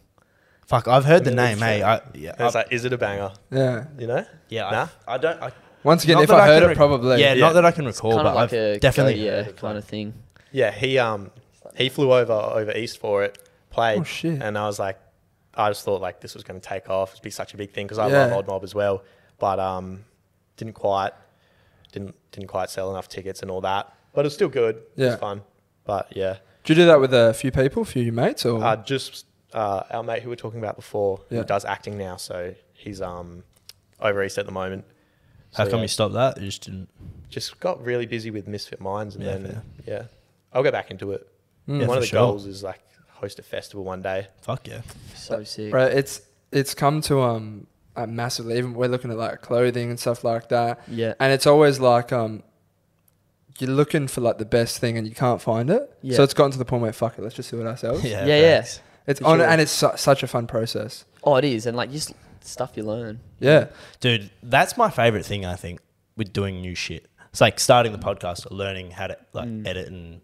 [SPEAKER 2] fuck. I've heard the
[SPEAKER 4] Yeah,
[SPEAKER 2] name.
[SPEAKER 4] it's
[SPEAKER 2] Hey,
[SPEAKER 4] true.
[SPEAKER 2] I, yeah,
[SPEAKER 4] And it's
[SPEAKER 2] I-
[SPEAKER 4] like, is it a banger?
[SPEAKER 1] Yeah.
[SPEAKER 4] You know?
[SPEAKER 2] yeah.
[SPEAKER 4] Nah?
[SPEAKER 2] I, I don't. I,
[SPEAKER 1] Once again,
[SPEAKER 2] not
[SPEAKER 1] if
[SPEAKER 2] that
[SPEAKER 1] I heard
[SPEAKER 2] can
[SPEAKER 1] it,
[SPEAKER 2] rec-
[SPEAKER 1] probably.
[SPEAKER 2] Yeah,
[SPEAKER 4] Yeah.
[SPEAKER 2] not that I can recall,
[SPEAKER 3] Kind
[SPEAKER 2] but
[SPEAKER 3] of like
[SPEAKER 2] I've
[SPEAKER 3] a
[SPEAKER 2] definitely.
[SPEAKER 3] go, yeah
[SPEAKER 2] heard of
[SPEAKER 3] kind
[SPEAKER 2] it.
[SPEAKER 3] of thing.
[SPEAKER 4] Yeah, he um he flew over over east for it, played,
[SPEAKER 1] Oh, shit.
[SPEAKER 4] and I was like, I just thought like this was going to take off, it'd be such a big thing because I
[SPEAKER 1] Yeah.
[SPEAKER 4] love Old Mob as well, but um didn't quite didn't didn't quite sell enough tickets and all that, but it was still good, it
[SPEAKER 1] Yeah.
[SPEAKER 4] was fun, but yeah,
[SPEAKER 1] Do you do that with a few people, few mates, or
[SPEAKER 4] uh, just uh, our mate who we were talking about before
[SPEAKER 1] Yeah.
[SPEAKER 4] who does acting now, so he's um over east at the moment.
[SPEAKER 2] How
[SPEAKER 4] So,
[SPEAKER 2] come
[SPEAKER 4] yeah,
[SPEAKER 2] you stopped that? You just didn't.
[SPEAKER 4] just got really busy with Misfit Minds, and
[SPEAKER 2] Yeah,
[SPEAKER 4] then
[SPEAKER 2] fair. Mm.
[SPEAKER 4] yeah, I'll go back into it.
[SPEAKER 1] Hmm.
[SPEAKER 2] Yeah,
[SPEAKER 4] One
[SPEAKER 2] for
[SPEAKER 4] of the
[SPEAKER 2] sure.
[SPEAKER 4] goals is like host a festival one day.
[SPEAKER 2] Fuck yeah.
[SPEAKER 3] So sick.
[SPEAKER 1] Right, it's it's come to um uh, massively. Even we're looking at like clothing and stuff like that,
[SPEAKER 3] Yeah.
[SPEAKER 1] and it's always like um you're looking for like the best thing and you can't find it.
[SPEAKER 3] Yeah.
[SPEAKER 1] So it's gotten to the point where fuck it, let's just do it ourselves.
[SPEAKER 2] Yeah.
[SPEAKER 3] Yeah, yeah.
[SPEAKER 2] thanks.
[SPEAKER 1] It's
[SPEAKER 3] For
[SPEAKER 1] on
[SPEAKER 3] sure.
[SPEAKER 1] and it's su- such a fun process.
[SPEAKER 3] Oh, it is, and like just stuff you learn.
[SPEAKER 1] Yeah,
[SPEAKER 2] Dude, that's my favorite thing. I think with doing new shit. It's like starting the podcast, or learning how to like
[SPEAKER 3] Mm.
[SPEAKER 2] edit and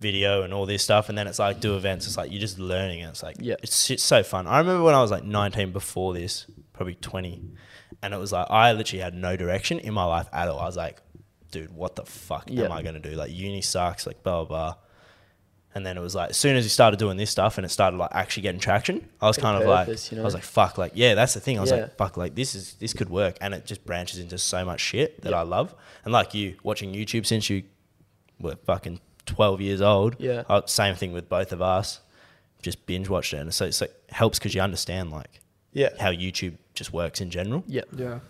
[SPEAKER 2] video and all this stuff, and then it's like do events. It's like you're just learning. It. It's like
[SPEAKER 3] Yeah.
[SPEAKER 2] it's, it's so fun. I remember when I was like 19 before this, probably 20, and it was like I literally had no direction in my life at all. I was like, dude, what the fuck
[SPEAKER 3] Yeah.
[SPEAKER 2] am I gonna do? Like uni sucks. Like blah blah. blah. And then it was like, as soon as you started doing this stuff and it started like actually getting traction, I was
[SPEAKER 3] Bit of
[SPEAKER 2] kind of
[SPEAKER 3] purpose,
[SPEAKER 2] like,
[SPEAKER 3] you know?
[SPEAKER 2] I was like, fuck, like, yeah, that's the thing. I was
[SPEAKER 3] Yeah.
[SPEAKER 2] like, fuck, like, this is, this could work. And it just branches into so much shit that
[SPEAKER 3] Yeah.
[SPEAKER 2] I love. And like you watching YouTube since you were fucking 12 years old.
[SPEAKER 3] Yeah.
[SPEAKER 2] I, same thing with both of us. Just binge watched it. And so, so it helps because you understand like
[SPEAKER 4] Yeah.
[SPEAKER 2] how YouTube just works in general.
[SPEAKER 3] Yeah,
[SPEAKER 1] Yeah.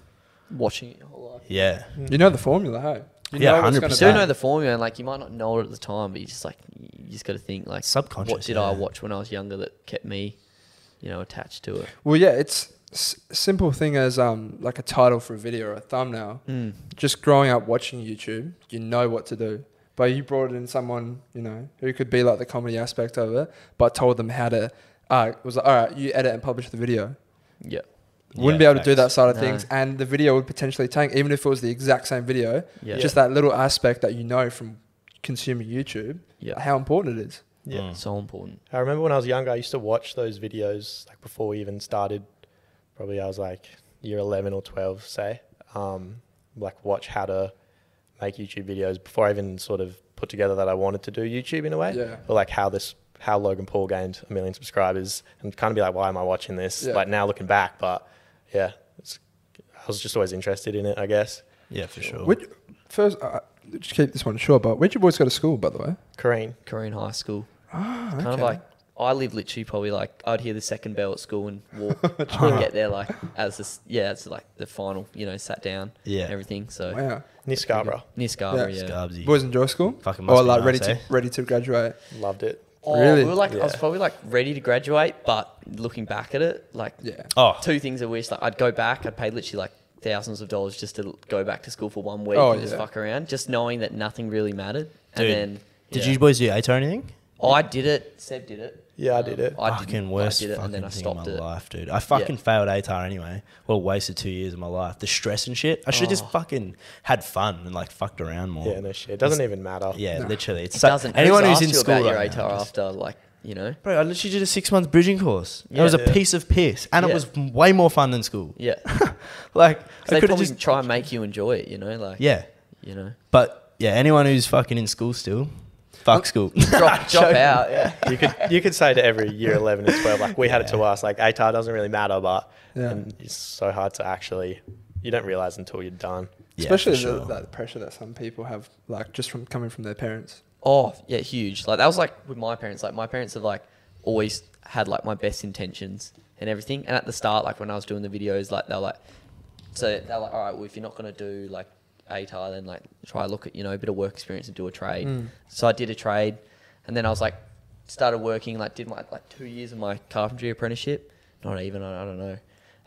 [SPEAKER 3] watching it your whole life.
[SPEAKER 2] Yeah.
[SPEAKER 1] You know the formula, hey? You
[SPEAKER 2] Yeah,
[SPEAKER 1] know what's gonna
[SPEAKER 2] 100%.
[SPEAKER 3] You still
[SPEAKER 1] be.
[SPEAKER 3] know the formula, and like you might not know it at the time, but you just like you just got to think like
[SPEAKER 2] Subconscious,
[SPEAKER 3] What did
[SPEAKER 2] yeah.
[SPEAKER 3] I watch when I was younger that kept me, you know, attached to it?
[SPEAKER 1] Well, yeah, it's s- simple thing as um like a title for a video or a thumbnail.
[SPEAKER 2] Hmm.
[SPEAKER 3] Mm.
[SPEAKER 1] Just growing up watching YouTube, you know what to do. But you brought in someone you know who could be like the comedy aspect of it, but told them how to. Uh, was like, all right, you edit and publish the video.
[SPEAKER 3] Yeah,
[SPEAKER 1] Wouldn't
[SPEAKER 2] Yeah,
[SPEAKER 1] be able to do that
[SPEAKER 2] facts.
[SPEAKER 1] side of
[SPEAKER 3] No.
[SPEAKER 1] things, and the video would potentially tank, even if it was the exact same video.
[SPEAKER 3] yeah,
[SPEAKER 1] Just that little aspect that you know from consuming YouTube,
[SPEAKER 3] yeah.
[SPEAKER 1] how important it is.
[SPEAKER 4] Yeah.
[SPEAKER 2] Mm.
[SPEAKER 3] So important.
[SPEAKER 4] I remember when I was younger, I used to watch those videos like before we even started. Probably I was like year 11 or 12, say. Um, like watch how to make YouTube videos before I even sort of put together that I wanted to do YouTube in a way.
[SPEAKER 1] Yeah.
[SPEAKER 4] But like how this, how Logan Paul gained a million subscribers and kind of be like, why am I watching this?
[SPEAKER 1] Yeah.
[SPEAKER 4] Like now looking back, but yeah, it's, I was just always interested in it, I guess.
[SPEAKER 2] Yeah, for sure.
[SPEAKER 1] Which, first, uh, just keep this one short, but where'd your boys go to school, by the way?
[SPEAKER 4] Kareen.
[SPEAKER 3] Korean high school,
[SPEAKER 1] Ah,
[SPEAKER 3] kind of
[SPEAKER 1] okay.
[SPEAKER 3] like I lived literally probably like I'd hear the second bell at school and walk and get there like as this yeah it's like the final you know sat down
[SPEAKER 2] Yeah.
[SPEAKER 3] everything
[SPEAKER 2] uh,
[SPEAKER 3] so
[SPEAKER 1] Wow.
[SPEAKER 4] Near Scarborough.
[SPEAKER 3] near Scarborough yeah,
[SPEAKER 2] Scarbsy.
[SPEAKER 1] Boys enjoy school?
[SPEAKER 2] Fucking must
[SPEAKER 1] Or
[SPEAKER 2] be
[SPEAKER 1] like
[SPEAKER 2] nice,
[SPEAKER 1] ready
[SPEAKER 2] eh?
[SPEAKER 1] to ready to graduate.
[SPEAKER 4] Loved it.
[SPEAKER 3] Oh,
[SPEAKER 1] Really?
[SPEAKER 3] we were like I was
[SPEAKER 4] Yeah.
[SPEAKER 3] probably like ready to graduate but looking back at it like
[SPEAKER 1] Yeah.
[SPEAKER 2] Oh,
[SPEAKER 3] two things I wish. Like I'd go back. I'd pay literally like thousands of dollars just to l- go back to school for one week
[SPEAKER 1] Oh,
[SPEAKER 3] and just
[SPEAKER 1] yeah.
[SPEAKER 3] fuck around, just knowing that nothing really mattered. And
[SPEAKER 2] Dude,
[SPEAKER 3] then
[SPEAKER 2] did
[SPEAKER 3] yeah.
[SPEAKER 2] you boys do ATO or anything?
[SPEAKER 3] Oh, I did it. Seb did it.
[SPEAKER 4] Yeah, I did it.
[SPEAKER 3] I didn't.
[SPEAKER 2] fucking worst
[SPEAKER 3] I did it,
[SPEAKER 2] fucking
[SPEAKER 3] and then I
[SPEAKER 2] thing
[SPEAKER 3] stopped
[SPEAKER 2] in
[SPEAKER 3] it.
[SPEAKER 2] my life, dude. I fucking failed ATAR anyway. Well, wasted two years of my life. The stress and shit. I should have
[SPEAKER 3] Oh.
[SPEAKER 2] just fucking had fun and like fucked around more.
[SPEAKER 4] Yeah, no shit. It doesn't even matter.
[SPEAKER 2] Yeah,
[SPEAKER 1] Nah.
[SPEAKER 2] literally. It's
[SPEAKER 3] It
[SPEAKER 2] so-
[SPEAKER 3] doesn't.
[SPEAKER 2] Anyone who's
[SPEAKER 3] asked
[SPEAKER 2] in
[SPEAKER 3] you
[SPEAKER 2] school
[SPEAKER 3] about your
[SPEAKER 2] right now,
[SPEAKER 3] ATAR
[SPEAKER 2] just-
[SPEAKER 3] after, like you know,
[SPEAKER 2] Bro, I literally did a six month bridging course. It was a
[SPEAKER 4] Yeah.
[SPEAKER 2] piece of piss, and
[SPEAKER 3] Yeah.
[SPEAKER 2] it was m- way more fun than school.
[SPEAKER 3] yeah.
[SPEAKER 2] Like I
[SPEAKER 3] They
[SPEAKER 2] could have
[SPEAKER 3] probably
[SPEAKER 2] just
[SPEAKER 3] try and make you enjoy it. You know, like
[SPEAKER 2] yeah.
[SPEAKER 3] you know,
[SPEAKER 2] But yeah, anyone who's fucking in school still, fuck school.
[SPEAKER 3] drop, drop out. Yeah.
[SPEAKER 4] you could you could say to every year 11 and 12 like we had it to us like ATAR doesn't really matter but
[SPEAKER 1] Yeah.
[SPEAKER 4] and it's so hard to actually you don't realize until you're done
[SPEAKER 2] Yeah,
[SPEAKER 1] Especially
[SPEAKER 2] for
[SPEAKER 1] the,
[SPEAKER 2] sure.
[SPEAKER 1] that pressure that some people have, like just from coming from their parents.
[SPEAKER 3] Oh yeah, huge. Like that was like with my parents. Like my parents have like always had like my best intentions and everything. And at the start, like when I was doing the videos, like they're like, so they're like, all right, well if you're not gonna do like ATAR, then like try look at you know a bit of work experience and do a trade.
[SPEAKER 2] Mm.
[SPEAKER 3] So I did a trade, and then I was like started working. Like did my like two years of my carpentry apprenticeship. Not even I I don't know.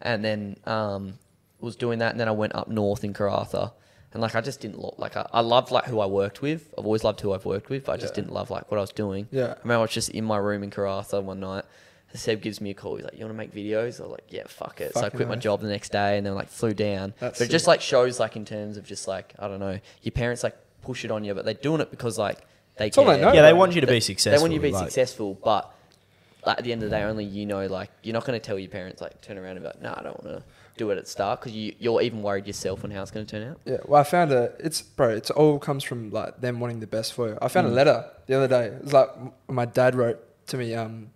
[SPEAKER 3] And then um, was doing that, and then I went up north in Karatha, and like I just didn't look like I, I loved like who I worked with. I've always loved who I've worked with, but I just
[SPEAKER 1] Yeah.
[SPEAKER 3] didn't love like what I was doing.
[SPEAKER 1] Yeah.
[SPEAKER 3] I remember I was just in my room in Karatha one night. and Seb gives me a call. He's like, "You want to make videos?" I was like, "Yeah, fuck it." so I
[SPEAKER 1] Fucking
[SPEAKER 3] quit my
[SPEAKER 1] oath.
[SPEAKER 3] job the next day, and then like flew down.
[SPEAKER 1] That's
[SPEAKER 3] but it just
[SPEAKER 1] sick.
[SPEAKER 3] like shows like in terms of just like I don't know, your parents like push it on you, but they're doing it because like they
[SPEAKER 1] all they
[SPEAKER 3] care.
[SPEAKER 1] know.
[SPEAKER 2] yeah, they want you to
[SPEAKER 3] They-
[SPEAKER 2] be successful.
[SPEAKER 3] They want you to be
[SPEAKER 2] like-
[SPEAKER 3] successful, but like, at the end of the day, only you know. Like, you're not going to tell your parents. Like, turn around and be like, "No, I don't want to do it at the start," because you, you're even worried yourself on how it's going to turn out.
[SPEAKER 1] Yeah. Well, I found a. It's bro. It's all comes from like them wanting the best for you. I
[SPEAKER 2] Mm.
[SPEAKER 1] found a letter the other day. It was like m- my dad wrote to me. Um,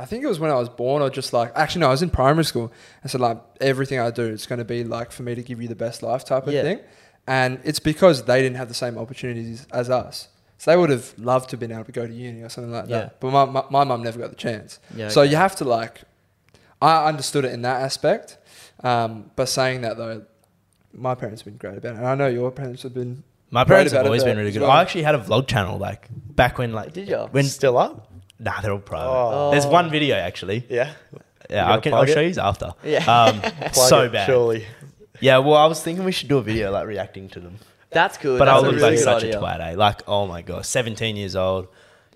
[SPEAKER 1] I think it was when I was born, or just like actually no, I was in primary school. I said like everything I do, it's going to be like for me to give you the best life type of
[SPEAKER 3] Yeah.
[SPEAKER 1] thing. And it's because they didn't have the same opportunities as us. So they would have loved to have been able to go to uni or something like
[SPEAKER 3] Yeah.
[SPEAKER 1] that. But my, my, my mum never got the chance.
[SPEAKER 3] Yeah,
[SPEAKER 1] so
[SPEAKER 3] okay.
[SPEAKER 1] you have to like, I understood it in that aspect. Um, but saying that though, my parents have been great about it. And I know your parents have been.
[SPEAKER 2] My
[SPEAKER 1] Great
[SPEAKER 2] parents have
[SPEAKER 1] about it
[SPEAKER 2] always
[SPEAKER 1] there
[SPEAKER 2] been really
[SPEAKER 1] as
[SPEAKER 2] good.
[SPEAKER 1] well.
[SPEAKER 2] I actually had a vlog channel like back when like
[SPEAKER 3] Did ya?
[SPEAKER 2] When
[SPEAKER 4] still up
[SPEAKER 2] nah, they're all private.
[SPEAKER 4] Oh.
[SPEAKER 2] There's one video actually.
[SPEAKER 4] yeah
[SPEAKER 2] Yeah,
[SPEAKER 4] gotta
[SPEAKER 2] I can. I'll
[SPEAKER 4] plug
[SPEAKER 2] show
[SPEAKER 4] it?
[SPEAKER 2] you after.
[SPEAKER 3] Yeah.
[SPEAKER 2] Um,
[SPEAKER 4] Plug
[SPEAKER 2] so
[SPEAKER 4] it,
[SPEAKER 2] bad.
[SPEAKER 4] surely
[SPEAKER 2] Yeah. Well, I was thinking we should do a video like reacting to them,
[SPEAKER 3] That's good.
[SPEAKER 2] but I
[SPEAKER 3] That's
[SPEAKER 2] look
[SPEAKER 3] a
[SPEAKER 2] like
[SPEAKER 3] really
[SPEAKER 2] such
[SPEAKER 3] good
[SPEAKER 2] a
[SPEAKER 3] idea.
[SPEAKER 2] twat. Eh? Like, oh my gosh, 17 years old.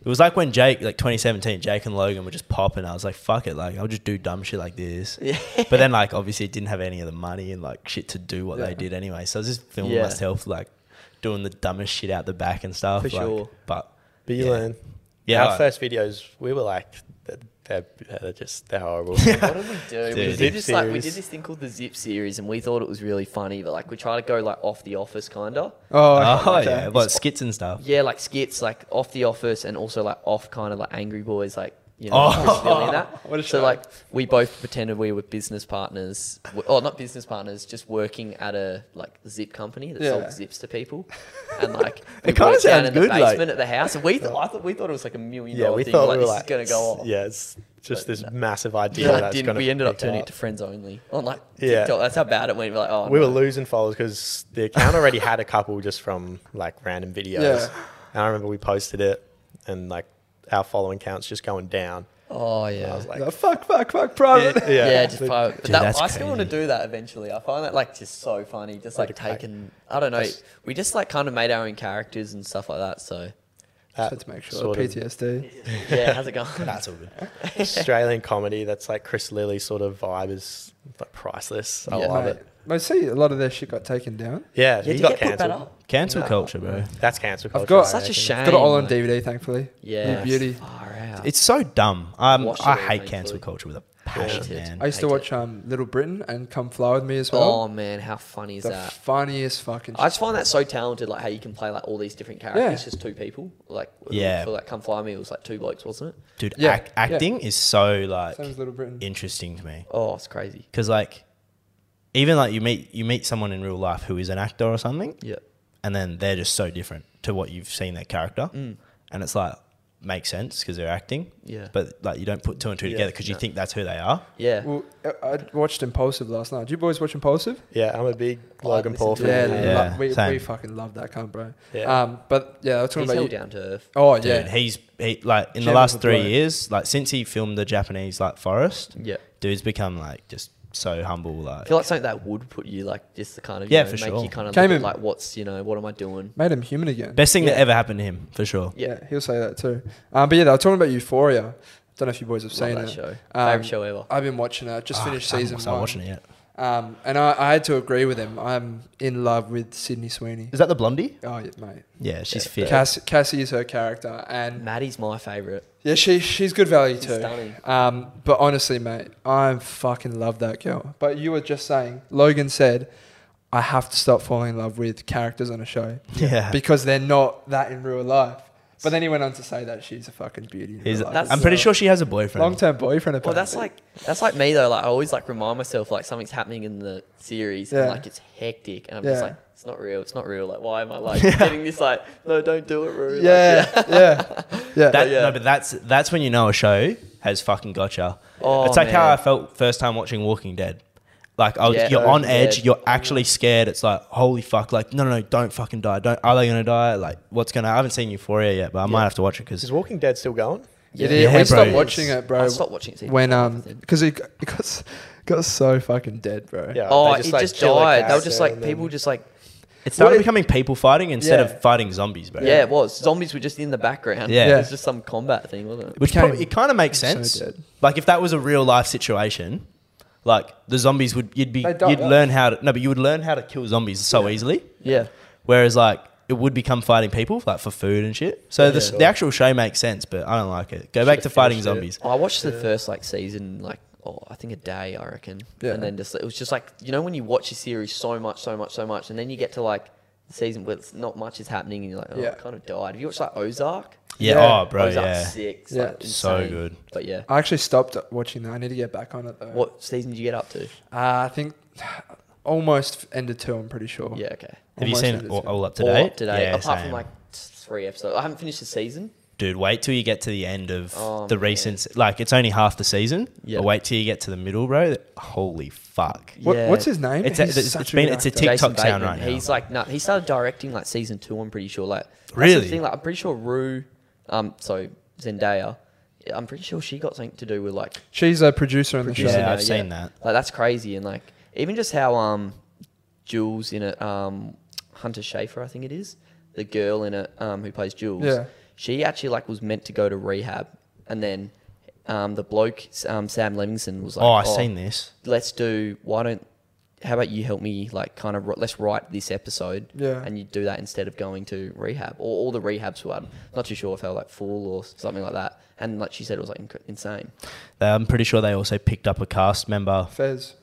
[SPEAKER 2] It was like when Jake, like 2017, Jake and Logan were just popping. I was like, fuck it, like I'll just do dumb shit like this.
[SPEAKER 3] Yeah.
[SPEAKER 2] But then, like, obviously, it didn't have any of the money and like shit to do what
[SPEAKER 1] Yeah.
[SPEAKER 2] they did anyway. So I was just filming
[SPEAKER 3] Yeah.
[SPEAKER 2] myself like doing the dumbest shit out the back and stuff.
[SPEAKER 3] For
[SPEAKER 2] like,
[SPEAKER 3] sure.
[SPEAKER 2] But
[SPEAKER 4] but you
[SPEAKER 2] Yeah.
[SPEAKER 4] learn
[SPEAKER 2] yeah,
[SPEAKER 4] our
[SPEAKER 2] I-
[SPEAKER 4] first videos we were like They're, they're, they're just they're horrible.
[SPEAKER 3] what did we do?
[SPEAKER 2] Dude.
[SPEAKER 3] We
[SPEAKER 4] Zip
[SPEAKER 3] did just like we
[SPEAKER 4] series.
[SPEAKER 3] did this thing called the Zip series, and we thought it was really funny, but like we tried to go like off the office kinda.
[SPEAKER 1] Oh,
[SPEAKER 2] Oh,
[SPEAKER 1] okay.
[SPEAKER 2] yeah, like skits and stuff.
[SPEAKER 3] Yeah, like skits, like off the office, and also like off kind of like Angry Boys, like you know,
[SPEAKER 2] Oh.
[SPEAKER 3] Chris Farley and that.
[SPEAKER 1] What a
[SPEAKER 3] so
[SPEAKER 1] show.
[SPEAKER 3] like we both pretended we were business partners, w- or not business partners, just working at a like zip company that
[SPEAKER 1] Yeah.
[SPEAKER 3] sold zips to people, and like
[SPEAKER 2] It
[SPEAKER 3] we
[SPEAKER 2] kinda
[SPEAKER 3] worked down
[SPEAKER 2] sounds
[SPEAKER 3] in the
[SPEAKER 2] good, like-
[SPEAKER 3] basement at the house. And we th- I thought we thought it was like a million
[SPEAKER 4] yeah,
[SPEAKER 3] dollar
[SPEAKER 4] we
[SPEAKER 3] thing.
[SPEAKER 4] thought
[SPEAKER 3] like,
[SPEAKER 4] we were
[SPEAKER 3] this
[SPEAKER 4] like
[SPEAKER 3] is gonna go off.
[SPEAKER 4] Yeah, it's just
[SPEAKER 3] But
[SPEAKER 4] this
[SPEAKER 3] no.
[SPEAKER 4] massive idea
[SPEAKER 3] Yeah,
[SPEAKER 4] that's
[SPEAKER 3] didn't,
[SPEAKER 4] going to.
[SPEAKER 3] we ended up turning it to friends only on like
[SPEAKER 4] Yeah.
[SPEAKER 3] TikTok. That's how bad it went. We're like, oh,
[SPEAKER 4] we
[SPEAKER 3] no.
[SPEAKER 4] were losing followers because the account already had a couple just from like random videos.
[SPEAKER 1] Yeah.
[SPEAKER 4] And I remember we posted it and like our following count's just going down.
[SPEAKER 3] Oh
[SPEAKER 4] I
[SPEAKER 3] yeah,
[SPEAKER 4] was like,
[SPEAKER 1] No, fuck, fuck, fuck, private.
[SPEAKER 4] Yeah, yeah.
[SPEAKER 3] yeah. just private. But
[SPEAKER 2] Dude,
[SPEAKER 3] that,
[SPEAKER 2] that's
[SPEAKER 3] I still want to
[SPEAKER 2] crazy.
[SPEAKER 3] do that eventually. I find that like just so funny. Just like
[SPEAKER 4] Like a-
[SPEAKER 3] taking, I don't know.
[SPEAKER 4] That's-
[SPEAKER 3] We just like kind of made our own characters and stuff like that. So
[SPEAKER 1] Just
[SPEAKER 4] that
[SPEAKER 1] had to make sure.
[SPEAKER 4] sort of
[SPEAKER 1] PTSD.
[SPEAKER 3] yeah, how's it going?
[SPEAKER 2] That's all good.
[SPEAKER 4] Australian comedy that's like Chris Lilly sort of vibe is like priceless. I
[SPEAKER 3] Yeah.
[SPEAKER 4] love
[SPEAKER 1] Mate,
[SPEAKER 4] it.
[SPEAKER 1] Mate, see, a lot of their shit got taken down.
[SPEAKER 4] Yeah,
[SPEAKER 3] yeah,
[SPEAKER 4] he
[SPEAKER 3] did
[SPEAKER 4] got
[SPEAKER 3] get put that
[SPEAKER 4] cancelled.
[SPEAKER 3] up?
[SPEAKER 2] Cancel
[SPEAKER 3] No.
[SPEAKER 2] culture, bro.
[SPEAKER 4] That's cancel culture.
[SPEAKER 1] got-
[SPEAKER 4] I
[SPEAKER 3] Such a
[SPEAKER 4] reckon.
[SPEAKER 3] shame.
[SPEAKER 1] It's got it all on
[SPEAKER 3] like-
[SPEAKER 1] DVD, thankfully.
[SPEAKER 4] Mm.
[SPEAKER 3] Yeah,
[SPEAKER 1] New beauty.
[SPEAKER 3] Far out.
[SPEAKER 2] It's so dumb. Um,
[SPEAKER 3] Watch it
[SPEAKER 2] I
[SPEAKER 3] all,
[SPEAKER 2] hate
[SPEAKER 3] thankfully.
[SPEAKER 2] cancel culture with a passion,
[SPEAKER 3] Hate it.
[SPEAKER 2] man.
[SPEAKER 1] I used to
[SPEAKER 3] Hate
[SPEAKER 1] watch um, Little Britain and Come Fly With Me as well.
[SPEAKER 3] oh man, how funny is
[SPEAKER 1] the
[SPEAKER 3] that?
[SPEAKER 1] funniest fucking
[SPEAKER 3] I
[SPEAKER 1] shit.
[SPEAKER 3] just find that so talented, like how you can play like all these different characters,
[SPEAKER 1] Yeah.
[SPEAKER 3] just two people. Like
[SPEAKER 2] Yeah.
[SPEAKER 3] for like Come Fly Me, it was like two blokes, wasn't it?
[SPEAKER 2] Dude,
[SPEAKER 1] Yeah,
[SPEAKER 2] ac-
[SPEAKER 1] yeah.
[SPEAKER 2] acting is so like
[SPEAKER 1] Same as Little Britain.
[SPEAKER 2] interesting to me
[SPEAKER 3] Oh, it's crazy.
[SPEAKER 2] because like even like you meet you meet someone in real life who is an actor or something,
[SPEAKER 3] Yeah.
[SPEAKER 2] and then they're just so different to what you've seen their character,
[SPEAKER 3] Mm.
[SPEAKER 2] and it's like makes sense because they're acting.
[SPEAKER 3] Yeah.
[SPEAKER 2] but like you don't put two and two
[SPEAKER 4] Yeah,
[SPEAKER 2] together because you
[SPEAKER 3] no.
[SPEAKER 2] think that's who they are.
[SPEAKER 3] Yeah.
[SPEAKER 1] Well, I- I watched Impulsive last night. Did you boys watch Impulsive?
[SPEAKER 4] Yeah, I'm a big
[SPEAKER 3] I
[SPEAKER 4] Logan
[SPEAKER 3] listened
[SPEAKER 4] Paul
[SPEAKER 3] to
[SPEAKER 4] fan.
[SPEAKER 1] Yeah,
[SPEAKER 3] Yeah.
[SPEAKER 1] lo-
[SPEAKER 2] Yeah,
[SPEAKER 1] we, we
[SPEAKER 2] same.
[SPEAKER 1] fucking love that cunt, bro.
[SPEAKER 4] Yeah.
[SPEAKER 1] Um, but yeah, I was talking
[SPEAKER 3] He's
[SPEAKER 1] about you.
[SPEAKER 3] held down to earth.
[SPEAKER 1] Oh
[SPEAKER 2] Dude,
[SPEAKER 1] yeah,
[SPEAKER 2] he's he like in the
[SPEAKER 1] Gem
[SPEAKER 2] last
[SPEAKER 1] of a
[SPEAKER 2] three
[SPEAKER 1] bloke.
[SPEAKER 2] years, like since he filmed the Japanese like forest,
[SPEAKER 3] Yeah.
[SPEAKER 2] dude's become like just so humble.
[SPEAKER 3] I
[SPEAKER 2] Like,
[SPEAKER 3] feel like something that would put you like just the kind of you
[SPEAKER 2] Yeah,
[SPEAKER 3] know,
[SPEAKER 2] for
[SPEAKER 3] make
[SPEAKER 2] sure.
[SPEAKER 3] you kind of
[SPEAKER 1] Came
[SPEAKER 3] look at,
[SPEAKER 1] in-
[SPEAKER 3] like what's you know what am I doing?
[SPEAKER 1] made him human again.
[SPEAKER 2] best thing that
[SPEAKER 3] yeah.
[SPEAKER 2] ever happened to him for sure.
[SPEAKER 1] yeah.
[SPEAKER 3] Yeah,
[SPEAKER 1] he'll say that too. Um, but yeah, they were talking about Euphoria. Don't know if you boys have
[SPEAKER 3] love
[SPEAKER 1] seen
[SPEAKER 3] that
[SPEAKER 1] it.
[SPEAKER 3] show.
[SPEAKER 1] Um,
[SPEAKER 3] Favorite show ever.
[SPEAKER 1] I've been watching it. Just
[SPEAKER 2] Ah,
[SPEAKER 1] finished
[SPEAKER 2] I haven't
[SPEAKER 1] season
[SPEAKER 2] started
[SPEAKER 1] one.
[SPEAKER 2] watching it yet.
[SPEAKER 1] Um, and I, I had to agree with him. I'm in love with Sydney Sweeney.
[SPEAKER 2] Is that the blondie?
[SPEAKER 1] Oh yeah, mate.
[SPEAKER 2] Yeah, she's fit.
[SPEAKER 1] Cass, Cassie is her character, and
[SPEAKER 3] Maddie's my favorite.
[SPEAKER 1] yeah, she she's good value
[SPEAKER 3] She's
[SPEAKER 1] too.
[SPEAKER 3] stunning.
[SPEAKER 1] Um, but honestly, mate, I fucking love that girl. But you were just saying, Logan said, I have to stop falling in love with characters on a show
[SPEAKER 2] yeah.
[SPEAKER 1] because they're not that in real life. But then he went on to say that she's a fucking beauty. in
[SPEAKER 2] He's-
[SPEAKER 1] real life
[SPEAKER 3] that's-
[SPEAKER 1] as
[SPEAKER 2] I'm pretty
[SPEAKER 1] well.
[SPEAKER 2] sure she has a boyfriend.
[SPEAKER 1] long term boyfriend. Apparently.
[SPEAKER 3] Well, that's like that's like me though. Like I always like remind myself like something's happening in the series
[SPEAKER 1] Yeah.
[SPEAKER 3] and like it's hectic and I'm just
[SPEAKER 1] Yeah.
[SPEAKER 3] like it's not real. It's not real. Like why am I like getting this like no don't do it, Roo. Like,
[SPEAKER 1] yeah, yeah, yeah.
[SPEAKER 2] That,
[SPEAKER 3] yeah.
[SPEAKER 2] No, but that's that's when you know a show has fucking gotcha.
[SPEAKER 3] Oh,
[SPEAKER 2] it's like how
[SPEAKER 3] man.
[SPEAKER 2] I felt first time watching Walking Dead. Like I was,
[SPEAKER 3] Yeah,
[SPEAKER 2] you're
[SPEAKER 3] no,
[SPEAKER 2] on
[SPEAKER 3] yeah.
[SPEAKER 2] edge. You're actually scared. It's like holy fuck. Like no, no, no, don't fucking die. Don't. Are they gonna die? Like what's gonna? I haven't seen Euphoria yet, but I might have to watch it because
[SPEAKER 4] Is Walking Dead still going?
[SPEAKER 1] It is.
[SPEAKER 2] Yeah,
[SPEAKER 1] we stopped
[SPEAKER 2] bro.
[SPEAKER 1] watching it, bro.
[SPEAKER 3] I stopped watching it season
[SPEAKER 1] when
[SPEAKER 3] five, I
[SPEAKER 1] um
[SPEAKER 3] think.
[SPEAKER 1] because it, got- it got s- got so fucking dead, bro.
[SPEAKER 4] Yeah.
[SPEAKER 3] Oh,
[SPEAKER 4] they
[SPEAKER 3] it
[SPEAKER 4] like,
[SPEAKER 3] just
[SPEAKER 4] kill a
[SPEAKER 3] died. They were just
[SPEAKER 4] character
[SPEAKER 3] like
[SPEAKER 4] and then-
[SPEAKER 3] people just like
[SPEAKER 2] it started
[SPEAKER 1] Well, it-
[SPEAKER 2] becoming people fighting instead
[SPEAKER 1] Yeah.
[SPEAKER 2] of fighting zombies, bro.
[SPEAKER 3] yeah. it was zombies were just in the background.
[SPEAKER 2] Yeah.
[SPEAKER 1] Yeah.
[SPEAKER 3] it was just some combat thing, wasn't it?
[SPEAKER 2] Which
[SPEAKER 1] Became
[SPEAKER 2] probably, it kind of makes
[SPEAKER 1] so
[SPEAKER 2] sense.
[SPEAKER 1] dead.
[SPEAKER 2] like if that was a real life situation, like the zombies would you'd be
[SPEAKER 1] They'd die
[SPEAKER 2] you'd
[SPEAKER 1] off.
[SPEAKER 2] learn how to no, but you would learn how to kill zombies so easily.
[SPEAKER 3] Yeah,
[SPEAKER 2] Whereas like it would become fighting people like for food and shit. So the,
[SPEAKER 4] Yeah.
[SPEAKER 2] the actual show makes sense, but I don't like it. Go back to
[SPEAKER 4] Should've
[SPEAKER 2] fighting
[SPEAKER 4] finished it.
[SPEAKER 2] zombies.
[SPEAKER 3] I watched the first like season like oh I think a day I reckon,
[SPEAKER 1] Yeah.
[SPEAKER 3] and then just it was just like you know when you watch a series so much so much so much and then you get to like the season where it's not much is happening and you're like oh
[SPEAKER 1] Yeah.
[SPEAKER 3] I kind of died. Have you watched like Ozark?
[SPEAKER 2] Yeah,
[SPEAKER 1] Yeah.
[SPEAKER 2] oh bro,
[SPEAKER 3] Ozark's
[SPEAKER 2] yeah.
[SPEAKER 3] sick. It's,
[SPEAKER 1] Yeah.
[SPEAKER 3] like,
[SPEAKER 2] So
[SPEAKER 3] insane.
[SPEAKER 2] good.
[SPEAKER 3] But yeah,
[SPEAKER 1] I actually stopped watching that. I need to get back on it though.
[SPEAKER 3] what season did you get up to?
[SPEAKER 1] Uh, I think almost ended two. I'm pretty sure.
[SPEAKER 3] Yeah, okay.
[SPEAKER 2] Have you
[SPEAKER 1] Almost
[SPEAKER 2] seen
[SPEAKER 1] ended
[SPEAKER 2] it all,
[SPEAKER 1] two.
[SPEAKER 2] all up to
[SPEAKER 3] All
[SPEAKER 2] date?
[SPEAKER 3] up today,
[SPEAKER 2] Yeah,
[SPEAKER 3] apart
[SPEAKER 2] same.
[SPEAKER 3] from like t- three episodes. I haven't finished the season.
[SPEAKER 2] dude, wait till you get to the end of
[SPEAKER 3] Oh,
[SPEAKER 2] the
[SPEAKER 3] man.
[SPEAKER 2] recent. se- Like it's only half the season.
[SPEAKER 3] Yeah.
[SPEAKER 2] But wait till you get to the middle, bro. Holy fuck.
[SPEAKER 1] What,
[SPEAKER 3] Yeah.
[SPEAKER 1] What's his name?
[SPEAKER 2] It's a-
[SPEAKER 1] He's
[SPEAKER 2] it's- it's
[SPEAKER 1] such
[SPEAKER 2] been-
[SPEAKER 1] good
[SPEAKER 2] it's a
[SPEAKER 1] actor.
[SPEAKER 2] TikTok
[SPEAKER 3] Jason
[SPEAKER 2] sound
[SPEAKER 3] Bateman.
[SPEAKER 2] right now.
[SPEAKER 3] He's like, no, he started directing like season two. I'm pretty sure. Like, that's the
[SPEAKER 2] Really?
[SPEAKER 3] thing, like, I'm pretty sure Rue, um, so Zendaya, I'm pretty sure she got something to do with like,
[SPEAKER 1] She's a producer on the show.
[SPEAKER 3] Producer.
[SPEAKER 2] Yeah,
[SPEAKER 3] Yeah,
[SPEAKER 2] I've
[SPEAKER 3] yeah.
[SPEAKER 2] seen that.
[SPEAKER 3] like that's crazy. And like, even just how um, Jules in it, um, Hunter Schafer, I think it is, the girl in it, um, who plays Jules.
[SPEAKER 1] Yeah.
[SPEAKER 3] She actually like was meant to go to rehab, and then, um, the bloke, um, Sam Levinson was like,
[SPEAKER 2] Oh, I've seen this.
[SPEAKER 3] let's do why don't how about you help me like kind of wr- let's write this episode
[SPEAKER 1] Yeah.
[SPEAKER 3] and you do that instead of going to rehab or all the rehabs were I'm not too sure if they were like full or something like that and like she said it was like inc- insane
[SPEAKER 2] I'm pretty sure they also picked up a cast member.
[SPEAKER 1] Fez.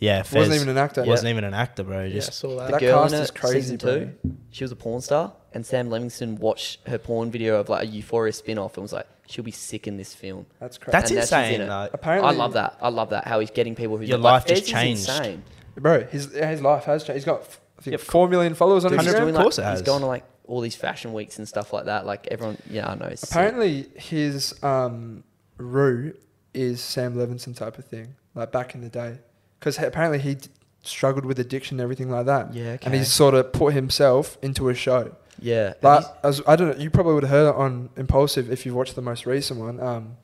[SPEAKER 2] Yeah, Fez.
[SPEAKER 1] Wasn't even an actor.
[SPEAKER 2] Wasn't even an actor, bro.
[SPEAKER 4] Yeah, I
[SPEAKER 2] Just
[SPEAKER 4] saw that.
[SPEAKER 1] That
[SPEAKER 3] girl
[SPEAKER 1] cast
[SPEAKER 3] in
[SPEAKER 1] is
[SPEAKER 3] it, season
[SPEAKER 1] crazy, bro.
[SPEAKER 3] two, she was a porn star and Sam Levinson watched her porn video of like a Euphoria spin-off and was like she'll be sick in this film
[SPEAKER 1] That's crazy.
[SPEAKER 2] that's
[SPEAKER 3] And now she's
[SPEAKER 2] insane.
[SPEAKER 3] in it.
[SPEAKER 2] though.
[SPEAKER 1] Apparently,
[SPEAKER 3] I love that I love that how he's getting people who's
[SPEAKER 2] Your
[SPEAKER 3] like,
[SPEAKER 2] life just
[SPEAKER 3] Fez is
[SPEAKER 2] changed.
[SPEAKER 3] insane.
[SPEAKER 1] bro. His yeah, his life has changed. He's got I think
[SPEAKER 2] Yep.
[SPEAKER 1] four million followers on
[SPEAKER 2] Dude, he's
[SPEAKER 1] Instagram.
[SPEAKER 2] doing
[SPEAKER 3] Doing,
[SPEAKER 2] Of course
[SPEAKER 3] like,
[SPEAKER 2] it
[SPEAKER 3] he's
[SPEAKER 2] has.
[SPEAKER 3] going to like all these fashion weeks and stuff like that like everyone yeah I know it's sick.
[SPEAKER 1] Apparently, his um, Rue is Sam Levinson type of thing, like back in the day. Because apparently he d- struggled with addiction and everything like that.
[SPEAKER 3] Yeah,
[SPEAKER 1] And
[SPEAKER 3] okay.
[SPEAKER 1] he sort of put himself into a show.
[SPEAKER 3] yeah Have
[SPEAKER 1] Like,
[SPEAKER 3] you-
[SPEAKER 1] as, I don't know, you probably would have heard it on Impulsive if you've watched the most recent one. Um,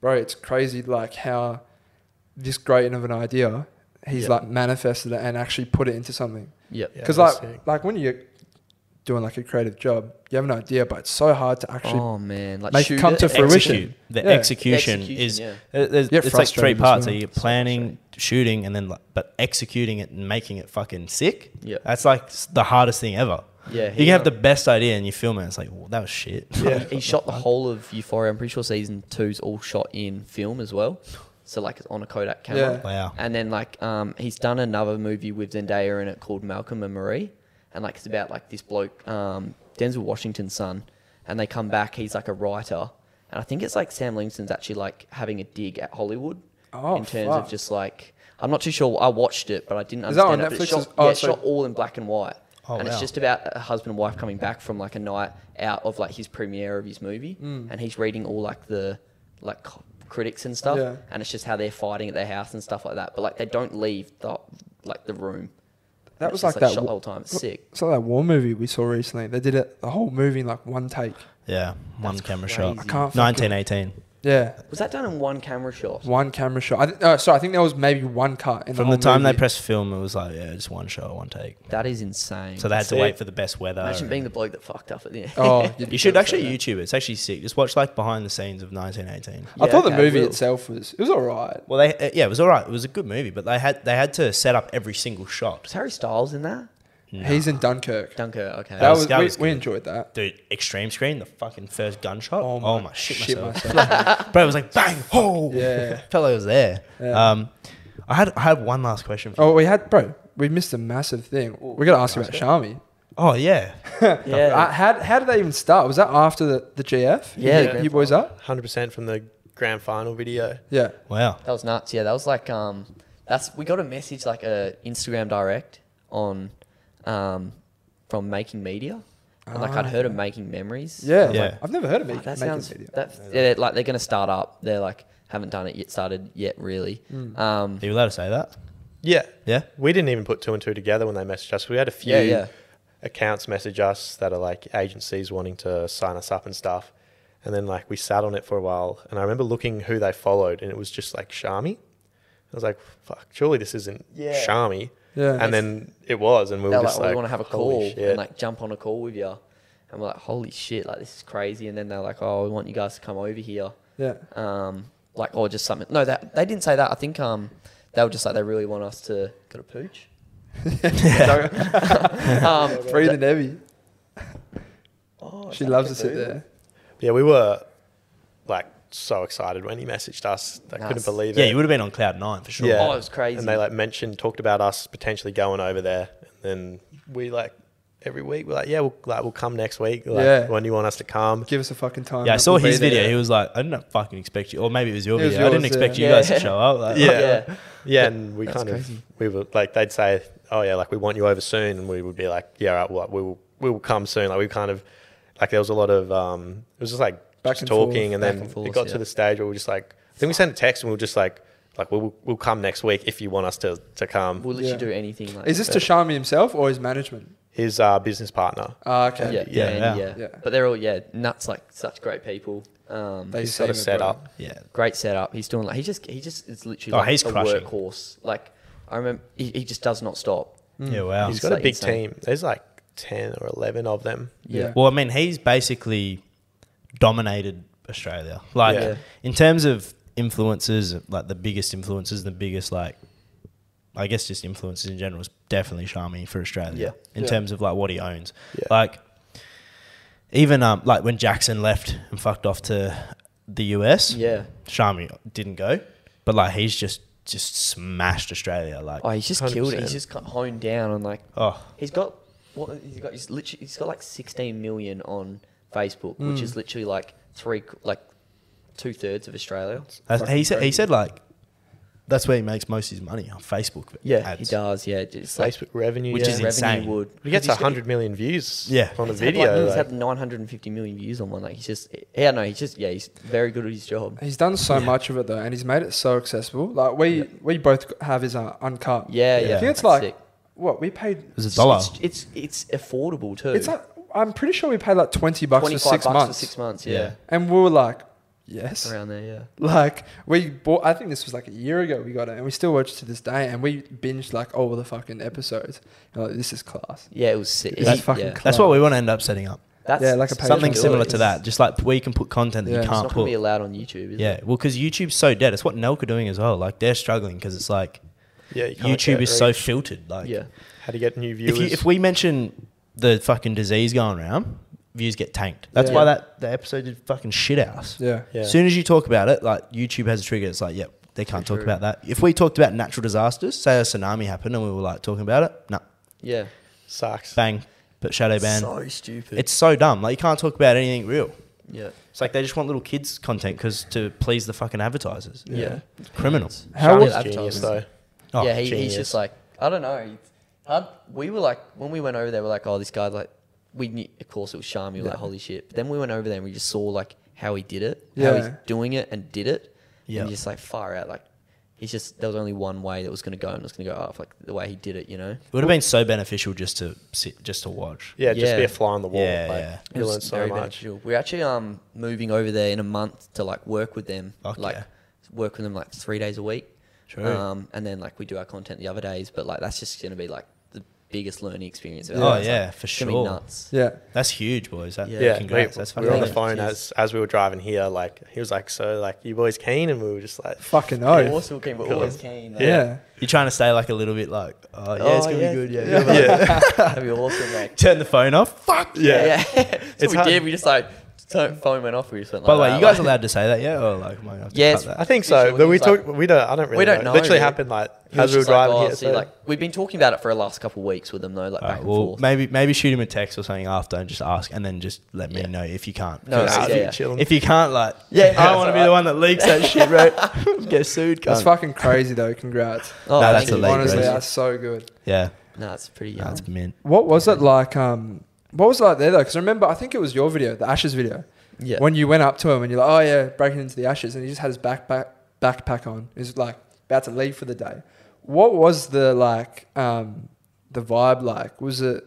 [SPEAKER 1] bro, it's crazy like how this great of an idea, he's
[SPEAKER 3] Yeah.
[SPEAKER 1] like manifested it and actually put it into something.
[SPEAKER 3] yep
[SPEAKER 4] Yeah,
[SPEAKER 1] Because
[SPEAKER 4] that's
[SPEAKER 1] like,
[SPEAKER 4] sick.
[SPEAKER 1] like when you're doing like a creative job, you have an idea, but it's so hard to actually
[SPEAKER 3] oh man, like
[SPEAKER 1] make it
[SPEAKER 3] shoot
[SPEAKER 1] come
[SPEAKER 3] it
[SPEAKER 1] to
[SPEAKER 3] and
[SPEAKER 1] fruition.
[SPEAKER 2] execute. The
[SPEAKER 1] Yeah.
[SPEAKER 2] execution,
[SPEAKER 3] Execution,
[SPEAKER 2] is
[SPEAKER 3] yeah.
[SPEAKER 2] uh, there's-
[SPEAKER 1] Yeah,
[SPEAKER 2] it's like
[SPEAKER 1] frustrating
[SPEAKER 2] three
[SPEAKER 1] as
[SPEAKER 2] parts.
[SPEAKER 1] well.
[SPEAKER 2] So you're planning, shooting, and then like, but executing it and making it fucking sick.
[SPEAKER 3] Yeah.
[SPEAKER 2] that's like s- the hardest thing ever.
[SPEAKER 3] Yeah,
[SPEAKER 2] you
[SPEAKER 3] he- uh,
[SPEAKER 2] can have the best idea and you film it. It's like well, that was shit.
[SPEAKER 1] Yeah.
[SPEAKER 3] He shot the whole of Euphoria. I'm pretty sure season two's all shot in film as well. So like it's on a Kodak camera.
[SPEAKER 1] Yeah.
[SPEAKER 2] Wow.
[SPEAKER 3] And then like um, he's done another movie with Zendaya in it called Malcolm and Marie, and like it's about like this bloke um, Denzel Washington's son, and they come back. He's like a writer, and I think it's like Sam Livingston's actually like having a dig at Hollywood
[SPEAKER 1] Oh,
[SPEAKER 3] in terms
[SPEAKER 1] fuck.
[SPEAKER 3] of just like I'm not too sure. I watched it, but I didn't
[SPEAKER 1] Is that on
[SPEAKER 3] understand it. but
[SPEAKER 1] Netflix?
[SPEAKER 3] it's shot,
[SPEAKER 1] Is- oh,
[SPEAKER 3] yeah, it's
[SPEAKER 1] so-
[SPEAKER 3] shot all in black and white.
[SPEAKER 2] Oh,
[SPEAKER 3] and
[SPEAKER 2] wow.
[SPEAKER 3] it's just about a husband and wife coming back from like a night out of like his premiere of his movie,
[SPEAKER 1] Mm.
[SPEAKER 3] and he's reading all like the like co- critics and stuff,
[SPEAKER 1] Yeah.
[SPEAKER 3] and it's just how they're fighting at their house and stuff like that. But like they don't leave the like the room.
[SPEAKER 1] That
[SPEAKER 3] It's
[SPEAKER 1] was
[SPEAKER 3] just,
[SPEAKER 1] like that
[SPEAKER 3] shot the
[SPEAKER 1] wa-
[SPEAKER 3] whole time. It's sick.
[SPEAKER 1] It's like that war movie we saw recently. They did it the whole movie in like one take.
[SPEAKER 2] Yeah, one camera
[SPEAKER 1] I
[SPEAKER 2] shot.
[SPEAKER 1] can't. fucking-
[SPEAKER 2] 1918
[SPEAKER 1] Yeah,
[SPEAKER 3] Was that done in one camera shot?
[SPEAKER 1] one camera shot. I th- oh, sorry, I think there was maybe one cut in
[SPEAKER 2] From
[SPEAKER 1] the,
[SPEAKER 2] the
[SPEAKER 1] whole
[SPEAKER 2] time
[SPEAKER 1] movie.
[SPEAKER 2] they pressed film, it was like yeah, just one shot, one take.
[SPEAKER 3] That is insane.
[SPEAKER 2] So uh, they had to
[SPEAKER 4] See?
[SPEAKER 2] wait for the best weather.
[SPEAKER 3] imagine
[SPEAKER 2] and-
[SPEAKER 3] being the bloke that fucked up at the end.
[SPEAKER 1] Oh, you'd
[SPEAKER 2] you
[SPEAKER 1] be
[SPEAKER 2] should
[SPEAKER 1] devastated.
[SPEAKER 2] actually YouTube it. It's actually sick. Just watch like behind the scenes of 1918.
[SPEAKER 1] I
[SPEAKER 3] Yeah,
[SPEAKER 1] thought
[SPEAKER 3] okay,
[SPEAKER 1] the movie
[SPEAKER 3] will.
[SPEAKER 1] itself was it was all right.
[SPEAKER 2] Well, they uh, yeah, it was all right. It was a good movie, but they had they had to set up every single shot.
[SPEAKER 3] was Harry Styles in that?
[SPEAKER 1] He's in Dunkirk.
[SPEAKER 3] Dunkirk. Okay.
[SPEAKER 1] That
[SPEAKER 2] was-
[SPEAKER 1] was,
[SPEAKER 2] that
[SPEAKER 1] we,
[SPEAKER 2] was
[SPEAKER 1] we
[SPEAKER 2] good.
[SPEAKER 1] enjoyed that.
[SPEAKER 2] Dude, extreme screen, the fucking first gunshot. Oh my, shit, myself.
[SPEAKER 1] myself.
[SPEAKER 2] Bro, it was like bang, oh,
[SPEAKER 1] Yeah.
[SPEAKER 2] felt like it was there.
[SPEAKER 1] Yeah.
[SPEAKER 2] Um, I had I had one last question. For you.
[SPEAKER 1] oh, we had bro. We missed a massive thing. We got to ask about Shami.
[SPEAKER 2] Oh yeah,
[SPEAKER 1] Uh, how, how did they even start? Was that after the, the GF?
[SPEAKER 3] Yeah,
[SPEAKER 1] You-
[SPEAKER 3] the
[SPEAKER 1] you,
[SPEAKER 3] grand
[SPEAKER 1] boys up.
[SPEAKER 4] 100% from the grand final video.
[SPEAKER 1] Yeah,
[SPEAKER 2] wow.
[SPEAKER 3] That was nuts. Yeah, that was like um, that's we got a message like a Instagram direct on, um, from Making Media, and like I'd
[SPEAKER 1] Ah.
[SPEAKER 3] heard of Making Memories.
[SPEAKER 1] yeah,
[SPEAKER 2] Yeah.
[SPEAKER 1] Like, I've never heard of it.
[SPEAKER 3] Wow, Oh, that sounds that yeah, they're, like they're gonna start up. They're like haven't done it yet, started yet really. Um,
[SPEAKER 2] Are you allowed to say that?
[SPEAKER 4] Yeah.
[SPEAKER 2] Yeah.
[SPEAKER 4] We didn't even put two and two together when they messaged us. We had a few
[SPEAKER 3] Yeah, yeah.
[SPEAKER 4] accounts message us that are like agencies wanting to sign us up and stuff. And then like we sat on it for a while. And I remember looking who they followed and it was just like Shami. I was like, fuck, surely this isn't
[SPEAKER 3] Yeah.
[SPEAKER 4] Shami.
[SPEAKER 1] Yeah.
[SPEAKER 4] And then it was. And we
[SPEAKER 3] they're
[SPEAKER 4] were
[SPEAKER 3] like,
[SPEAKER 4] just
[SPEAKER 3] "Oh,
[SPEAKER 4] like,
[SPEAKER 3] we want to have a
[SPEAKER 4] "Holy
[SPEAKER 3] call
[SPEAKER 4] shit."
[SPEAKER 3] and like jump on a call with you, and we're like, holy shit, like this is crazy. And then they're like, oh, we want you guys to come over here.
[SPEAKER 1] Yeah,
[SPEAKER 3] um, like or just something. No, that they didn't say that. I think um, they were just like they really want us to got a pooch. um,
[SPEAKER 1] breathing heavy.
[SPEAKER 3] oh, is
[SPEAKER 1] She
[SPEAKER 3] that
[SPEAKER 1] loves to sit
[SPEAKER 3] like a boob?
[SPEAKER 1] there.
[SPEAKER 4] Yeah, we were like so excited when he messaged us. I
[SPEAKER 3] Nice.
[SPEAKER 4] couldn't believe
[SPEAKER 2] Yeah,
[SPEAKER 4] it.
[SPEAKER 2] you would have been on cloud nine for sure.
[SPEAKER 4] Yeah.
[SPEAKER 3] Oh, it was crazy.
[SPEAKER 4] And they like mentioned, talked about us potentially going over there. And then we like every week we're like, yeah, we'll like we'll come next week. Like,
[SPEAKER 1] Yeah.
[SPEAKER 4] When do you want us to come?
[SPEAKER 1] Give us a fucking time.
[SPEAKER 2] Yeah, I
[SPEAKER 1] up,
[SPEAKER 2] saw
[SPEAKER 1] we'll be
[SPEAKER 2] his video.
[SPEAKER 1] there.
[SPEAKER 2] He was like, I didn't fucking expect you, or maybe it was your
[SPEAKER 1] It was
[SPEAKER 2] video. I didn't
[SPEAKER 1] yours,
[SPEAKER 2] expect
[SPEAKER 1] yeah.
[SPEAKER 2] you guys
[SPEAKER 3] Yeah.
[SPEAKER 2] to show up. Like,
[SPEAKER 4] Yeah.
[SPEAKER 3] Yeah.
[SPEAKER 4] yeah. and we
[SPEAKER 3] That's
[SPEAKER 4] kind
[SPEAKER 3] crazy.
[SPEAKER 4] of we were like they'd say, Oh yeah, like we want you over soon and we would be like, Yeah, all right, well, we will we will come soon. Like we kind of like there was a lot of um it was just like
[SPEAKER 1] Back
[SPEAKER 4] just
[SPEAKER 1] and forth,
[SPEAKER 4] talking and
[SPEAKER 3] back
[SPEAKER 4] then
[SPEAKER 3] and forth,
[SPEAKER 4] it got
[SPEAKER 3] yeah.
[SPEAKER 4] to the stage where we were just like I think we sent a text and we were just like like we'll we'll come next week if you want us to to come.
[SPEAKER 3] We'll literally
[SPEAKER 1] Yeah.
[SPEAKER 3] do anything. Like,
[SPEAKER 1] Is this to Shami himself or his management?
[SPEAKER 4] His uh, business partner.
[SPEAKER 1] Ah,
[SPEAKER 3] Yeah,
[SPEAKER 1] okay.
[SPEAKER 3] yeah,
[SPEAKER 2] Yeah,
[SPEAKER 3] and
[SPEAKER 2] yeah.
[SPEAKER 3] yeah,
[SPEAKER 1] Yeah.
[SPEAKER 3] But they're all yeah nuts, like such great people. Um,
[SPEAKER 1] They
[SPEAKER 4] He's got a
[SPEAKER 1] save it, bro.
[SPEAKER 4] setup.
[SPEAKER 2] yeah.
[SPEAKER 3] great setup. He's doing like he just he just is literally
[SPEAKER 2] Oh,
[SPEAKER 3] like
[SPEAKER 2] he's
[SPEAKER 3] a
[SPEAKER 2] crushing.
[SPEAKER 3] workhorse. Like I remember he, he just does not stop.
[SPEAKER 2] Yeah, wow.
[SPEAKER 4] He's
[SPEAKER 3] It's
[SPEAKER 4] got a
[SPEAKER 3] like
[SPEAKER 4] big
[SPEAKER 3] insane.
[SPEAKER 4] team. There's like ten or eleven of them.
[SPEAKER 1] Yeah.
[SPEAKER 2] Well, I mean, he's basically dominated Australia. Like
[SPEAKER 4] Yeah.
[SPEAKER 2] in terms of influences, like the biggest influences, the biggest like I guess just influences in general is definitely Shami for Australia
[SPEAKER 4] Yeah.
[SPEAKER 2] in
[SPEAKER 1] Yeah.
[SPEAKER 2] terms of like what he owns.
[SPEAKER 4] Yeah.
[SPEAKER 2] Like even um like when Jackson left and fucked off to the US,
[SPEAKER 3] Yeah.
[SPEAKER 2] Shami didn't go, but like he's just just smashed Australia like
[SPEAKER 3] Oh, he's just killed it.
[SPEAKER 4] 100%.
[SPEAKER 3] He's just got honed down on like
[SPEAKER 2] oh
[SPEAKER 3] he's got what he's got. He's literally he's got like 16 million on Facebook,
[SPEAKER 1] Mm.
[SPEAKER 3] which is literally like three like two thirds of Australia.
[SPEAKER 2] That's,
[SPEAKER 1] Fucking
[SPEAKER 2] he said. He
[SPEAKER 1] crazy.
[SPEAKER 2] said like, that's where he makes most of his money on Facebook.
[SPEAKER 3] Yeah,
[SPEAKER 2] ads.
[SPEAKER 3] he does. Yeah, it's like
[SPEAKER 4] Facebook revenue,
[SPEAKER 2] Which
[SPEAKER 4] yeah.
[SPEAKER 2] is
[SPEAKER 3] revenue
[SPEAKER 2] insane.
[SPEAKER 3] would.
[SPEAKER 4] He gets
[SPEAKER 3] He's got-
[SPEAKER 4] 100 million views
[SPEAKER 2] Yeah.
[SPEAKER 4] on a
[SPEAKER 3] he's had, like-
[SPEAKER 4] video.
[SPEAKER 3] he's
[SPEAKER 4] like-
[SPEAKER 3] had 950 million views on one. Like he's just, eh, yeah, no, he's just, yeah, he's very good at his job.
[SPEAKER 1] He's done so much of it though, and he's made it so accessible. Like we we both have his uh, uncut.
[SPEAKER 3] Yeah, yeah.
[SPEAKER 2] Yeah.
[SPEAKER 1] I think it's
[SPEAKER 3] that's
[SPEAKER 1] like
[SPEAKER 3] sick.
[SPEAKER 1] what we paid.
[SPEAKER 2] It was a dollar.
[SPEAKER 3] It's, it's it's affordable too.
[SPEAKER 1] It's like I'm pretty sure we paid like twenty bucks for
[SPEAKER 3] 25
[SPEAKER 1] six
[SPEAKER 3] bucks
[SPEAKER 1] months,
[SPEAKER 3] for six months.
[SPEAKER 2] Yeah.
[SPEAKER 3] Yeah,
[SPEAKER 1] and we were like, yes.
[SPEAKER 3] around there. Yeah,
[SPEAKER 1] Like we bought. I think this was like a year ago we got it, and we still watch it to this day. And we binged like all the fucking episodes. And like this is class.
[SPEAKER 3] yeah, it was sick.
[SPEAKER 1] That's
[SPEAKER 3] He-
[SPEAKER 1] fucking
[SPEAKER 3] yeah.
[SPEAKER 1] class.
[SPEAKER 2] That's what we want to end up setting up.
[SPEAKER 3] That's
[SPEAKER 1] Yeah, like a page
[SPEAKER 2] Something
[SPEAKER 1] on
[SPEAKER 2] similar
[SPEAKER 1] it.
[SPEAKER 2] to that. Just like we can put content that
[SPEAKER 1] Yeah.
[SPEAKER 2] you
[SPEAKER 1] It's
[SPEAKER 3] It's
[SPEAKER 2] can't
[SPEAKER 3] not gonna be
[SPEAKER 2] put.
[SPEAKER 3] allowed on YouTube. Is
[SPEAKER 2] Yeah,
[SPEAKER 3] It?
[SPEAKER 2] well, because YouTube's so dead. It's what Nelk are doing as well. Like they're struggling because it's like
[SPEAKER 4] yeah, you can't
[SPEAKER 2] YouTube
[SPEAKER 4] get
[SPEAKER 2] is so
[SPEAKER 4] reach.
[SPEAKER 2] filtered. Like
[SPEAKER 3] yeah.
[SPEAKER 4] How to get new
[SPEAKER 2] if,
[SPEAKER 4] viewers?
[SPEAKER 2] you, if we mention the fucking disease going around, views get tanked. That's
[SPEAKER 1] Yeah.
[SPEAKER 2] why that the episode did fucking shit house.
[SPEAKER 1] Yeah.
[SPEAKER 4] yeah.
[SPEAKER 2] As soon as you talk about it, like YouTube has a trigger. It's like, yep, they can't talk
[SPEAKER 3] true.
[SPEAKER 2] about that. If we talked about natural disasters, say a tsunami happened and we were like talking about it, no,
[SPEAKER 3] Yeah,
[SPEAKER 4] sucks.
[SPEAKER 2] bang, but shadow ban.
[SPEAKER 3] so stupid.
[SPEAKER 2] It's so dumb. Like you can't talk about anything real.
[SPEAKER 3] yeah,
[SPEAKER 2] It's like they just want little kids content because to please the fucking advertisers.
[SPEAKER 3] yeah,
[SPEAKER 1] Yeah.
[SPEAKER 2] Criminals.
[SPEAKER 1] How
[SPEAKER 3] Shami's
[SPEAKER 1] was
[SPEAKER 4] He's genius
[SPEAKER 3] advertising.
[SPEAKER 4] though.
[SPEAKER 2] Oh,
[SPEAKER 3] yeah, he,
[SPEAKER 4] genius.
[SPEAKER 3] he's just like I don't know. It's hard. We were like when we went over there, we're like, oh, this guy like we knew. Of course, it was Shami. We were like, holy shit. But then we went over there and we just saw like how he did it, how he's
[SPEAKER 1] Yeah.
[SPEAKER 3] doing it and did it.
[SPEAKER 2] Yeah.
[SPEAKER 3] and you're just like far out. Like he's just there was only one way that was gonna go and it was gonna go off like the way he did it. You know,
[SPEAKER 2] It would have been so beneficial just to sit, just to watch.
[SPEAKER 4] Yeah, just
[SPEAKER 3] Yeah.
[SPEAKER 4] be a fly on the wall.
[SPEAKER 2] Yeah,
[SPEAKER 4] like,
[SPEAKER 2] yeah.
[SPEAKER 4] You
[SPEAKER 3] It was
[SPEAKER 4] learn so
[SPEAKER 3] very
[SPEAKER 4] much.
[SPEAKER 3] beneficial. We're actually um moving over there in a month to like work with them,
[SPEAKER 2] Fuck
[SPEAKER 3] like
[SPEAKER 2] yeah.
[SPEAKER 3] work with them like three days a week.
[SPEAKER 2] True.
[SPEAKER 3] Um, and then like we do our content the other days, but like that's just gonna be like the biggest learning experience. Of
[SPEAKER 2] Oh,
[SPEAKER 3] ours.
[SPEAKER 2] yeah,
[SPEAKER 3] Like,
[SPEAKER 2] for
[SPEAKER 3] it's gonna be
[SPEAKER 2] sure.
[SPEAKER 3] nuts.
[SPEAKER 1] yeah.
[SPEAKER 2] That's huge, boys. That,
[SPEAKER 3] Yeah.
[SPEAKER 4] Yeah,
[SPEAKER 2] Congrats.
[SPEAKER 4] we,
[SPEAKER 2] That's
[SPEAKER 4] we
[SPEAKER 2] fucking
[SPEAKER 4] were on the
[SPEAKER 3] amazing.
[SPEAKER 4] phone
[SPEAKER 3] Cheers.
[SPEAKER 4] as as we were driving here. Like he was like, "So, like, you boys keen?" And we were just like,
[SPEAKER 1] Fucking
[SPEAKER 2] Oh.
[SPEAKER 3] We're
[SPEAKER 1] oath.
[SPEAKER 3] also keen, we're
[SPEAKER 4] Cool.
[SPEAKER 3] always keen. like,
[SPEAKER 1] Yeah.
[SPEAKER 2] You're trying to stay like a little bit like, oh, yeah, it's
[SPEAKER 3] Oh,
[SPEAKER 2] going to
[SPEAKER 3] yeah.
[SPEAKER 2] be good. Yeah.
[SPEAKER 3] Yeah.
[SPEAKER 4] "Yeah,
[SPEAKER 3] That'd be awesome, like
[SPEAKER 2] Turn the phone off. Fuck
[SPEAKER 4] yeah."
[SPEAKER 3] Yeah. yeah. so
[SPEAKER 4] It's
[SPEAKER 3] we
[SPEAKER 4] hard.
[SPEAKER 3] did, we just like so- phone went off, we just went like
[SPEAKER 2] By the way,
[SPEAKER 3] that,
[SPEAKER 2] you guys
[SPEAKER 3] like-
[SPEAKER 2] allowed to say that, yeah? Or like, am I gonna have to
[SPEAKER 3] Yeah,
[SPEAKER 2] cut
[SPEAKER 3] it's-
[SPEAKER 2] that?
[SPEAKER 4] I think
[SPEAKER 3] Usually
[SPEAKER 4] so. But we
[SPEAKER 3] he's like-
[SPEAKER 4] talk. we don't. I don't really.
[SPEAKER 3] We don't know,
[SPEAKER 4] Literally
[SPEAKER 3] really.
[SPEAKER 4] happened like
[SPEAKER 3] He was
[SPEAKER 4] as we were
[SPEAKER 3] just like,
[SPEAKER 4] driving
[SPEAKER 3] oh,
[SPEAKER 4] here.
[SPEAKER 3] see,
[SPEAKER 4] so-
[SPEAKER 3] like we've been talking about it for the last couple of weeks with them though, like
[SPEAKER 2] All
[SPEAKER 3] back
[SPEAKER 2] right,
[SPEAKER 3] and
[SPEAKER 2] well,
[SPEAKER 3] forth.
[SPEAKER 2] maybe maybe shoot him a text or something after and just ask, and then just let me
[SPEAKER 3] Yeah.
[SPEAKER 2] know if you can't.
[SPEAKER 3] No, yeah,
[SPEAKER 4] Nah, you
[SPEAKER 3] yeah.
[SPEAKER 4] chilling.
[SPEAKER 2] If you can't, like,
[SPEAKER 3] Yeah,
[SPEAKER 2] I
[SPEAKER 3] that's
[SPEAKER 2] want to be
[SPEAKER 3] all
[SPEAKER 2] the
[SPEAKER 3] right.
[SPEAKER 2] one that leaks that shit, right? Get sued,
[SPEAKER 1] That's
[SPEAKER 2] guys.
[SPEAKER 1] fucking crazy though. Congrats.
[SPEAKER 3] Oh,
[SPEAKER 2] Nah,
[SPEAKER 3] thank
[SPEAKER 2] that's
[SPEAKER 3] you.
[SPEAKER 2] elite,
[SPEAKER 1] Honestly,
[SPEAKER 2] bro.
[SPEAKER 1] that's so good.
[SPEAKER 2] yeah,
[SPEAKER 3] No, it's pretty um, young.
[SPEAKER 2] that's mint.
[SPEAKER 1] What was it like? Um, what was it like there though? Because remember, I think it was your video, the Ashes video.
[SPEAKER 3] yeah.
[SPEAKER 1] When you went up to him and you're like, "Oh yeah, breaking into the Ashes," and he just had his backpack backpack on. He's like about to leave for the day. What was the like um, the vibe like? Was it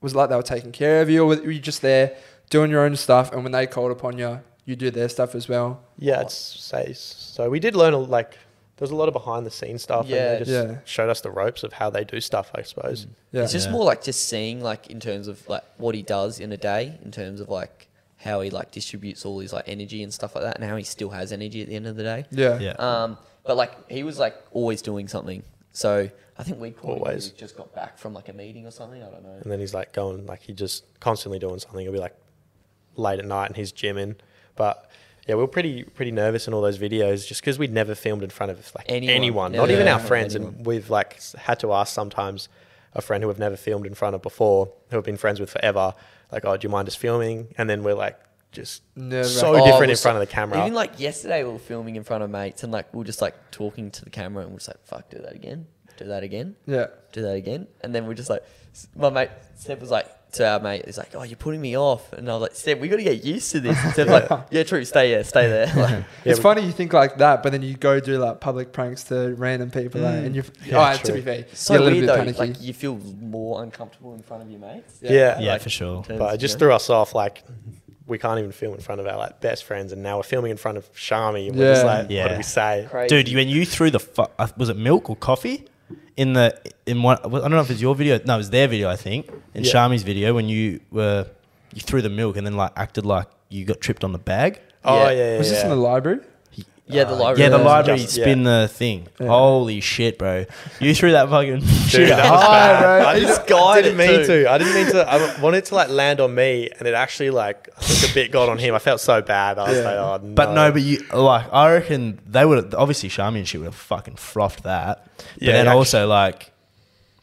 [SPEAKER 1] was it like they were taking care of you, or were you just there doing your own stuff? And when they called upon you, you do their stuff as well.
[SPEAKER 4] Yeah, it's say so. We did learn a, like there's a lot of behind the scenes stuff.
[SPEAKER 3] Yeah. Mm.
[SPEAKER 4] and they just
[SPEAKER 1] Yeah.
[SPEAKER 4] showed us the ropes of how they do stuff. I suppose.
[SPEAKER 1] Yeah,
[SPEAKER 3] It's just
[SPEAKER 2] Yeah.
[SPEAKER 3] more like just seeing like in terms of like what he does in a day, in terms of like how he like distributes all his like energy and stuff like that, and how he still has energy at the end of the day.
[SPEAKER 1] yeah,
[SPEAKER 2] Yeah,
[SPEAKER 3] Um, but like he was like always doing something. So I think we called him when
[SPEAKER 4] Always.
[SPEAKER 3] he just got back from like a meeting or something. I don't know.
[SPEAKER 4] And then he's like going like he just constantly doing something. He'll be like late at night and he's gymming. But yeah, we were pretty pretty nervous in all those videos just because we'd never filmed in front of like
[SPEAKER 3] Anyone.
[SPEAKER 4] anyone,
[SPEAKER 3] Yeah.
[SPEAKER 4] not even
[SPEAKER 3] Yeah.
[SPEAKER 4] our friends.
[SPEAKER 3] Anyone.
[SPEAKER 4] And we've like s- had to ask sometimes a friend who we've never filmed in front of before, who we've been friends with forever, like, oh, do you mind us filming? And then we're like just
[SPEAKER 1] Nerve-wracking.
[SPEAKER 4] so
[SPEAKER 3] Oh,
[SPEAKER 4] different
[SPEAKER 3] we're
[SPEAKER 4] in
[SPEAKER 3] so-
[SPEAKER 4] front of the camera.
[SPEAKER 3] Even like yesterday, we were filming in front of mates, and like we were just like talking to the camera, and we're just like, "Fuck, do that again, do that again."
[SPEAKER 1] yeah.
[SPEAKER 3] do that again. And then we're just like, s- my mate Seb was like, to our mate, he's like, oh, you're putting me off. And I was like, Seb, we got to get used to this. And Seb's like, yeah, true, stay there, stay there. Like,
[SPEAKER 1] it's
[SPEAKER 4] we-
[SPEAKER 1] funny you think like that, but then you go do like public pranks to random people, eh? and you're
[SPEAKER 4] Yeah,
[SPEAKER 1] oh, and to
[SPEAKER 4] true.
[SPEAKER 1] be fair,
[SPEAKER 3] so
[SPEAKER 1] you're a little
[SPEAKER 3] weird
[SPEAKER 1] bit
[SPEAKER 3] though,
[SPEAKER 1] panicky.
[SPEAKER 3] like you feel more uncomfortable in front of your mates.
[SPEAKER 4] yeah.
[SPEAKER 2] yeah,
[SPEAKER 3] like-
[SPEAKER 2] for sure.
[SPEAKER 3] Turns,
[SPEAKER 4] But it just
[SPEAKER 3] you know?
[SPEAKER 4] threw us off. Like, we can't even film in front of our like best friends, and now we're filming in front of Shami, and we're just
[SPEAKER 1] Yeah.
[SPEAKER 4] like, what
[SPEAKER 2] Yeah.
[SPEAKER 4] do we say?
[SPEAKER 3] Crazy.
[SPEAKER 2] Dude, you- when you threw the fu- uh, was it milk or coffee in the in one? I don't know if it's your video. No, it was their video, I think. In
[SPEAKER 4] Yeah.
[SPEAKER 2] Shami's video, when you were you threw the milk and then like acted like you got tripped on the bag.
[SPEAKER 4] Oh
[SPEAKER 3] Yeah.
[SPEAKER 4] yeah, yeah
[SPEAKER 1] was this in
[SPEAKER 4] yeah.
[SPEAKER 1] the library?
[SPEAKER 3] Yeah, the library.
[SPEAKER 2] Yeah, the
[SPEAKER 3] Yeah.
[SPEAKER 2] library
[SPEAKER 4] Oh, Just-
[SPEAKER 2] spin the thing.
[SPEAKER 1] Yeah.
[SPEAKER 2] Holy shit, bro! You threw that fucking shit.
[SPEAKER 4] that
[SPEAKER 2] up.
[SPEAKER 3] Oh,
[SPEAKER 4] was bad.
[SPEAKER 1] bro.
[SPEAKER 4] I
[SPEAKER 1] You
[SPEAKER 4] didn't, I didn't mean to. I didn't mean to. I wanted to like land on me, and it actually like I think a bit got on him. I felt so bad. I was
[SPEAKER 1] Yeah.
[SPEAKER 4] like, oh no.
[SPEAKER 2] But no, but you like I reckon they would have obviously Shami and she would have fucking frothed that. But
[SPEAKER 4] Yeah,
[SPEAKER 2] then
[SPEAKER 4] yeah,
[SPEAKER 2] also like,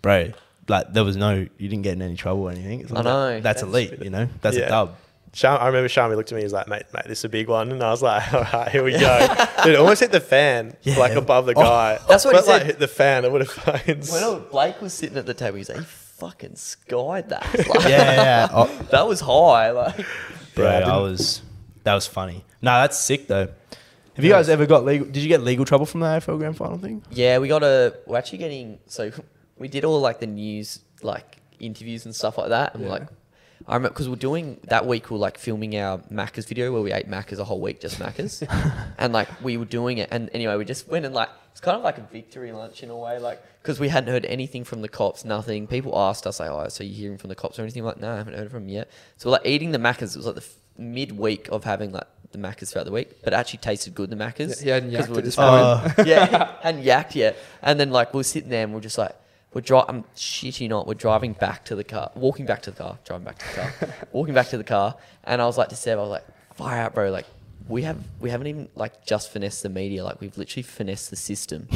[SPEAKER 2] bro, like there was no you didn't get in any trouble or anything. It's
[SPEAKER 3] I
[SPEAKER 2] like,
[SPEAKER 3] know,
[SPEAKER 2] That's,
[SPEAKER 3] that's-
[SPEAKER 2] elite, you know. That's a
[SPEAKER 4] Yeah.
[SPEAKER 2] dub.
[SPEAKER 4] Sha- I remember Shami looked at me. He was like, "Mate, mate, this is a big one," and I was like, "All right, here we go." Dude, it almost hit the fan,
[SPEAKER 2] Yeah.
[SPEAKER 4] like above the
[SPEAKER 2] Oh.
[SPEAKER 4] guy.
[SPEAKER 3] That's what
[SPEAKER 4] But,
[SPEAKER 3] he said.
[SPEAKER 4] Like, hit the fan. It would have fucking.
[SPEAKER 3] When old Blake was sitting at the table, he's like, "He fucking skied that. Like,
[SPEAKER 2] Yeah, yeah. yeah. Oh,
[SPEAKER 3] that was high. Like,
[SPEAKER 2] bro,
[SPEAKER 4] Yeah, I
[SPEAKER 2] I
[SPEAKER 4] didn't-
[SPEAKER 2] was that was funny. No, that's sick though. Have you guys ever got legal? Did you get legal trouble from the AFL Grand Final thing?
[SPEAKER 3] yeah, we got a. We're actually getting. So we did all like the news, like interviews and stuff like that, and
[SPEAKER 1] Yeah.
[SPEAKER 3] we're like. I remember because we're doing that week. We're like filming our Macca's video where we ate Macca's a whole week, just Macca's, and like we were doing it. And anyway, we just went and like it's kind of like a victory lunch in a way, like because we hadn't heard anything from the cops, nothing. People asked us like, "Oh, so you hearing from the cops or anything?" We're like, no, I haven't heard from them yet. So we're like eating the Macca's. It was like the f- midweek of having like the Macca's throughout the week, but it actually tasted good. The Macca's,
[SPEAKER 1] He hadn't
[SPEAKER 3] 'cause
[SPEAKER 1] yacked
[SPEAKER 3] we were
[SPEAKER 1] at this
[SPEAKER 3] just
[SPEAKER 1] point.
[SPEAKER 2] Uh,
[SPEAKER 3] yeah, and yacked, yeah. And then like we're sitting there and we're just like we're driving. I'm shit you not. We're driving back to the car, walking back to the car, driving back to the car, walking back to the car. And I was like to Seb, I was like, fire out, bro. Like we have we haven't even like just finessed the media. Like we've literally finessed the system.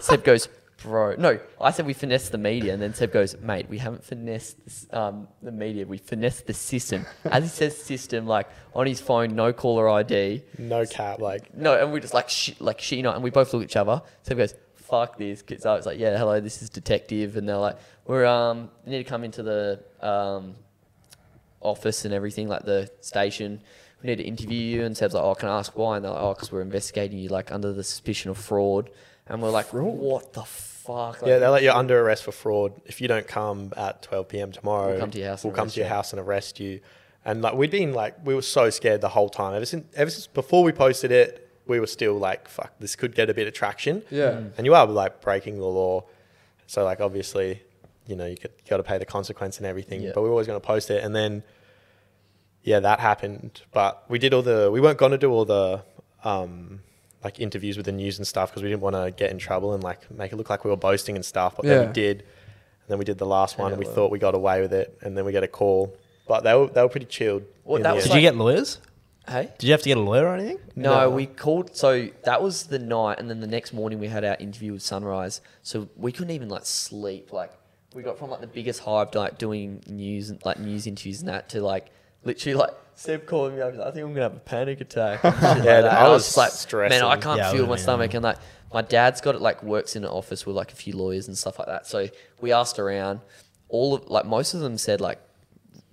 [SPEAKER 3] Seb goes. Bro, no, I said we finessed the media, and then Seb goes, mate, we haven't finessed this, um, the media, we finessed the system. As he says system, like on his phone, no caller ID,
[SPEAKER 4] no cap. Like
[SPEAKER 3] no, and we just like sh- like she and I, and we both look at each other. So he goes, "Fuck this!" Because I was like, "Yeah, hello, this is detective," and they're like, "We're um, you need to come into the um, office and everything, like the station. We need to interview you." And Seb's like, "Oh, can I ask why?" And they're like, "Oh, because we're investigating you like under the suspicion of fraud." And we're like, "What the fuck?"
[SPEAKER 4] Yeah, they're like you're under arrest for fraud. If you don't come at 12 p.m. tomorrow,
[SPEAKER 3] We'll come to your house
[SPEAKER 4] We'll
[SPEAKER 3] and
[SPEAKER 4] come
[SPEAKER 3] arrest
[SPEAKER 4] to your
[SPEAKER 3] you."
[SPEAKER 4] house and arrest you. And like we'd been like we were so scared the whole time. Ever since ever since before we posted it, we were still like, fuck, this could get a bit of traction.
[SPEAKER 1] Yeah. Mm.
[SPEAKER 4] And you are like breaking the law, so like obviously, you know, you got to pay the consequence and everything.
[SPEAKER 3] Yeah.
[SPEAKER 4] But we were always going to post it, and then yeah, that happened. But we did all the, we weren't going to do all the, um, like interviews with the news and stuff because we didn't want to get in trouble and like make it look like we were boasting and stuff. But then
[SPEAKER 1] Yeah.
[SPEAKER 4] we did, and then we did the last one. and we
[SPEAKER 3] well.
[SPEAKER 4] thought we got away with it, and then we get a call. But they were they were pretty chilled.
[SPEAKER 3] Well,
[SPEAKER 4] in
[SPEAKER 3] that
[SPEAKER 4] the
[SPEAKER 3] was
[SPEAKER 2] did
[SPEAKER 4] end.
[SPEAKER 2] you
[SPEAKER 3] like-
[SPEAKER 2] get lawyers?
[SPEAKER 3] hey.
[SPEAKER 2] Did you have to get a lawyer or anything?
[SPEAKER 3] No,
[SPEAKER 4] No.
[SPEAKER 3] we called. So that was the night, and then the next morning we had our interview with Sunrise. So we couldn't even like sleep. Like we got from like the biggest hype, like doing news and like news interviews and that, to like literally like Seb calling me up. he's like, I think I'm gonna have a panic attack. and shit like
[SPEAKER 4] Yeah,
[SPEAKER 3] that.
[SPEAKER 4] I
[SPEAKER 3] And
[SPEAKER 4] was
[SPEAKER 3] just like,
[SPEAKER 4] stressing.
[SPEAKER 3] man, I can't
[SPEAKER 2] Yeah, I
[SPEAKER 3] feel my
[SPEAKER 2] would've been,
[SPEAKER 3] stomach, and like my dad's got it. Like works in an office with like a few lawyers and stuff like that. So we asked around. All of like most of them said like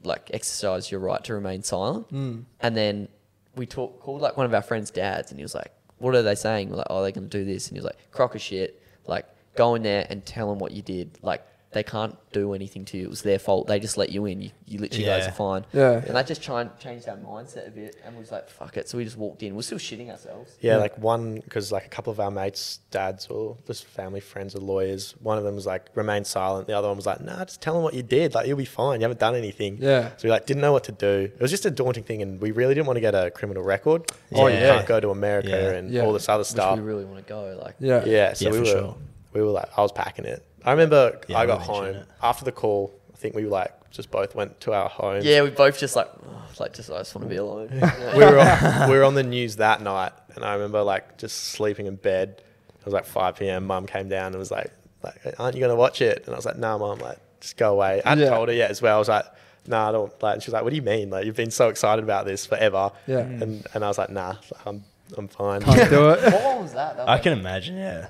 [SPEAKER 3] like exercise your right to remain silent. Mm. And then we talk, called like one of our friends' dads, and he was like, "What are they saying?" We're like, "Oh, they're going to do this," and he was like, "Crock of shit! Like, go in there and tell them what you did. Like, they can't do anything to you. It was their fault. They just let you in. You, you literally guys
[SPEAKER 2] Yeah.
[SPEAKER 3] are fine."
[SPEAKER 1] Yeah.
[SPEAKER 3] And that just try and changed our mindset a bit, and we was like, "Fuck it!" So we just walked in. We're still shitting ourselves.
[SPEAKER 4] Yeah, like one because like a couple of our mates' dads or just family friends are lawyers. One of them was like remain silent. The other one was like, nah, just tell them what you did. Like you'll be fine. You haven't done anything.
[SPEAKER 1] Yeah.
[SPEAKER 4] So we like didn't know what to do. It was just a daunting thing, and we really didn't want to get a criminal record.
[SPEAKER 2] Oh,
[SPEAKER 4] You
[SPEAKER 2] yeah.
[SPEAKER 4] can't go to America
[SPEAKER 2] Yeah.
[SPEAKER 4] and
[SPEAKER 1] Yeah.
[SPEAKER 4] all this other
[SPEAKER 3] Which
[SPEAKER 4] stuff.
[SPEAKER 3] we really want to go. Like,
[SPEAKER 1] yeah.
[SPEAKER 4] yeah. So
[SPEAKER 2] Yeah,
[SPEAKER 4] we
[SPEAKER 2] for
[SPEAKER 4] were
[SPEAKER 2] sure.
[SPEAKER 4] we were like I was packing it. I remember
[SPEAKER 2] Yeah, I
[SPEAKER 4] I got
[SPEAKER 2] remember
[SPEAKER 4] home
[SPEAKER 2] mentioning
[SPEAKER 4] after the call. I think we like just both went to our homes.
[SPEAKER 3] yeah, we both just like, oh, like just I just want to be alone. Yeah.
[SPEAKER 4] we were on, we were on the news that night, and I remember like just sleeping in bed. It was like 5 p.m. Mum came down and was like, like "Aren't you gonna watch it?" And I was like, "No, mum, like just go away." I hadn't
[SPEAKER 1] Yeah.
[SPEAKER 4] told her yet as well. I was like, "No, I don't." Like, and she was like, "What do you mean? Like, you've been so excited about this forever."
[SPEAKER 1] Yeah. Mm.
[SPEAKER 4] And and I was like, "Nah, I'm I'm fine."
[SPEAKER 1] Can't do it.
[SPEAKER 3] what was that? that was
[SPEAKER 2] I
[SPEAKER 3] like-
[SPEAKER 2] can imagine. Yeah.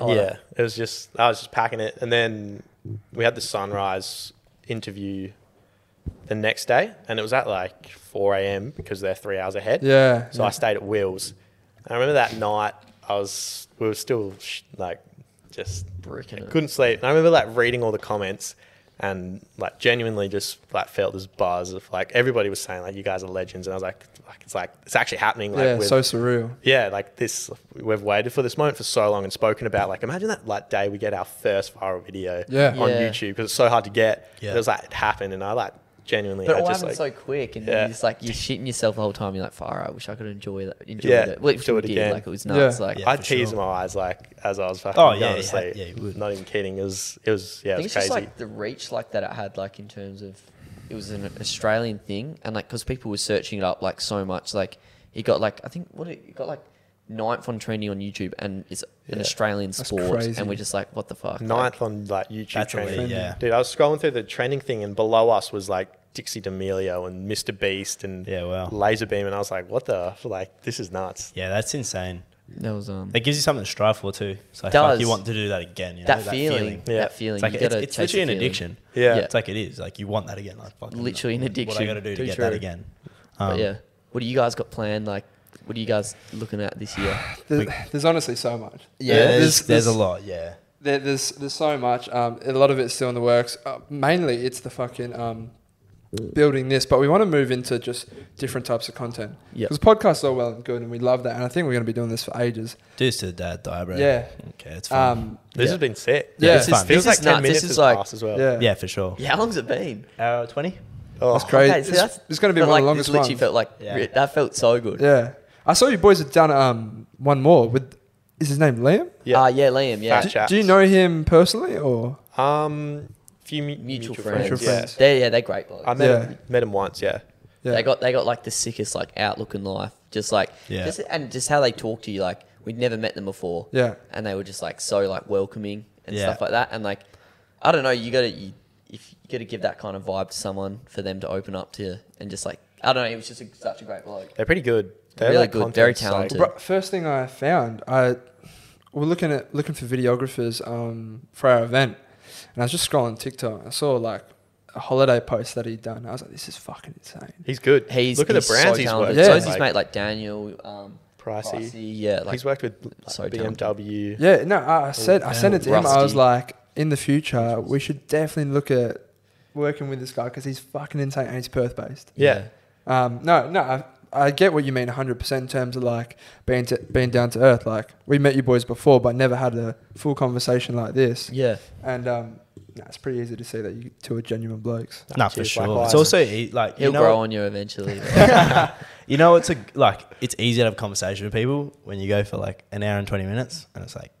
[SPEAKER 4] yeah, it was just I was just packing it, and then we had the sunrise interview the next day, and it was at like 4 a.m. because they're three hours ahead.
[SPEAKER 1] Yeah.
[SPEAKER 4] So I stayed at Will's. And I remember that night, I was we were still sh- like just
[SPEAKER 3] Bricking it.
[SPEAKER 4] couldn't sleep. And I remember like reading all the comments and like genuinely just like felt this buzz of like everybody was saying like you guys are legends, and I was like, like it's like it's actually happening. Like,
[SPEAKER 1] yeah.
[SPEAKER 4] with-
[SPEAKER 1] So surreal.
[SPEAKER 4] yeah, like this, we've waited for this moment for so long and spoken about. Like, imagine that like day we get our first viral video
[SPEAKER 1] Yeah.
[SPEAKER 4] on
[SPEAKER 3] Yeah.
[SPEAKER 4] YouTube because it's so hard to get.
[SPEAKER 2] Yeah.
[SPEAKER 4] It was like it happened, and I like genuinely.
[SPEAKER 3] But
[SPEAKER 4] I
[SPEAKER 3] it all
[SPEAKER 4] just
[SPEAKER 3] happened
[SPEAKER 4] like
[SPEAKER 3] so quick, and
[SPEAKER 4] Yeah.
[SPEAKER 3] you're just like you're shitting yourself the whole time. You're like, "Far, I wish I could enjoy that." Enjoy
[SPEAKER 4] Yeah,
[SPEAKER 3] it. Well, it
[SPEAKER 4] do it
[SPEAKER 3] did,
[SPEAKER 4] again.
[SPEAKER 3] Like it was nuts.
[SPEAKER 1] Yeah.
[SPEAKER 3] Like
[SPEAKER 2] Yeah,
[SPEAKER 4] I
[SPEAKER 2] for
[SPEAKER 4] teased
[SPEAKER 2] sure.
[SPEAKER 4] my eyes like as I was fucking
[SPEAKER 2] Oh,
[SPEAKER 4] going
[SPEAKER 2] yeah,
[SPEAKER 4] to
[SPEAKER 2] yeah,
[SPEAKER 4] sleep.
[SPEAKER 2] yeah, you would.
[SPEAKER 4] Not even kidding. It was it was yeah,
[SPEAKER 3] I
[SPEAKER 4] it
[SPEAKER 3] think
[SPEAKER 4] was
[SPEAKER 3] it's
[SPEAKER 4] crazy.
[SPEAKER 3] just like the reach like that it had, like in terms of it was an Australian thing, and like because people were searching it up like so much, like it got like I think what it, it got like ninth on trending on YouTube, and it's an
[SPEAKER 4] Yeah.
[SPEAKER 3] Australian
[SPEAKER 1] That's
[SPEAKER 3] sport,
[SPEAKER 1] crazy.
[SPEAKER 3] and we're just like, what the fuck? Like,
[SPEAKER 4] Ninth on like YouTube
[SPEAKER 2] That's elite,
[SPEAKER 4] trending.
[SPEAKER 2] yeah.
[SPEAKER 4] Dude, I was scrolling through the trending thing and below us was like Dixie D'Amelio and Mr. Beast and
[SPEAKER 2] Yeah, wow.
[SPEAKER 4] Laserbeam and I was like, what the like this is nuts.
[SPEAKER 2] Yeah, that's insane.
[SPEAKER 3] that was um
[SPEAKER 2] It gives you something to strive for too. It's like,
[SPEAKER 3] Does.
[SPEAKER 2] fuck, you want to do that again. You know,
[SPEAKER 3] that, feeling,
[SPEAKER 4] Yeah.
[SPEAKER 3] that feeling.
[SPEAKER 2] It's like
[SPEAKER 3] you
[SPEAKER 2] it's,
[SPEAKER 3] gotta
[SPEAKER 2] it's
[SPEAKER 3] chase the
[SPEAKER 2] literally an
[SPEAKER 3] feeling.
[SPEAKER 2] addiction.
[SPEAKER 4] Yeah.
[SPEAKER 3] Yeah.
[SPEAKER 2] It's like it is. Like you want that again. Like fucking
[SPEAKER 3] Literally an
[SPEAKER 2] What I
[SPEAKER 3] addiction.
[SPEAKER 2] got to do to
[SPEAKER 4] Too
[SPEAKER 2] get that
[SPEAKER 4] true.
[SPEAKER 2] again.
[SPEAKER 3] But
[SPEAKER 2] Um,
[SPEAKER 3] yeah, what do you guys got planned? Like, what are you guys looking at this year?
[SPEAKER 1] There's, there's honestly so much.
[SPEAKER 2] Yeah, there's, there's a lot. Yeah.
[SPEAKER 1] There, there's there's so much. Um, a lot of it's still in the works. Uh, mainly, it's the fucking um, building this, but we want to move into just different types of content.
[SPEAKER 3] Yep.
[SPEAKER 1] Because podcasts are well and good, and we love that, and I think we're going to be doing this for ages.
[SPEAKER 2] Do this to the dad die, bro.
[SPEAKER 1] Yeah.
[SPEAKER 2] Okay, it's fine.
[SPEAKER 1] Um,
[SPEAKER 4] This
[SPEAKER 3] Yeah.
[SPEAKER 4] has been sick.
[SPEAKER 1] Yeah,
[SPEAKER 2] it's
[SPEAKER 1] this
[SPEAKER 2] fun.
[SPEAKER 4] Feels
[SPEAKER 3] This
[SPEAKER 4] like
[SPEAKER 3] is
[SPEAKER 4] ten
[SPEAKER 3] nuts. This
[SPEAKER 4] minutes
[SPEAKER 3] is
[SPEAKER 4] has
[SPEAKER 3] like-
[SPEAKER 4] passed as well.
[SPEAKER 1] yeah,
[SPEAKER 2] yeah, for sure.
[SPEAKER 3] Yeah, how long's it been?
[SPEAKER 2] Hour twenty.
[SPEAKER 4] Oh,
[SPEAKER 1] That's crazy.
[SPEAKER 3] Okay, so
[SPEAKER 1] It's-
[SPEAKER 3] that's-
[SPEAKER 1] it's gonna be
[SPEAKER 3] but,
[SPEAKER 1] one of the
[SPEAKER 3] like,
[SPEAKER 1] longest
[SPEAKER 3] This literally
[SPEAKER 1] ones.
[SPEAKER 3] felt like
[SPEAKER 2] Yeah.
[SPEAKER 3] re- that felt so good.
[SPEAKER 1] yeah. I saw you boys had done um, one more with. Is his name Liam?
[SPEAKER 4] Yeah.
[SPEAKER 3] Ah, yeah, Liam. Yeah,
[SPEAKER 4] Fat
[SPEAKER 1] Do, do you
[SPEAKER 4] chaps.
[SPEAKER 1] know him personally, or
[SPEAKER 4] Um, few mu-
[SPEAKER 3] uh, mutual, friends.
[SPEAKER 1] friends.
[SPEAKER 4] Yeah.
[SPEAKER 1] friends.
[SPEAKER 3] They're, yeah, they're great blokes.
[SPEAKER 4] I met
[SPEAKER 1] Yeah.
[SPEAKER 4] him, met him once. Yeah,
[SPEAKER 1] yeah,
[SPEAKER 3] They got they got like the sickest like outlook in life. Just like
[SPEAKER 2] Yeah.
[SPEAKER 3] just, and just how they talk to you. Like we'd never met them before.
[SPEAKER 1] yeah,
[SPEAKER 3] And they were just like so like welcoming and
[SPEAKER 2] Yeah.
[SPEAKER 3] stuff like that. And like I don't know, you gotta you, if you gotta give that kind of vibe to someone for them to open up to you and just like I don't know, he was just a, such a great bloke.
[SPEAKER 4] they're pretty good. They're
[SPEAKER 3] Really
[SPEAKER 4] like
[SPEAKER 3] good,
[SPEAKER 4] content,
[SPEAKER 3] very
[SPEAKER 4] so-
[SPEAKER 3] talented.
[SPEAKER 1] Bru- first thing I found, I we're looking at looking for videographers um, for our event, and I was just scrolling TikTok. I saw like a holiday post that he'd done. I was like, this is fucking insane.
[SPEAKER 4] he's good.
[SPEAKER 3] He's
[SPEAKER 4] look at
[SPEAKER 3] he's
[SPEAKER 4] the brands
[SPEAKER 3] so
[SPEAKER 4] he's
[SPEAKER 3] talented.
[SPEAKER 4] worked.
[SPEAKER 1] Yeah.
[SPEAKER 3] So
[SPEAKER 4] with,
[SPEAKER 3] is his mate like Daniel, um
[SPEAKER 4] pricey.
[SPEAKER 3] Pricey, yeah, like
[SPEAKER 4] he's worked with
[SPEAKER 3] so talented.
[SPEAKER 4] BMW.
[SPEAKER 1] Yeah, no, I I said I sent it to him. I was
[SPEAKER 3] Oh, Rusty.
[SPEAKER 1] like, in the future, we should definitely look at working with this guy because he's fucking insane and he's Perth based.
[SPEAKER 4] Yeah.
[SPEAKER 1] Um, no, no, I, I get what you mean 100% in terms of like being to, being down to earth. Like we met you boys before, but never had a full conversation like this.
[SPEAKER 3] Yeah.
[SPEAKER 1] And um, no, it's pretty easy to see that you two are genuine blokes.
[SPEAKER 2] Nah,
[SPEAKER 4] Nah,
[SPEAKER 2] for
[SPEAKER 4] cheers,
[SPEAKER 2] sure.
[SPEAKER 4] likewise.
[SPEAKER 2] It's also e- like
[SPEAKER 3] He'll
[SPEAKER 2] you know,
[SPEAKER 3] grow on you eventually.
[SPEAKER 2] you know, it's a like it's easy to have a conversation with people when you go for like an hour and twenty minutes, and it's like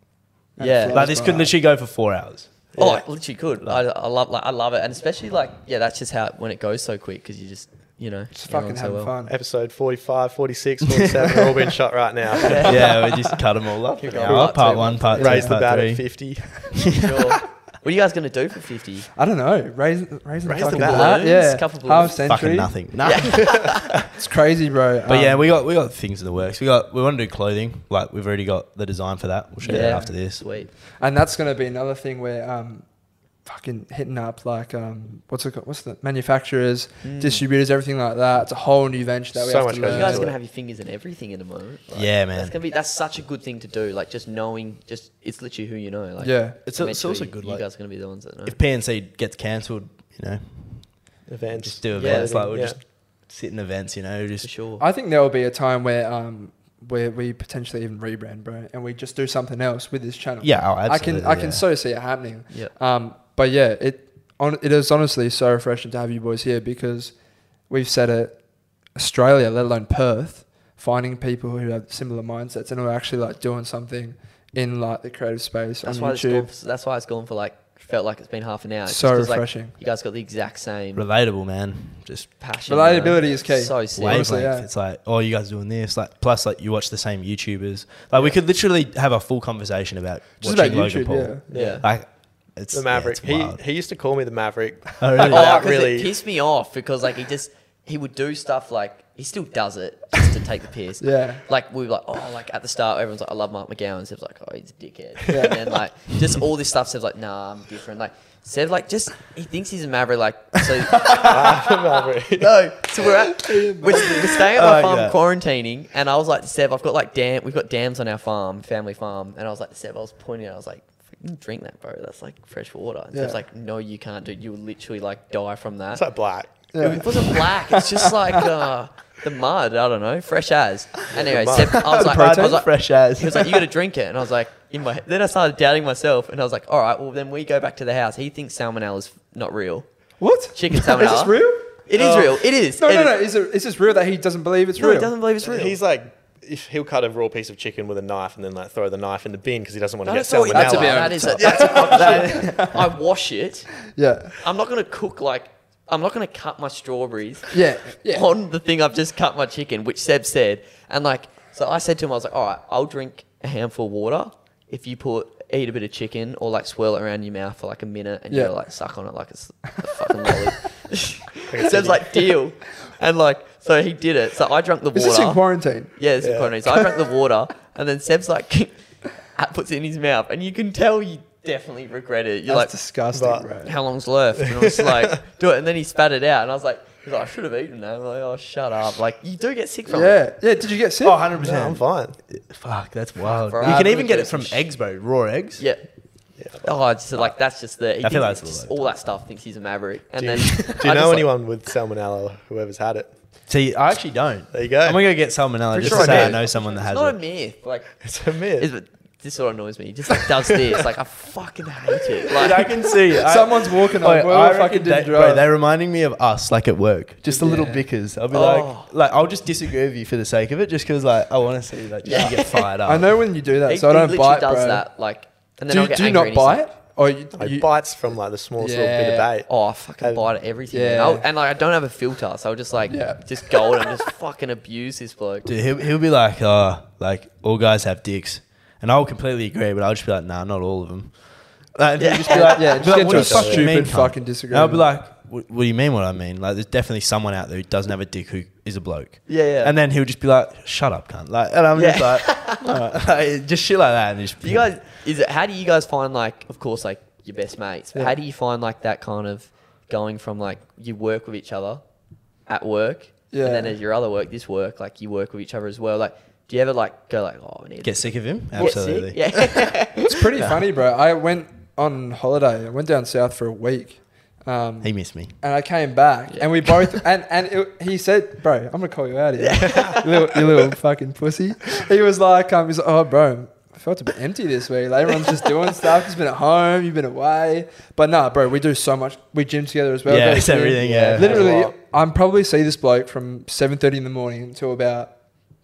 [SPEAKER 1] And
[SPEAKER 3] Yeah.
[SPEAKER 1] it
[SPEAKER 2] like
[SPEAKER 1] flies
[SPEAKER 2] this
[SPEAKER 1] by.
[SPEAKER 2] could literally go for four hours.
[SPEAKER 3] Oh,
[SPEAKER 4] Yeah.
[SPEAKER 3] I literally could. I, I love, like, I love it, and especially like, yeah, that's just how when it goes so quick because you just, you know,
[SPEAKER 1] Just
[SPEAKER 3] get along
[SPEAKER 1] fucking
[SPEAKER 3] so
[SPEAKER 1] having
[SPEAKER 3] well.
[SPEAKER 1] fun.
[SPEAKER 4] Episode 45, 46, 47, they're all being shot right now.
[SPEAKER 2] yeah, we just cut them all up.
[SPEAKER 4] Kick
[SPEAKER 2] An
[SPEAKER 4] off.
[SPEAKER 2] hour,
[SPEAKER 3] Part
[SPEAKER 2] part
[SPEAKER 3] two,
[SPEAKER 2] one, part two,
[SPEAKER 4] Raise the
[SPEAKER 2] part
[SPEAKER 4] bat
[SPEAKER 2] three.
[SPEAKER 4] at 50.
[SPEAKER 3] Sure. what are you guys gonna do for fifty?
[SPEAKER 1] I don't know. Raising, raising
[SPEAKER 4] Raise
[SPEAKER 1] the
[SPEAKER 4] the
[SPEAKER 1] fucking
[SPEAKER 4] balloons,
[SPEAKER 1] bar. Yeah.
[SPEAKER 3] couple
[SPEAKER 1] Half
[SPEAKER 3] balloons.
[SPEAKER 1] century.
[SPEAKER 2] Fucking nothing. Nah.
[SPEAKER 1] It's crazy, bro.
[SPEAKER 2] But
[SPEAKER 1] Um,
[SPEAKER 2] yeah, we got we got things in the works. We got we want to do clothing. Like we've already got the design for that. We'll show you that
[SPEAKER 1] Yeah.
[SPEAKER 2] after this.
[SPEAKER 3] Sweet.
[SPEAKER 1] and that's gonna be another thing where um, fucking hitting up like um, what's it called? What's the manufacturers, distributors, everything like that. It's a whole new venture that we
[SPEAKER 4] So
[SPEAKER 1] have
[SPEAKER 4] much
[SPEAKER 1] to
[SPEAKER 4] goes
[SPEAKER 3] Mm. You
[SPEAKER 1] learn.
[SPEAKER 4] into
[SPEAKER 3] guys
[SPEAKER 4] it.
[SPEAKER 3] are gonna have your fingers in everything in a moment. Like,
[SPEAKER 2] Yeah, man.
[SPEAKER 3] That's gonna be that's such a good thing to do. Like just knowing, just it's literally who you know. Like
[SPEAKER 1] yeah.
[SPEAKER 2] It's, it's also
[SPEAKER 3] eventually
[SPEAKER 2] good.
[SPEAKER 3] You
[SPEAKER 2] Like
[SPEAKER 3] guys are gonna be the ones that know.
[SPEAKER 2] if PNC gets cancelled, you know,
[SPEAKER 4] Events.
[SPEAKER 2] just do
[SPEAKER 3] Yeah,
[SPEAKER 2] events. like we'll
[SPEAKER 4] yeah.
[SPEAKER 2] just sit in events. You know,
[SPEAKER 3] for
[SPEAKER 2] just
[SPEAKER 3] sure.
[SPEAKER 1] I think there will be a time where um, where we potentially even rebrand, bro, and we just do something else with this channel.
[SPEAKER 2] yeah. Oh,
[SPEAKER 1] I can
[SPEAKER 2] absolutely.
[SPEAKER 1] I can
[SPEAKER 2] yeah.
[SPEAKER 1] so see it happening.
[SPEAKER 3] yeah.
[SPEAKER 1] Um, but yeah, it on, it is honestly so refreshing to have you boys here because we've said it, Australia, let alone Perth, finding people who have similar mindsets and who are actually like doing something in like the creative space
[SPEAKER 3] That's
[SPEAKER 1] on
[SPEAKER 3] why it's gone.
[SPEAKER 1] YouTube.
[SPEAKER 3] For, that's why it's gone for like felt like it's been half an hour. It's
[SPEAKER 1] So
[SPEAKER 3] just 'cause, like,
[SPEAKER 1] refreshing.
[SPEAKER 3] you guys got the exact same
[SPEAKER 2] relatable, man. Just
[SPEAKER 3] passion. you know?
[SPEAKER 1] Relatability is key.
[SPEAKER 3] So sick.
[SPEAKER 2] wavelength.
[SPEAKER 1] Honestly, yeah.
[SPEAKER 2] It's like, oh, you guys doing this? Like, plus, like, you watch the same YouTubers. Like, we could literally have a full conversation about
[SPEAKER 1] Just
[SPEAKER 2] watching
[SPEAKER 1] about
[SPEAKER 2] Logan
[SPEAKER 1] YouTube,
[SPEAKER 2] Paul.
[SPEAKER 1] yeah.
[SPEAKER 3] Yeah.
[SPEAKER 2] Like, it's
[SPEAKER 4] The Maverick.
[SPEAKER 2] Yeah, it's wild.
[SPEAKER 4] he, he used to call me the Maverick.
[SPEAKER 2] Oh, really?
[SPEAKER 4] That
[SPEAKER 3] Oh, 'cause
[SPEAKER 4] really-
[SPEAKER 3] It pissed me off because like he just he would do stuff like he still does it just to take the piss.
[SPEAKER 1] Yeah.
[SPEAKER 3] Like we were like, oh, like at the start, everyone's like, I love Mark McGowan. Seb's like, oh, he's a dickhead.
[SPEAKER 1] Yeah.
[SPEAKER 3] And then like just all this stuff. Seb's like, nah, I'm different. Like Seb, like just he thinks he's a maverick. Like so,
[SPEAKER 4] Maverick.
[SPEAKER 3] no. So we're at we're, we're staying
[SPEAKER 2] I
[SPEAKER 3] at my
[SPEAKER 2] like
[SPEAKER 3] farm
[SPEAKER 2] that.
[SPEAKER 3] quarantining, and I was like, Seb, I've got like dam, we've got dams on our farm, family farm, and I was like, Seb, I was pointing, out, I was like. "Fucking Drink that, bro. That's like fresh water. And Seb's
[SPEAKER 1] Yeah.
[SPEAKER 3] like, no, you can't, dude. You'll literally like die from that.
[SPEAKER 4] It's like black.
[SPEAKER 1] Yeah.
[SPEAKER 3] It wasn't black. It's just like uh, the mud. I don't know, fresh as. Anyway, Seb, I was like, I was
[SPEAKER 2] Protein,
[SPEAKER 3] like,
[SPEAKER 2] fresh as.
[SPEAKER 3] He was like, you got to drink it, and I was like, in my. Then I started doubting myself, and I was like, all right, well then we go back to the house. He thinks salmonella is not real.
[SPEAKER 1] What?
[SPEAKER 3] Chicken
[SPEAKER 1] Is this
[SPEAKER 3] salmonella.
[SPEAKER 1] real? Oh.
[SPEAKER 3] It is real. It is.
[SPEAKER 1] No,
[SPEAKER 3] It
[SPEAKER 1] no,
[SPEAKER 3] is-
[SPEAKER 1] no. Is, it, is this real that he doesn't believe it's
[SPEAKER 3] No,
[SPEAKER 1] real?
[SPEAKER 3] he doesn't believe it's real.
[SPEAKER 4] He's like, if he'll cut a raw piece of chicken with a knife and then like throw the knife in the bin because he doesn't want to
[SPEAKER 3] That
[SPEAKER 4] get
[SPEAKER 3] is so-
[SPEAKER 4] salmonella.
[SPEAKER 1] That's a bit
[SPEAKER 3] that
[SPEAKER 1] over
[SPEAKER 3] is a- that's a- that- I wash it.
[SPEAKER 1] Yeah.
[SPEAKER 3] I'm not going to cook like. I'm not going to cut my strawberries
[SPEAKER 1] Yeah. Yeah.
[SPEAKER 3] on the thing I've just cut my chicken, which Seb said. And like, so I said to him, I was like, all right, I'll drink a handful of water if you put, eat a bit of chicken or like swirl it around your mouth for like a minute and
[SPEAKER 1] Yeah.
[SPEAKER 3] you like suck on it like it's a fucking lolly. Seb's like, deal. And like, so he did it. So I drank the
[SPEAKER 1] Is
[SPEAKER 3] water.
[SPEAKER 1] this in quarantine?
[SPEAKER 3] Yeah, it's
[SPEAKER 4] Yeah.
[SPEAKER 3] yeah. So I drank the water, and then Seb's like, puts it in his mouth, and you can tell you definitely regret it. You're
[SPEAKER 1] That's
[SPEAKER 3] like,
[SPEAKER 1] disgusting,
[SPEAKER 4] but-
[SPEAKER 1] bro.
[SPEAKER 3] how long's left? And I was like, do it. And then he spat it out, and I was like, he's like, I should have eaten that. I'm like, oh, shut up. Like, you do get sick from it.
[SPEAKER 1] Yeah. Yeah. Did you get sick?
[SPEAKER 2] Oh, 100
[SPEAKER 4] No, I'm
[SPEAKER 2] percent.
[SPEAKER 4] fine.
[SPEAKER 2] Fuck, that's wild.
[SPEAKER 3] Bro,
[SPEAKER 2] you
[SPEAKER 3] I'm
[SPEAKER 2] can
[SPEAKER 3] gonna
[SPEAKER 2] even get
[SPEAKER 3] do
[SPEAKER 2] it
[SPEAKER 3] some
[SPEAKER 2] from
[SPEAKER 3] sh-
[SPEAKER 2] eggs, bro. Raw eggs.
[SPEAKER 3] Yeah. Oh, it's just like that's just the. He
[SPEAKER 2] I feel
[SPEAKER 3] thinks
[SPEAKER 2] that's a
[SPEAKER 3] just
[SPEAKER 2] little-
[SPEAKER 3] all that stuff thinks he's a maverick, and
[SPEAKER 4] Do you,
[SPEAKER 3] then I
[SPEAKER 4] do you
[SPEAKER 3] just,
[SPEAKER 4] know
[SPEAKER 3] like,
[SPEAKER 4] anyone with salmonella? Whoever's had it?
[SPEAKER 2] See, I actually don't.
[SPEAKER 4] There you go.
[SPEAKER 2] I'm gonna go get salmonella
[SPEAKER 3] Pretty
[SPEAKER 2] just
[SPEAKER 3] sure
[SPEAKER 2] to
[SPEAKER 3] I
[SPEAKER 2] say I
[SPEAKER 3] do.
[SPEAKER 2] know someone that
[SPEAKER 3] It's
[SPEAKER 2] has
[SPEAKER 3] not
[SPEAKER 2] it.
[SPEAKER 3] a myth. Like,
[SPEAKER 4] It's a myth.
[SPEAKER 3] is it, this is what annoys me. He just like does this. Like, I fucking hate it.
[SPEAKER 2] Dude, I
[SPEAKER 3] Like,
[SPEAKER 2] can see. I-
[SPEAKER 1] Someone's walking
[SPEAKER 2] Oh,
[SPEAKER 1] up.
[SPEAKER 2] yeah,
[SPEAKER 1] Well,
[SPEAKER 2] I
[SPEAKER 1] I
[SPEAKER 2] reckon
[SPEAKER 1] fucking
[SPEAKER 2] they,
[SPEAKER 1] didn't
[SPEAKER 2] bro,
[SPEAKER 1] drive.
[SPEAKER 2] they're reminding me of us, like at work, just the little
[SPEAKER 1] Yeah.
[SPEAKER 2] bickers. I'll be
[SPEAKER 3] Oh.
[SPEAKER 2] like, like I'll just disagree with you for the sake of it, just because like I want to see like just you get fired up.
[SPEAKER 1] I know when you do that,
[SPEAKER 3] he,
[SPEAKER 1] so I
[SPEAKER 3] he
[SPEAKER 1] don't
[SPEAKER 3] literally
[SPEAKER 1] bite,
[SPEAKER 3] does
[SPEAKER 1] bro.
[SPEAKER 3] that. Like, and then
[SPEAKER 1] do
[SPEAKER 3] I'll
[SPEAKER 1] you,
[SPEAKER 3] get
[SPEAKER 1] do you not
[SPEAKER 3] angry and he's like,
[SPEAKER 1] bite? Or you,
[SPEAKER 4] It
[SPEAKER 1] you,
[SPEAKER 4] bites from like the smallest little bit of
[SPEAKER 1] Yeah.
[SPEAKER 4] bait.
[SPEAKER 3] Oh, I fucking
[SPEAKER 4] And-
[SPEAKER 3] bite at everything.
[SPEAKER 1] Yeah.
[SPEAKER 3] Yeah. and like I don't have a filter, so I'll just like
[SPEAKER 1] Yeah.
[SPEAKER 3] just go and just fucking abuse this bloke.
[SPEAKER 2] Dude, he'll, he'll be like, oh, like all guys have dicks, and I'll completely agree, but I'll just be like, nah, not all of them. Like, yeah. just be like,
[SPEAKER 1] Yeah,
[SPEAKER 2] be
[SPEAKER 1] just get
[SPEAKER 2] what
[SPEAKER 1] to
[SPEAKER 2] do
[SPEAKER 1] a
[SPEAKER 2] you fucking
[SPEAKER 1] stupid
[SPEAKER 2] mean, cunt?
[SPEAKER 1] fucking disagreement.
[SPEAKER 2] And I'll be like, what, what do you mean? What I mean? Like, there's definitely someone out there who doesn't have a dick who is a bloke.
[SPEAKER 3] Yeah, yeah.
[SPEAKER 2] And then he'll just be like, shut up, cunt. Like, and I'm just
[SPEAKER 3] Yeah.
[SPEAKER 2] like, all right. Like, just shit like that, and just
[SPEAKER 3] Do you guys is it how do you guys find like of course like your best mates? But
[SPEAKER 1] Yeah.
[SPEAKER 3] How do you find like that kind of going from like you work with each other at work,
[SPEAKER 1] Yeah.
[SPEAKER 3] and then at your other work, this work, like you work with each other as well. Like, do you ever like go like, oh, I need to
[SPEAKER 2] get sick of him.
[SPEAKER 3] get sick?
[SPEAKER 2] Absolutely.
[SPEAKER 3] Yeah.
[SPEAKER 1] It's pretty funny, bro. I went on holiday. I went down south for a week. Um,
[SPEAKER 2] He missed me.
[SPEAKER 1] and I came back,
[SPEAKER 3] Yeah.
[SPEAKER 1] and we both and and it, he said, "Bro, I'm gonna call you out here, you, little, you little fucking pussy." He was like, "Um, he's like, oh, bro, I felt a bit empty this week. Like everyone's just doing stuff. Just been at home, you've been away, but nah, bro, we do so much. We gym together as well.
[SPEAKER 2] Yeah,
[SPEAKER 1] go to
[SPEAKER 2] it's
[SPEAKER 1] gym.
[SPEAKER 2] everything, yeah.
[SPEAKER 4] That's a
[SPEAKER 1] literally,
[SPEAKER 4] lot.
[SPEAKER 1] I'm probably see this bloke from 7:30 in the morning until about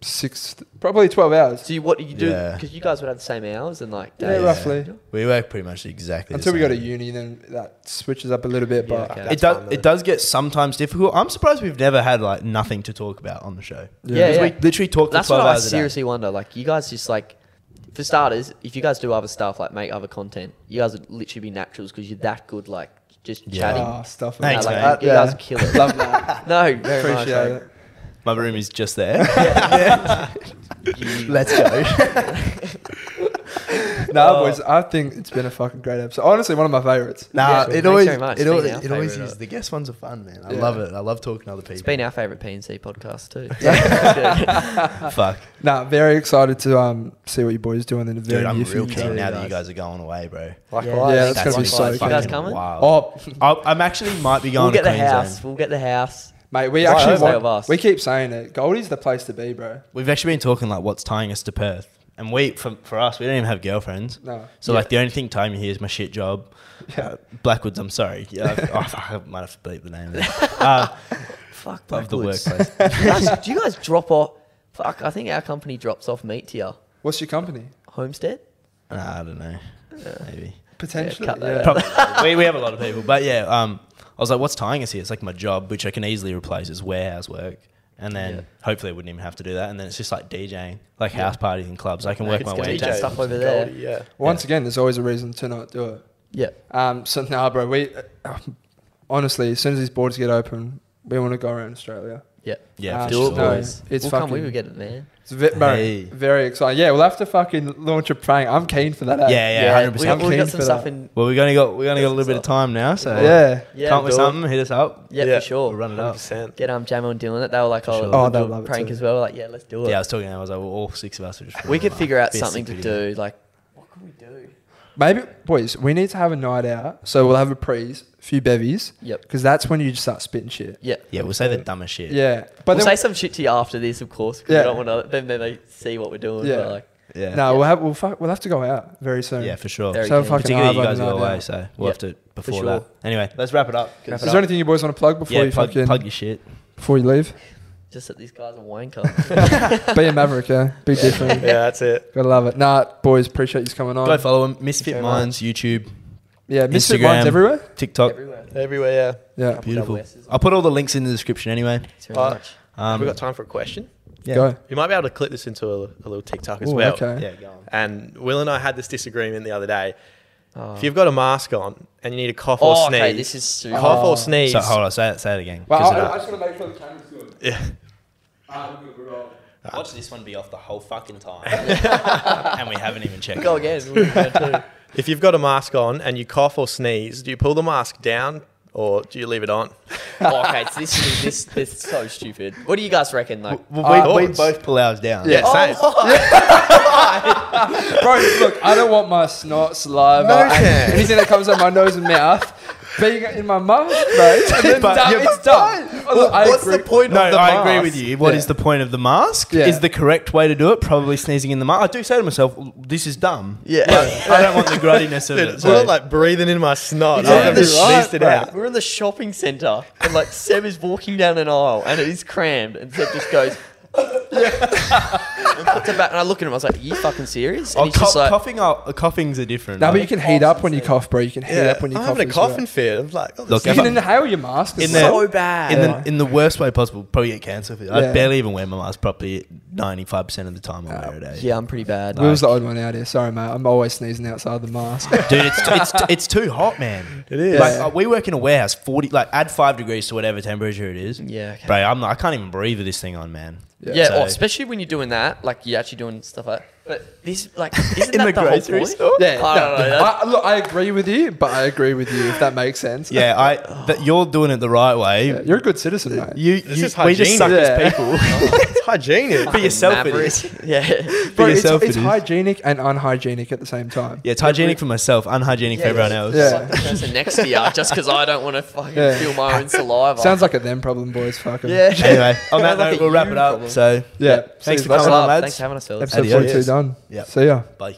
[SPEAKER 1] six, probably 12 hours.
[SPEAKER 3] do you what do you do?
[SPEAKER 2] Yeah.
[SPEAKER 3] Because you guys would have the same hours and like
[SPEAKER 1] Yeah,
[SPEAKER 3] days.
[SPEAKER 1] roughly.
[SPEAKER 2] We work pretty much exactly the
[SPEAKER 1] Until we go to
[SPEAKER 2] same.
[SPEAKER 1] uni, then that switches up a little bit,
[SPEAKER 3] Yeah,
[SPEAKER 1] but
[SPEAKER 3] okay.
[SPEAKER 2] It
[SPEAKER 4] That's
[SPEAKER 2] does.
[SPEAKER 4] fine, though.
[SPEAKER 2] It does get sometimes difficult. I'm surprised we've never had like nothing to talk about on the show.
[SPEAKER 3] Yeah,
[SPEAKER 2] 'Cause
[SPEAKER 3] yeah.
[SPEAKER 2] We literally talk for
[SPEAKER 3] That's
[SPEAKER 2] twelve
[SPEAKER 3] what I
[SPEAKER 2] hours. a day.
[SPEAKER 3] seriously wonder. Like, you guys just like, for starters, if you guys do other stuff, like make other content, you guys would literally be naturals because you're that good, like, just
[SPEAKER 2] Yeah.
[SPEAKER 3] chatting.
[SPEAKER 1] Ah, stuff like
[SPEAKER 2] Thanks,
[SPEAKER 1] that.
[SPEAKER 2] mate.
[SPEAKER 1] That-
[SPEAKER 3] You guys kill it.
[SPEAKER 1] Love that.
[SPEAKER 3] No, very much.
[SPEAKER 1] Appreciate
[SPEAKER 3] Like,
[SPEAKER 1] it.
[SPEAKER 2] My room is just there.
[SPEAKER 3] you-
[SPEAKER 2] Let's go.
[SPEAKER 1] No,
[SPEAKER 2] Oh.
[SPEAKER 1] boys, I think it's been a fucking great episode. Honestly, one of my favorites.
[SPEAKER 2] Nah,
[SPEAKER 3] Yeah,
[SPEAKER 2] it
[SPEAKER 3] thanks
[SPEAKER 2] always,
[SPEAKER 3] very much.
[SPEAKER 2] it
[SPEAKER 3] It's
[SPEAKER 2] always,
[SPEAKER 3] been our
[SPEAKER 2] it always
[SPEAKER 3] favourite.
[SPEAKER 2] is. The guest ones are fun, man. I
[SPEAKER 1] Yeah.
[SPEAKER 2] love it. I love talking to other people.
[SPEAKER 3] It's been our favourite PNC podcast, too.
[SPEAKER 2] Fuck,
[SPEAKER 1] Nah, very excited to um see what you boys do in the very
[SPEAKER 2] dude. I'm
[SPEAKER 1] near
[SPEAKER 2] real
[SPEAKER 1] future.
[SPEAKER 2] keen now that
[SPEAKER 3] guys.
[SPEAKER 2] you guys are going away, bro.
[SPEAKER 4] Likewise.
[SPEAKER 1] Yeah, that's gonna be so
[SPEAKER 2] fucking
[SPEAKER 1] fun.
[SPEAKER 3] You guys coming?
[SPEAKER 2] wild.
[SPEAKER 1] Oh,
[SPEAKER 2] I'll- I'm actually might be going
[SPEAKER 3] we'll get
[SPEAKER 2] to
[SPEAKER 3] the
[SPEAKER 2] Queensland.
[SPEAKER 3] house. We'll get the house.
[SPEAKER 1] mate, we
[SPEAKER 3] Why
[SPEAKER 1] actually
[SPEAKER 3] don't they have
[SPEAKER 1] want,
[SPEAKER 3] us?
[SPEAKER 1] we keep saying it. Goldie's the place to be, bro.
[SPEAKER 2] We've actually been talking like what's tying us to Perth, and we for, for us we don't even have girlfriends.
[SPEAKER 1] No,
[SPEAKER 2] So like the only thing tying me here is my shit job. Uh, Blackwoods, I'm sorry. Yeah, I've- oh, fuck, I might have to bleep the name. There. Uh,
[SPEAKER 3] Fuck,
[SPEAKER 2] of the
[SPEAKER 3] Blackwoods.
[SPEAKER 2] workplace.
[SPEAKER 3] Guys, do you guys drop off? Fuck, I think our company drops off meat to you.
[SPEAKER 1] what's your company
[SPEAKER 3] Homestead?
[SPEAKER 2] Nah, I don't know. Maybe.
[SPEAKER 1] potentially?
[SPEAKER 3] cut that
[SPEAKER 1] Yeah,
[SPEAKER 2] Probably. we, we have a lot of people, but yeah. Um, I was like, what's tying us here? It's like my job, which I can easily replace as warehouse work. And then
[SPEAKER 3] Yeah.
[SPEAKER 2] hopefully I wouldn't even have to do that. And then it's just like DJing, like house parties and clubs. I can work
[SPEAKER 3] It's
[SPEAKER 2] my
[SPEAKER 3] gonna
[SPEAKER 2] way
[SPEAKER 3] be
[SPEAKER 2] into
[SPEAKER 3] that
[SPEAKER 2] it.
[SPEAKER 3] stuff over there.
[SPEAKER 4] Goldie, yeah.
[SPEAKER 1] Once again, there's always a reason to not do it.
[SPEAKER 3] Yeah.
[SPEAKER 1] Um, so nah, bro. We honestly, as soon as these borders get open, we want to go around Australia.
[SPEAKER 3] Yeah.
[SPEAKER 2] Yeah,
[SPEAKER 1] Um,
[SPEAKER 2] for
[SPEAKER 3] Do it,
[SPEAKER 2] Ah, sure.
[SPEAKER 1] no,
[SPEAKER 3] boys.
[SPEAKER 1] it's
[SPEAKER 3] we'll come, we
[SPEAKER 1] fucking-
[SPEAKER 3] will get it, man.
[SPEAKER 1] It's ve- bro,
[SPEAKER 2] Hey.
[SPEAKER 1] very exciting. Yeah, we'll have to fucking launch a prank. I'm keen for that. eh?
[SPEAKER 2] Yeah, yeah,
[SPEAKER 3] Yeah,
[SPEAKER 2] 100%.
[SPEAKER 3] we got, we
[SPEAKER 1] keen
[SPEAKER 3] got some
[SPEAKER 1] for
[SPEAKER 3] stuff
[SPEAKER 1] that.
[SPEAKER 3] in.
[SPEAKER 2] Well, we're gonna got we're gonna got a little bit of time now, so
[SPEAKER 1] yeah.
[SPEAKER 3] Yeah,
[SPEAKER 2] come up with
[SPEAKER 3] do it.
[SPEAKER 2] something, hit us up.
[SPEAKER 3] Yeah,
[SPEAKER 4] Yeah.
[SPEAKER 3] for
[SPEAKER 2] We'll
[SPEAKER 3] sure.
[SPEAKER 2] run it up.
[SPEAKER 4] 100%.
[SPEAKER 3] Get um Jamo and Dylan. They were like, oh,
[SPEAKER 2] sure.
[SPEAKER 1] Oh,
[SPEAKER 3] we'll
[SPEAKER 1] they'll
[SPEAKER 3] do a
[SPEAKER 1] love it
[SPEAKER 3] prank
[SPEAKER 1] too.
[SPEAKER 3] as well. We're Like, yeah, let's do it.
[SPEAKER 2] Yeah, I was talking. I was like, well, all six of us are just.
[SPEAKER 3] we could
[SPEAKER 2] running
[SPEAKER 3] figure
[SPEAKER 2] up.
[SPEAKER 3] out
[SPEAKER 2] Be a
[SPEAKER 3] something
[SPEAKER 2] sick
[SPEAKER 3] to
[SPEAKER 2] video.
[SPEAKER 3] do. Like, what can we do?
[SPEAKER 1] Maybe, boys, we need to have a night out. So we'll have a prees, a few bevies.
[SPEAKER 3] Yep.
[SPEAKER 1] Because that's when you just start spitting shit.
[SPEAKER 3] Yeah.
[SPEAKER 2] Yeah, we'll say the dumbest shit.
[SPEAKER 1] Yeah.
[SPEAKER 3] But
[SPEAKER 1] But
[SPEAKER 3] we'll say
[SPEAKER 1] then,
[SPEAKER 3] some shit to you after this, of course, because
[SPEAKER 1] Yeah.
[SPEAKER 3] we don't want to. Then, then they see what we're doing.
[SPEAKER 1] Yeah.
[SPEAKER 3] Yeah. Like,
[SPEAKER 2] yeah,
[SPEAKER 1] no, we'll have we'll, fuck, we'll have to go out very soon.
[SPEAKER 2] yeah, for sure.
[SPEAKER 3] Very
[SPEAKER 1] So
[SPEAKER 3] keen.
[SPEAKER 1] fucking
[SPEAKER 2] Particularly
[SPEAKER 1] hard
[SPEAKER 2] you
[SPEAKER 1] on
[SPEAKER 2] guys
[SPEAKER 1] the
[SPEAKER 2] go
[SPEAKER 1] night
[SPEAKER 2] away,
[SPEAKER 1] out.
[SPEAKER 2] so we'll
[SPEAKER 3] Yeah.
[SPEAKER 2] have to before
[SPEAKER 3] sure.
[SPEAKER 2] that. Anyway, let's wrap it up.
[SPEAKER 3] Wrap
[SPEAKER 1] Is
[SPEAKER 3] it
[SPEAKER 1] there
[SPEAKER 3] up.
[SPEAKER 1] anything you boys want to plug before
[SPEAKER 2] yeah,
[SPEAKER 1] you
[SPEAKER 2] plug,
[SPEAKER 1] fucking
[SPEAKER 2] plug your shit.
[SPEAKER 1] before you leave?
[SPEAKER 3] Just that these guys are wanker.
[SPEAKER 1] Be a maverick, yeah. Be
[SPEAKER 4] yeah,
[SPEAKER 1] different.
[SPEAKER 4] that's it.
[SPEAKER 1] Gotta love it. Nah, boys, appreciate you coming on.
[SPEAKER 2] Go follow him. Misfit
[SPEAKER 1] Okay, right.
[SPEAKER 2] Minds, YouTube,
[SPEAKER 1] yeah, Misfit
[SPEAKER 2] Instagram.
[SPEAKER 1] Minds everywhere.
[SPEAKER 2] TikTok.
[SPEAKER 3] Everywhere.
[SPEAKER 4] Everywhere, yeah.
[SPEAKER 1] Yeah,
[SPEAKER 3] Couple
[SPEAKER 2] Beautiful.
[SPEAKER 3] double S's.
[SPEAKER 2] I'll put all the links in the description anyway.
[SPEAKER 3] Thanks very
[SPEAKER 4] Uh,
[SPEAKER 3] much.
[SPEAKER 2] Um,
[SPEAKER 4] Have we got time for a question?
[SPEAKER 2] yeah.
[SPEAKER 1] go.
[SPEAKER 4] You might be able to clip this into a, a little TikTok as
[SPEAKER 1] Ooh,
[SPEAKER 4] well.
[SPEAKER 1] okay.
[SPEAKER 2] Yeah, go on.
[SPEAKER 4] And Will and I had this disagreement the other day.
[SPEAKER 3] Oh.
[SPEAKER 4] If you've got a mask on and you need to cough
[SPEAKER 3] oh,
[SPEAKER 4] or sneeze,
[SPEAKER 3] okay, this is super.
[SPEAKER 4] cough
[SPEAKER 1] Oh.
[SPEAKER 4] or sneeze.
[SPEAKER 2] So hold on, say that, say it again.
[SPEAKER 1] Well,
[SPEAKER 2] 'Cause
[SPEAKER 1] I,
[SPEAKER 2] it-
[SPEAKER 1] I just want to make sure the camera's good.
[SPEAKER 4] Yeah.
[SPEAKER 2] Watch this one be off the whole fucking time, and we haven't even checked.
[SPEAKER 3] Go again. We'll do that too.
[SPEAKER 4] If you've got a mask on and you cough or sneeze, do you pull the mask down or do you leave it on?
[SPEAKER 3] oh, okay, so this is this this is so stupid. What do you guys reckon? Like,
[SPEAKER 2] We,
[SPEAKER 1] Uh,
[SPEAKER 2] we
[SPEAKER 4] thoughts?
[SPEAKER 2] both pull ours down.
[SPEAKER 4] Yeah, same.
[SPEAKER 3] Oh.
[SPEAKER 1] Bro, look, I don't want my snot, saliva,
[SPEAKER 4] No
[SPEAKER 1] and
[SPEAKER 4] chance.
[SPEAKER 1] anything that comes out my nose and mouth being in my mouth, bro. It's
[SPEAKER 2] But-
[SPEAKER 1] dumb.
[SPEAKER 2] yeah,
[SPEAKER 1] It's dumb. Look, I
[SPEAKER 4] What's the
[SPEAKER 1] agree-
[SPEAKER 4] point
[SPEAKER 2] No,
[SPEAKER 4] of the
[SPEAKER 2] I
[SPEAKER 4] mask?
[SPEAKER 2] agree with you. What is
[SPEAKER 1] Yeah.
[SPEAKER 2] the point of the mask?
[SPEAKER 1] Yeah.
[SPEAKER 2] Is the correct way to do it probably sneezing in the mask? I do say to myself, "This is dumb."
[SPEAKER 4] Yeah.
[SPEAKER 2] But I don't want the gruttiness of
[SPEAKER 4] Dude,
[SPEAKER 2] it.
[SPEAKER 4] it's
[SPEAKER 2] So.
[SPEAKER 4] not like breathing in my snot.
[SPEAKER 1] Yeah,
[SPEAKER 4] I haven't
[SPEAKER 1] you're right,
[SPEAKER 4] sneezed it
[SPEAKER 1] bro.
[SPEAKER 4] out.
[SPEAKER 3] We're in the shopping centre and like Seb is walking down an aisle and it is crammed and Seb just goes and puts it back and I look at him I was like, Are you fucking serious? And
[SPEAKER 2] oh,
[SPEAKER 3] he's
[SPEAKER 2] cough,
[SPEAKER 3] just like
[SPEAKER 2] coughing. Are, uh, coughings are different.
[SPEAKER 1] No, but you
[SPEAKER 2] right?
[SPEAKER 1] can heat up when you cough, bro. You can heat
[SPEAKER 4] Yeah,
[SPEAKER 1] up when you
[SPEAKER 4] I'm
[SPEAKER 1] cough.
[SPEAKER 4] having a
[SPEAKER 1] as well.
[SPEAKER 4] coughing fit. I'm like, oh,
[SPEAKER 2] Look,
[SPEAKER 4] this
[SPEAKER 1] You
[SPEAKER 2] if
[SPEAKER 1] can
[SPEAKER 2] I-
[SPEAKER 1] inhale your mask. as
[SPEAKER 2] In
[SPEAKER 1] well.
[SPEAKER 3] so bad.
[SPEAKER 2] in
[SPEAKER 1] Yeah.
[SPEAKER 2] the in the worst way possible. Probably get cancer. For it.
[SPEAKER 1] Yeah.
[SPEAKER 2] I barely even wear my mask properly. Ninety five percent of the time I wear it. eh?
[SPEAKER 3] yeah, I'm pretty bad.
[SPEAKER 1] Will's the odd one out here. Sorry, mate. I'm always sneezing outside the mask.
[SPEAKER 2] dude, it's it's it's too hot, man. It
[SPEAKER 1] is.
[SPEAKER 2] Like
[SPEAKER 1] Yeah.
[SPEAKER 2] uh, we work in a warehouse, forty. Like add five degrees to whatever temperature it is.
[SPEAKER 3] Yeah, okay.
[SPEAKER 2] bro. I'm not, I can't even breathe with this thing on, man.
[SPEAKER 1] Yeah.
[SPEAKER 3] Yeah,
[SPEAKER 2] So-
[SPEAKER 3] oh, especially when you're doing that, like you're actually doing stuff like but this like isn't
[SPEAKER 2] In
[SPEAKER 3] that
[SPEAKER 2] the
[SPEAKER 3] the, whole
[SPEAKER 2] grocery
[SPEAKER 3] point?
[SPEAKER 2] store?
[SPEAKER 1] yeah,
[SPEAKER 3] I don't know,
[SPEAKER 1] no,
[SPEAKER 3] that's-
[SPEAKER 1] I, look, I agree with you, but I agree with you if that makes sense.
[SPEAKER 2] Yeah, I. That you're doing it the right way.
[SPEAKER 1] Yeah, you're a good citizen, mate.
[SPEAKER 2] You,
[SPEAKER 4] This
[SPEAKER 2] you
[SPEAKER 4] is
[SPEAKER 2] we just
[SPEAKER 4] hygiene.
[SPEAKER 2] suck
[SPEAKER 1] Yeah.
[SPEAKER 2] as people.
[SPEAKER 4] is hygienic.
[SPEAKER 2] For yourself, it
[SPEAKER 3] Maverick.
[SPEAKER 2] is.
[SPEAKER 3] Yeah.
[SPEAKER 1] Bro, it's,
[SPEAKER 2] yourself,
[SPEAKER 1] it's
[SPEAKER 2] it is.
[SPEAKER 1] hygienic and unhygienic at the same time.
[SPEAKER 2] Yeah, it's hygienic for myself, unhygienic for everyone else.
[SPEAKER 1] Yeah.
[SPEAKER 3] Like the person next to you, just because I don't want to fucking
[SPEAKER 1] Yeah.
[SPEAKER 3] feel my own saliva.
[SPEAKER 1] Sounds like a them problem, boys. Fucking
[SPEAKER 3] yeah.
[SPEAKER 2] Anyway, on that
[SPEAKER 3] Sounds like
[SPEAKER 2] note,
[SPEAKER 3] a
[SPEAKER 2] we'll wrap
[SPEAKER 3] you
[SPEAKER 2] it up.
[SPEAKER 3] problem.
[SPEAKER 2] So,
[SPEAKER 1] yeah.
[SPEAKER 2] Thanks
[SPEAKER 1] See
[SPEAKER 2] for
[SPEAKER 1] you,
[SPEAKER 2] coming
[SPEAKER 1] lads.
[SPEAKER 2] on, lads.
[SPEAKER 3] Thanks for having us, fellas.
[SPEAKER 1] Episode
[SPEAKER 2] Adios.
[SPEAKER 1] forty-two done.
[SPEAKER 2] Yep.
[SPEAKER 1] See ya.
[SPEAKER 2] Bye.